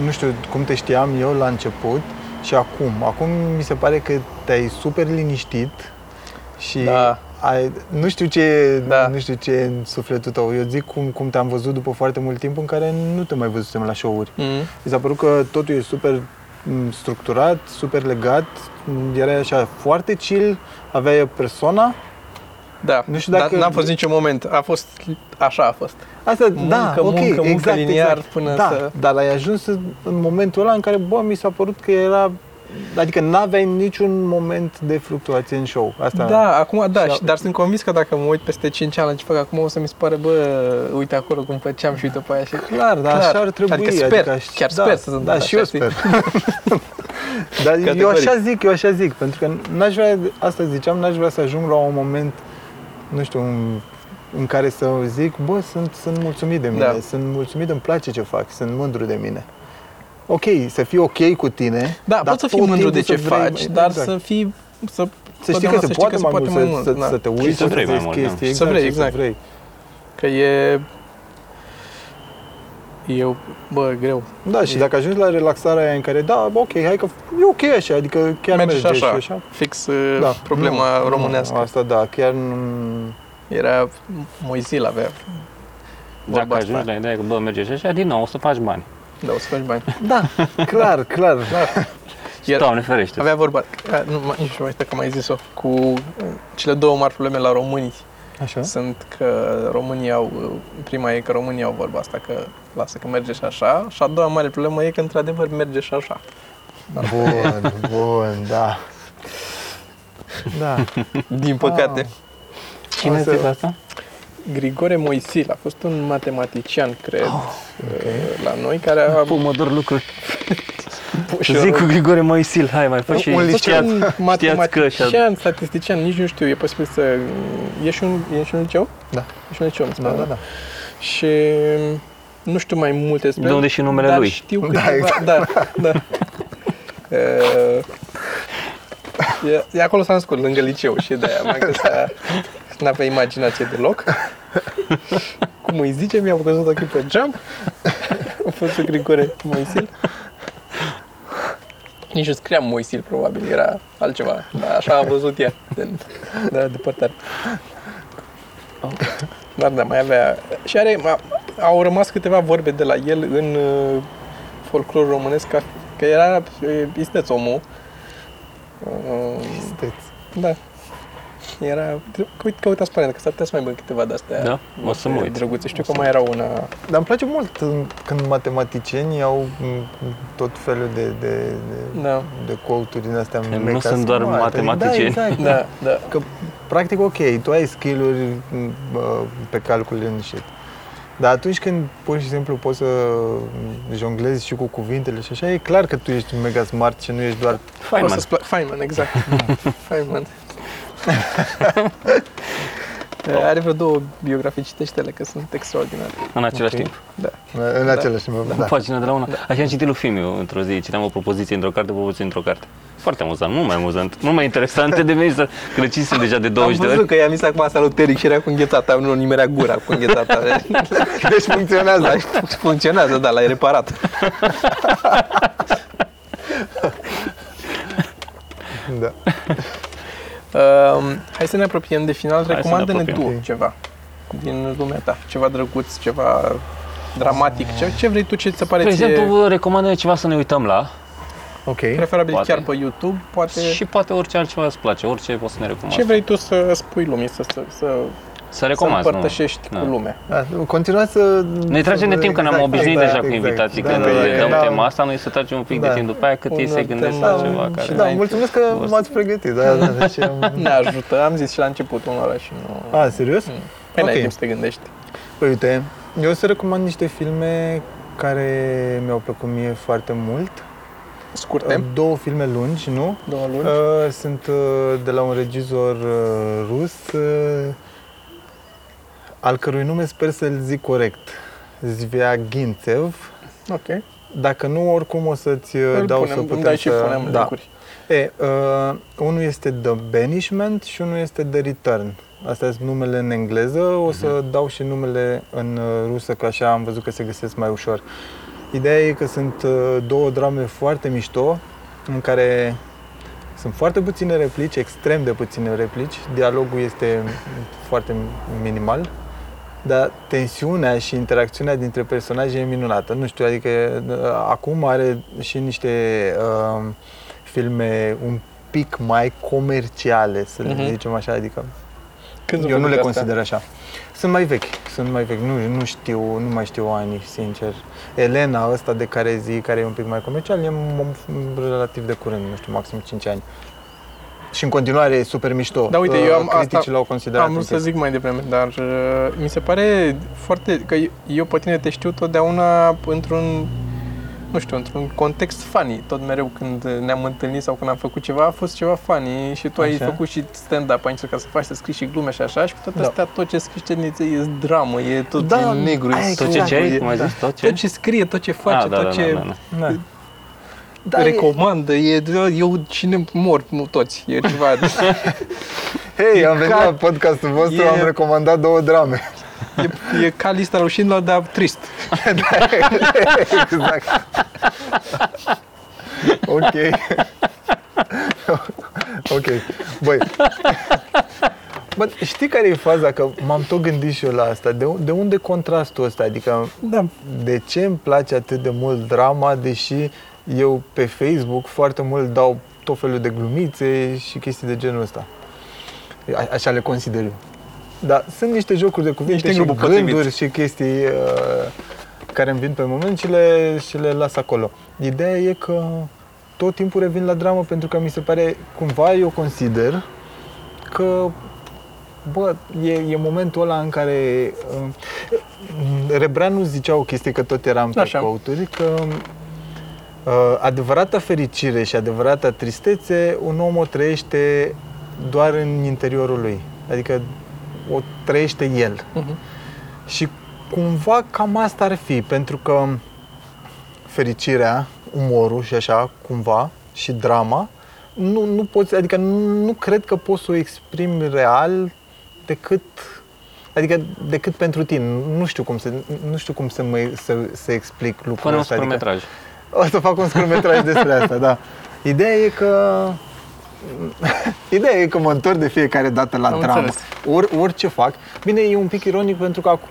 Speaker 3: m, nu știu, cum te știam eu la început și acum. Acum mi se pare că te-ai super liniștit și
Speaker 1: Da.
Speaker 3: ai, nu știu ce,
Speaker 1: Da.
Speaker 3: nu știu ce e în sufletul tău. Eu zic cum, cum te-am văzut după foarte mult timp în care nu te mai văzusem la show-uri.
Speaker 1: Mm.
Speaker 3: Mi s-a părut că totul e super m, structurat, super legat, m, erai așa foarte chill, aveai persoana.
Speaker 1: Da,
Speaker 3: Nu știu
Speaker 1: Dar
Speaker 3: dacă-
Speaker 1: n-a fost niciun moment. A fost, așa a fost.
Speaker 3: Asta,
Speaker 1: Muncă,
Speaker 3: da, ok,
Speaker 1: muncă, muncă
Speaker 3: exact,
Speaker 1: liniar
Speaker 3: exact.
Speaker 1: până
Speaker 3: da,
Speaker 1: să-
Speaker 3: dar ai ajuns în în momentul ăla în care, bă, mi s-a părut că era... Adică n-aveai niciun moment de fluctuație în show. Asta...
Speaker 1: Da, acum da,
Speaker 3: Și-
Speaker 1: și, dar sunt convins că dacă mă uit peste 5 ani la ce fac acum o să mi se pare, bă, uite acolo cum făceam și uite pe aia și...
Speaker 3: Clar, dar
Speaker 1: Clar.
Speaker 3: așa ar trebui.
Speaker 1: Adică sper,
Speaker 3: aș-
Speaker 1: chiar
Speaker 3: da,
Speaker 1: sper să se întâmple
Speaker 3: Da, și eu
Speaker 1: așa,
Speaker 3: sper. dar eu
Speaker 1: Categoric.
Speaker 3: așa zic, eu așa zic, pentru că n-aș vrea, asta ziceam, n-aș vrea să ajung la un moment, nu știu, un, în care să zic, bă, sunt, sunt mulțumit de mine,
Speaker 1: Da.
Speaker 3: sunt mulțumit, îmi place ce fac, sunt mândru de mine. Ok, să fii ok cu tine.
Speaker 1: Da,
Speaker 3: dar
Speaker 1: poți să fii
Speaker 3: tot
Speaker 1: mândru de
Speaker 3: timpul
Speaker 1: ce
Speaker 3: să vrei
Speaker 1: faci,
Speaker 3: mai-
Speaker 1: dar
Speaker 3: exact.
Speaker 1: să fii... Să,
Speaker 3: Să știi că
Speaker 1: totdeauna
Speaker 3: se poate mai mult, să- să,
Speaker 1: da.
Speaker 3: să te uiți,
Speaker 2: să vrei mai
Speaker 3: vezi
Speaker 2: mult, da.
Speaker 3: chestii,
Speaker 1: Și să vrei, exact.
Speaker 3: vrei.
Speaker 1: Că e... Eu, bă, greu.
Speaker 3: Da, și dacă ajungi la relaxarea aia în care, da, ok, hai că e ok așa, adică chiar
Speaker 1: Merge și
Speaker 3: merge
Speaker 1: așa.
Speaker 3: și așa.
Speaker 1: Fix da. problema
Speaker 3: nu,
Speaker 1: românească.
Speaker 3: Nu, asta da, chiar nu...
Speaker 1: Era... Moizil avea vorba
Speaker 2: Dacă
Speaker 1: asta.
Speaker 2: ajungi la ideea că, bă, merge și așa, din nou o să faci bani.
Speaker 1: Da, o să faci bani.
Speaker 3: Da, clar, clar.
Speaker 1: Era-
Speaker 2: Doamne ferește.
Speaker 1: Avea vorba, a, nu, mai- nici nu mai știu că am mai zis-o, cu uh, cele două mari probleme la români.
Speaker 2: Da?
Speaker 3: Așa?
Speaker 1: Sunt că România au, prima e că România au vorba asta, că lasă că merge și așa, și a doua mare problemă e că într-adevăr merge și așa.
Speaker 3: Bun, bun, da. Da.
Speaker 1: Din păcate. Ah.
Speaker 2: Cine
Speaker 3: o să-
Speaker 2: zice asta?
Speaker 1: Grigore Moisil a fost
Speaker 2: Ah.
Speaker 1: un matematician, cred, oh, okay. la noi, care a,
Speaker 2: Pomodor lucruri. Zic cu Grigore Moisil, hai mai fă și
Speaker 1: un
Speaker 2: știați, știați că și
Speaker 1: matematician, statistician, nici nu știu, e posibil să... Ești un, ești un liceu?
Speaker 3: Da.
Speaker 1: Ești un liceu, mi se
Speaker 3: Da,
Speaker 1: pare,
Speaker 3: da, da.
Speaker 1: Și nu știu mai multe despre
Speaker 2: De
Speaker 1: el,
Speaker 2: unde și numele
Speaker 1: dar
Speaker 2: lui.
Speaker 1: știu
Speaker 3: Da,
Speaker 1: câteva,
Speaker 3: exact.
Speaker 1: da, da. Uh, e, e, acolo s-a născut, lângă liceu și de aia, mai că s-a, n-a pe imaginație deloc. Cum îi zice, mi-a căzut ochii pe geam. A fost cu Grigore Moisil. Nici nu scria Moisil, probabil, era altceva. Dar așa a văzut ea, de, de la depărtare. Dar da, mai avea... Și are, a, au rămas câteva vorbe de la el în uh, folclor românesc, ca, că era uh, isteț omul. Uh, da. Era... Uite, căutați planeta, că s-ar putea să mai bă câteva de-astea.
Speaker 2: Da? O să mă uit.
Speaker 1: Drăguțe. Știu că mai era una...
Speaker 3: Dar îmi place mult când matematicienii au m, tot felul de, de, de,
Speaker 1: Da.
Speaker 3: de quote-uri din astea.
Speaker 2: nu
Speaker 3: mega
Speaker 2: sunt doar
Speaker 3: smarte.
Speaker 2: matematicieni.
Speaker 3: Da, exact.
Speaker 1: Da, da.
Speaker 3: Că, practic, ok, tu ai skill-uri m, bă, pe calcul în shit. Dar atunci când pur și simplu poți să jonglezi și cu cuvintele și așa, e clar că tu ești mega smart și nu ești doar...
Speaker 2: Feynman.
Speaker 1: O să-ți pla- Feynman, exact. Feynman. Are vreo două biografii, citește-le, că sunt extraordinare.
Speaker 2: În același
Speaker 3: Ok.
Speaker 2: timp.
Speaker 3: În același timp,
Speaker 2: Da.
Speaker 3: da.
Speaker 2: Pagina de la una. Așa am citit lui Fimiu într-o zi, citeam o propoziție într-o carte, o propoziție într-o carte. Foarte amuzant, mult mai amuzant, mult mai interesant de mine să crăcisem deja de 20 de ori.
Speaker 1: că i-am zis acum saluteric și era cu înghețata, nu nimerea gura cu înghețata.
Speaker 3: Deci funcționează.
Speaker 1: Funcționează, da, l-ai reparat.
Speaker 3: Da.
Speaker 1: Um, hai să ne apropiem de final,
Speaker 2: să ne
Speaker 1: recomandă-ne
Speaker 2: apropiem.
Speaker 1: tu ceva din lumea ta, ceva drăguț, ceva dramatic, ce, ce vrei tu, ce ți se pare
Speaker 2: De Păi, exemplu,
Speaker 1: ție
Speaker 2: vă recomand ceva să ne uităm la
Speaker 3: Ok.
Speaker 1: preferabil
Speaker 2: poate.
Speaker 1: chiar pe YouTube, poate...
Speaker 2: și poate orice altceva îți place, orice poți să ne recomand.
Speaker 1: Ce vrei tu să spui lumii, să, să, să,
Speaker 2: Să
Speaker 1: să
Speaker 2: recomand, nu?
Speaker 1: împărtășești
Speaker 2: Da.
Speaker 1: cu lumea?
Speaker 3: Da, continuați să...
Speaker 2: Ne tragem de
Speaker 3: să-
Speaker 2: timp, că ne-am
Speaker 3: exact,
Speaker 2: obișnuit
Speaker 3: da,
Speaker 2: deja cu
Speaker 3: exact.
Speaker 2: invitații,
Speaker 3: Da,
Speaker 2: când
Speaker 3: da, da,
Speaker 2: le
Speaker 3: da.
Speaker 2: dăm tema asta, noi să tragem un pic de
Speaker 3: Da.
Speaker 2: timp după aia, cât ei
Speaker 1: Până
Speaker 2: se gândesc
Speaker 1: tema-
Speaker 2: la ceva
Speaker 3: Și
Speaker 2: care...
Speaker 3: da, mulțumesc că
Speaker 2: vor să-
Speaker 3: m-ați pregătit. Da, da, deci am...
Speaker 1: Ne ajută, am zis și la început unora și nu...
Speaker 3: A, serios?
Speaker 1: Păi n-ai
Speaker 3: Ah, ok.
Speaker 1: timp să te gândești.
Speaker 3: Păi uite, eu o să recomand niște filme care mi-au plăcut mie foarte mult.
Speaker 1: Scurte,
Speaker 3: Două filme lungi, nu?
Speaker 1: două luni.
Speaker 3: Ehm, Uh, Sunt uh, de la un regizor uh, rus, uh, al cărui nume sper să-l zic corect. Zviagintsev.
Speaker 1: Ok.
Speaker 3: Dacă nu, oricum o să-ți uh,
Speaker 1: Îl
Speaker 3: dau
Speaker 1: punem,
Speaker 3: să
Speaker 1: îmi
Speaker 3: putem
Speaker 1: dai și
Speaker 3: să...
Speaker 1: punem
Speaker 3: da.
Speaker 1: linkuri.
Speaker 3: E, uh, unul este The Banishment și unul este The Return. Astea sunt numele în engleză, o să dau și numele în uh, rusă, că așa am văzut că se găsesc mai ușor. Ideea e că sunt uh, două drame foarte mișto, în care sunt foarte puține replici, extrem de puține replici, dialogul este foarte minimal, dar tensiunea și interacțiunea dintre personaje e minunată. Nu știu, adică uh, acum are și niște uh, filme un pic mai comerciale, să le
Speaker 1: Mhm.
Speaker 3: zicem așa, adică
Speaker 1: Când
Speaker 3: eu nu le
Speaker 1: asta?
Speaker 3: consider așa. Sunt mai vechi, sunt mai vechi, nu, nu știu, nu mai știu anii, sincer. Elena ăsta de care zi, care e un pic mai comercial, e m- relativ de curând, nu știu, maxim 5 ani. Și în continuare e super mișto.
Speaker 1: Da, uite, eu am- asta-
Speaker 3: Criticii l-au considerat.
Speaker 1: Am vrut
Speaker 3: un
Speaker 1: să
Speaker 3: pic.
Speaker 1: zic mai devreme, dar uh, mi se pare foarte... că eu pe tine te știu totdeauna într-un nu știu, într-un context funny, tot mereu când ne-am întâlnit sau când am făcut ceva, a fost ceva funny și tu ai
Speaker 3: Așa.
Speaker 1: făcut și stand-up, ai încercat să faci, să scrii și glume și așa și cu toate
Speaker 3: Da.
Speaker 1: astea, tot ce scrii ce niței e dramă, e tot
Speaker 3: Da,
Speaker 1: e negru, e
Speaker 3: aia e
Speaker 2: Tot ce
Speaker 1: sombre,
Speaker 2: ce
Speaker 1: e-
Speaker 2: ai, cum ai zis, tot ce?
Speaker 1: Tot ce scrie, tot ce face,
Speaker 2: Ah, da,
Speaker 1: tot
Speaker 2: da,
Speaker 1: ce
Speaker 2: da, da, da.
Speaker 3: Da.
Speaker 1: da, recomandă, e... eu cine mor, nu toți, e ceva...
Speaker 3: Hei, am venit
Speaker 1: ca-
Speaker 3: la podcastul vostru,
Speaker 1: e-
Speaker 3: am recomandat două drame.
Speaker 1: E, e ca lista rușinilor, dar trist.
Speaker 3: exact. ok. ok. Băi. Bă, știi care e faza? Că m-am tot gândit și eu la asta. De, de unde contrastul ăsta? Adică
Speaker 1: Da.
Speaker 3: de ce îmi place atât de mult drama, deși eu pe Facebook foarte mult dau tot felul de glumițe și chestii de genul ăsta. A, așa le consider eu. Dar sunt niște jocuri de cuvinte
Speaker 1: Ești în
Speaker 3: și
Speaker 1: grupul potrivit.
Speaker 3: gânduri și chestii uh, care îmi vin pe moment și le, și le las acolo. Ideea e că tot timpul revin la dramă pentru că mi se pare, cumva eu consider că Bă, e, e momentul ăla în care uh, Rebreanu zicea o chestie, că tot eram pe
Speaker 1: Așa.
Speaker 3: căuturi, că uh, adevărata fericire și adevărata tristețe, un om o trăiește doar în interiorul lui. Adică o trăiește el.
Speaker 1: Mhm.
Speaker 3: Și cumva cam asta ar fi, pentru că fericirea, umorul și așa, cumva, și drama, nu, nu poți, adică nu, nu cred că poți să o exprimi real decât Adică decât pentru tine, nu știu cum să, nu știu cum să, mă, să, să explic lucrul
Speaker 2: Fără un
Speaker 3: ăsta. adică-
Speaker 2: scurtmetraj.
Speaker 3: o să fac un scurtmetraj despre asta, da. Ideea e că... Ideea e că mă întorc de fiecare dată la
Speaker 1: Am
Speaker 3: dramă.
Speaker 1: înțeles.
Speaker 3: Or, orice fac. Bine, e un pic ironic pentru că acum...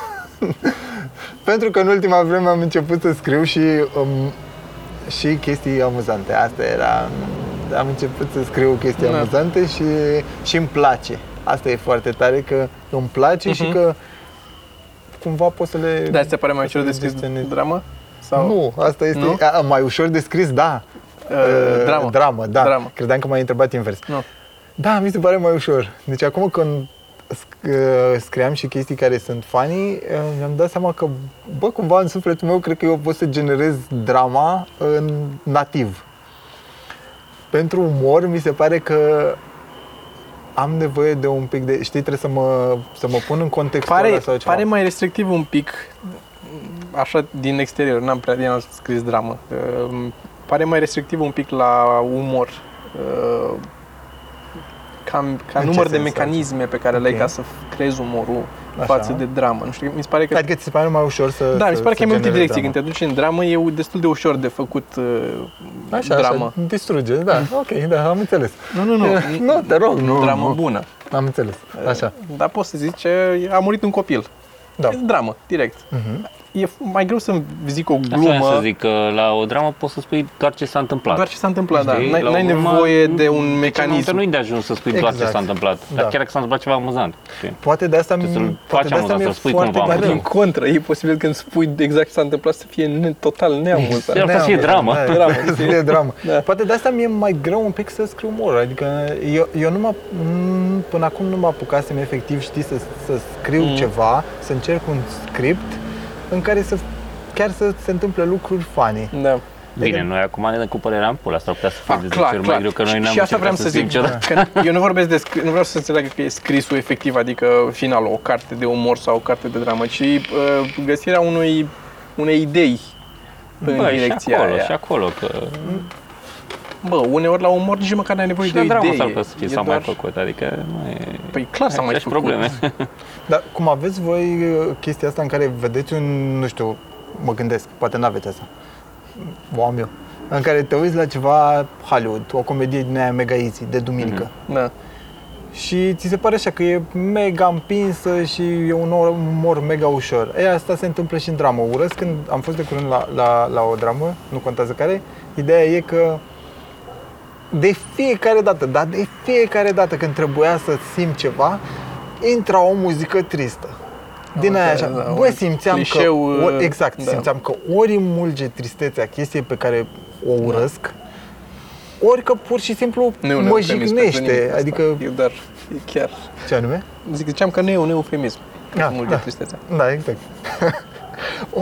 Speaker 3: pentru că în ultima vreme am început să scriu și, um, și chestii amuzante. Asta era... mm, Am început să scriu chestii
Speaker 1: Da.
Speaker 3: amuzante și, și îmi place. Asta e foarte tare, că îmi place și că cumva pot să le...
Speaker 1: Mhm. Da, ți se pare mai
Speaker 3: pot să
Speaker 1: ușor
Speaker 3: le
Speaker 1: de scris
Speaker 3: desenez.
Speaker 1: dramă? Sau... uh,
Speaker 3: Nu, asta este
Speaker 1: Nu?
Speaker 3: A, mai ușor de scris, da.
Speaker 1: Uh, dramă.
Speaker 3: Dramă, da.
Speaker 1: Dramă.
Speaker 3: Credeam că m-ai întrebat invers.
Speaker 1: Nu.
Speaker 3: Da, mi se pare mai ușor. Deci acum când sc- uh, scriam și chestii care sunt funny, uh, mi-am dat seama că, bă, cumva în sufletul meu cred că eu pot să generez drama în nativ. Pentru umor mi se pare că am nevoie de un pic de... Știi, trebuie să mă, să mă pun în contextul
Speaker 1: Pare,
Speaker 3: ăla sau ceva.
Speaker 1: pare mai restrictiv un pic, mm, așa, din exterior, n-am prea din scris dramă. Uh, Pare mai restrictiv un pic la umor, uh, ca, ca
Speaker 3: ce
Speaker 1: număr de
Speaker 3: sens
Speaker 1: mecanisme pe care le ai
Speaker 3: Ok.
Speaker 1: ca să creezi umorul
Speaker 3: Așa.
Speaker 1: față de dramă. Nu știu, mi se pare că...
Speaker 3: Adică ți se pare mai ușor să
Speaker 1: Da,
Speaker 3: să,
Speaker 1: mi se pare că
Speaker 3: să
Speaker 1: e mai multe
Speaker 3: generezi
Speaker 1: direcții.
Speaker 3: drama.
Speaker 1: Când te duci în dramă, e u- destul de ușor de făcut uh,
Speaker 3: Așa,
Speaker 1: dramă.
Speaker 3: așa, distruge, da,
Speaker 2: Mm.
Speaker 3: ok, da, am înțeles.
Speaker 1: Nu, nu, nu.
Speaker 3: Nu, te rog, nu,
Speaker 1: Dramă
Speaker 3: nu.
Speaker 1: bună.
Speaker 3: Am înțeles,
Speaker 2: Eh,
Speaker 3: așa,
Speaker 1: Dar poți să zici, uh, a murit un copil.
Speaker 3: da.
Speaker 1: E dramă, direct.
Speaker 3: Mhm.
Speaker 1: E f- mai greu să-mi zic o
Speaker 2: Asta vreau să
Speaker 1: glumă,
Speaker 2: zic, că la o dramă poți să spui doar ce s-a întâmplat.
Speaker 1: doar ce s-a întâmplat, da.
Speaker 2: Știi?
Speaker 1: N-ai,
Speaker 2: La
Speaker 1: n-ai
Speaker 2: o glumă,
Speaker 1: nevoie de
Speaker 2: de
Speaker 1: un
Speaker 2: ce
Speaker 1: mecanism.
Speaker 2: Nu e de ajuns să spui doar ce
Speaker 3: Exact.
Speaker 2: s-a întâmplat, dar
Speaker 3: Da.
Speaker 2: chiar dacă s-a întâmplat ceva amuzant. știi?
Speaker 3: Poate de asta
Speaker 2: Trebuie să-l
Speaker 3: mi
Speaker 2: faci
Speaker 3: poate de asta
Speaker 2: amuzant,
Speaker 3: mi-e
Speaker 2: să-l spui
Speaker 3: foarte
Speaker 2: cumva
Speaker 1: Din
Speaker 3: greu.
Speaker 2: amuzant.
Speaker 1: contră, e posibil când spui exact ce s-a întâmplat să fie ne- total
Speaker 2: De
Speaker 1: neamuzant.
Speaker 2: asta și e dramă.
Speaker 3: Da,
Speaker 1: Dramă,
Speaker 3: să fie dramă.
Speaker 1: Da.
Speaker 3: Poate de asta mi-e mai greu un pic să scriu umor. Adică eu, eu nu mă, mm, până acum nu mă apucasem efectiv, știi, să, să scriu
Speaker 1: Mm.
Speaker 3: ceva, să încerc un script în care să chiar să se întâmple lucruri funny.
Speaker 1: Da.
Speaker 2: Bine, noi acum ne dăm cu părerea în pula, asta ar putea să fie
Speaker 1: Ah,
Speaker 2: de
Speaker 1: clar,
Speaker 2: 10 ori mai
Speaker 1: clar.
Speaker 2: greu, că noi
Speaker 1: Și-
Speaker 2: n-am
Speaker 1: și asta vreau
Speaker 2: încercat
Speaker 1: să
Speaker 2: să
Speaker 1: zic,
Speaker 2: simțim niciodată.
Speaker 1: că eu nu vorbesc de scri- nu vreau să înțeleagă că e scrisul efectiv, adică finalul, o carte de umor sau o carte de dramă, ci uh, găsirea unui, unei idei în
Speaker 2: Bă, și
Speaker 1: direcția
Speaker 2: acolo,
Speaker 1: aia.
Speaker 2: și acolo, că
Speaker 1: Bă, uneori la umor nici măcar n-ai nevoie
Speaker 2: și
Speaker 1: de o
Speaker 2: la dramă
Speaker 1: idee.
Speaker 2: s-ar putea să fie,
Speaker 1: E
Speaker 2: s-a mai
Speaker 1: doar-
Speaker 2: făcut, adică nu e...
Speaker 1: Păi clar s-a mai
Speaker 2: Aceeași
Speaker 1: făcut.
Speaker 2: probleme.
Speaker 3: Dar cum aveți voi uh, chestia asta în care vedeți un, nu știu, mă gândesc, poate n-aveți asta, o am eu, în care te uiți la ceva Hollywood, o comedie din aia mega easy, de duminică,
Speaker 1: Da.
Speaker 3: și ți se pare așa că e mega împinsă și e un umor mega ușor. E, asta se întâmplă și în dramă. Urăsc când am fost de curând la, la, la o dramă, nu contează care, ideea e că de fiecare dată, dar de fiecare dată când trebuia să simt ceva, intra o muzică tristă. Din
Speaker 1: Am
Speaker 3: aia așa,
Speaker 1: înțeles, da,
Speaker 3: bă,
Speaker 1: un
Speaker 3: simțeam
Speaker 1: clișeu,
Speaker 3: că, ori, exact,
Speaker 1: da.
Speaker 3: simțeam că ori îmi mulge tristețea chestiei pe care o urăsc,
Speaker 1: Da.
Speaker 3: ori că pur și simplu
Speaker 1: Nu e un
Speaker 3: mă
Speaker 1: eufemism pentru nimic
Speaker 3: jignește,
Speaker 1: asta.
Speaker 3: adică,
Speaker 1: da. E doar, e chiar...
Speaker 3: ce anume?
Speaker 1: Zic, ziceam că nu e un eufemism.
Speaker 3: Da,
Speaker 1: Da, mult
Speaker 3: da.
Speaker 1: de tristețe.
Speaker 3: Da, exact.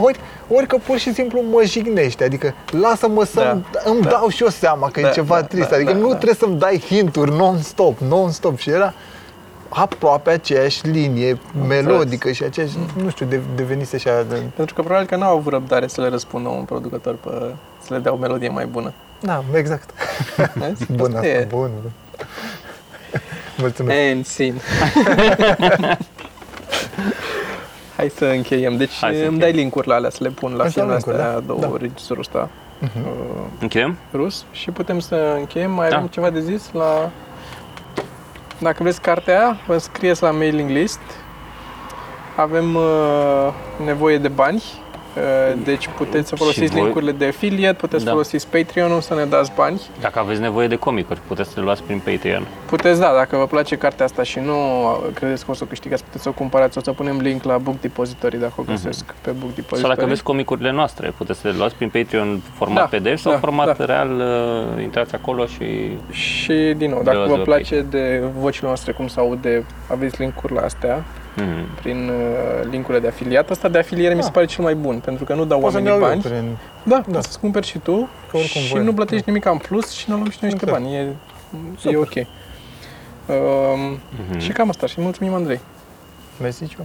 Speaker 3: ori, ori că pur și simplu mă jignește, adică lasă-mă să da, îmi da. dau și eu seama că da, e ceva da, trist, da, adică da, nu da. trebuie să-mi dai hinturi non-stop, non-stop și era aproape aceeași linie melodică și aceeași, nu știu, de, devenise așa de...
Speaker 1: Pentru că probabil că n-au avut răbdare să le răspundă un producător pe, să le dea o melodie mai bună.
Speaker 3: Da, exact.
Speaker 1: Vezi?
Speaker 3: Bun asta,
Speaker 1: e.
Speaker 3: bun. Mulțumesc.
Speaker 1: And scene. Hai să încheiem. Deci
Speaker 2: Hai să
Speaker 1: îmi dai
Speaker 2: încheiem.
Speaker 1: linkuri la alea să le pun la
Speaker 3: Îți dau
Speaker 1: filmele
Speaker 3: link-uri,
Speaker 1: astea două
Speaker 3: da? Da. Mhm.
Speaker 1: regizorul ăsta uh,
Speaker 2: Închidem?
Speaker 1: rus și putem să încheiem. Mai
Speaker 2: Da.
Speaker 1: avem ceva de zis la... Dacă vreți cartea, vă scrieți la mailing list. Avem uh, nevoie de bani, uh, deci puteți să
Speaker 2: Și
Speaker 1: folosiți
Speaker 2: voi-
Speaker 1: linkurile de affiliate, puteți
Speaker 2: Da.
Speaker 1: da. folosiți Patreon-ul să ne dați bani.
Speaker 2: Dacă aveți nevoie de comicuri, puteți să le luați prin Patreon.
Speaker 1: Puteți, da, dacă vă place cartea asta și nu credeți că o să o câștigați, puteți să o cumpărați. O să punem link la Book Depository dacă o găsesc pe Book
Speaker 2: Mhm. Sau
Speaker 1: Depository.
Speaker 2: dacă aveți comicurile noastre, puteți să le luați prin Patreon format
Speaker 1: Da,
Speaker 2: PDF sau
Speaker 1: da,
Speaker 2: format
Speaker 1: da.
Speaker 2: real, uh, intrați acolo și
Speaker 1: Și din nou, dacă
Speaker 2: Dați
Speaker 1: vă
Speaker 2: la
Speaker 1: place de vocile noastre cum se aude, aveți linkuri la astea.
Speaker 2: Mhm.
Speaker 1: prin uh, linkurile de afiliat. Asta de afiliere mi se
Speaker 3: Da.
Speaker 1: pare cel mai bun, pentru că nu dau
Speaker 3: Poți să-mi
Speaker 1: oamenii
Speaker 3: iau eu
Speaker 1: bani.
Speaker 3: prin...
Speaker 1: Da, da. să-ți cumperi și tu
Speaker 3: Că oricum
Speaker 1: și
Speaker 3: voi- Da.
Speaker 1: nu plătești nimic în plus și nu luăm și noi niște
Speaker 3: Exact.
Speaker 1: bani. E, e
Speaker 3: Super.
Speaker 1: ok. Um,
Speaker 2: Mhm.
Speaker 1: mhm. Și cam asta. Și mulțumim, Andrei.
Speaker 3: Mersi, Cio.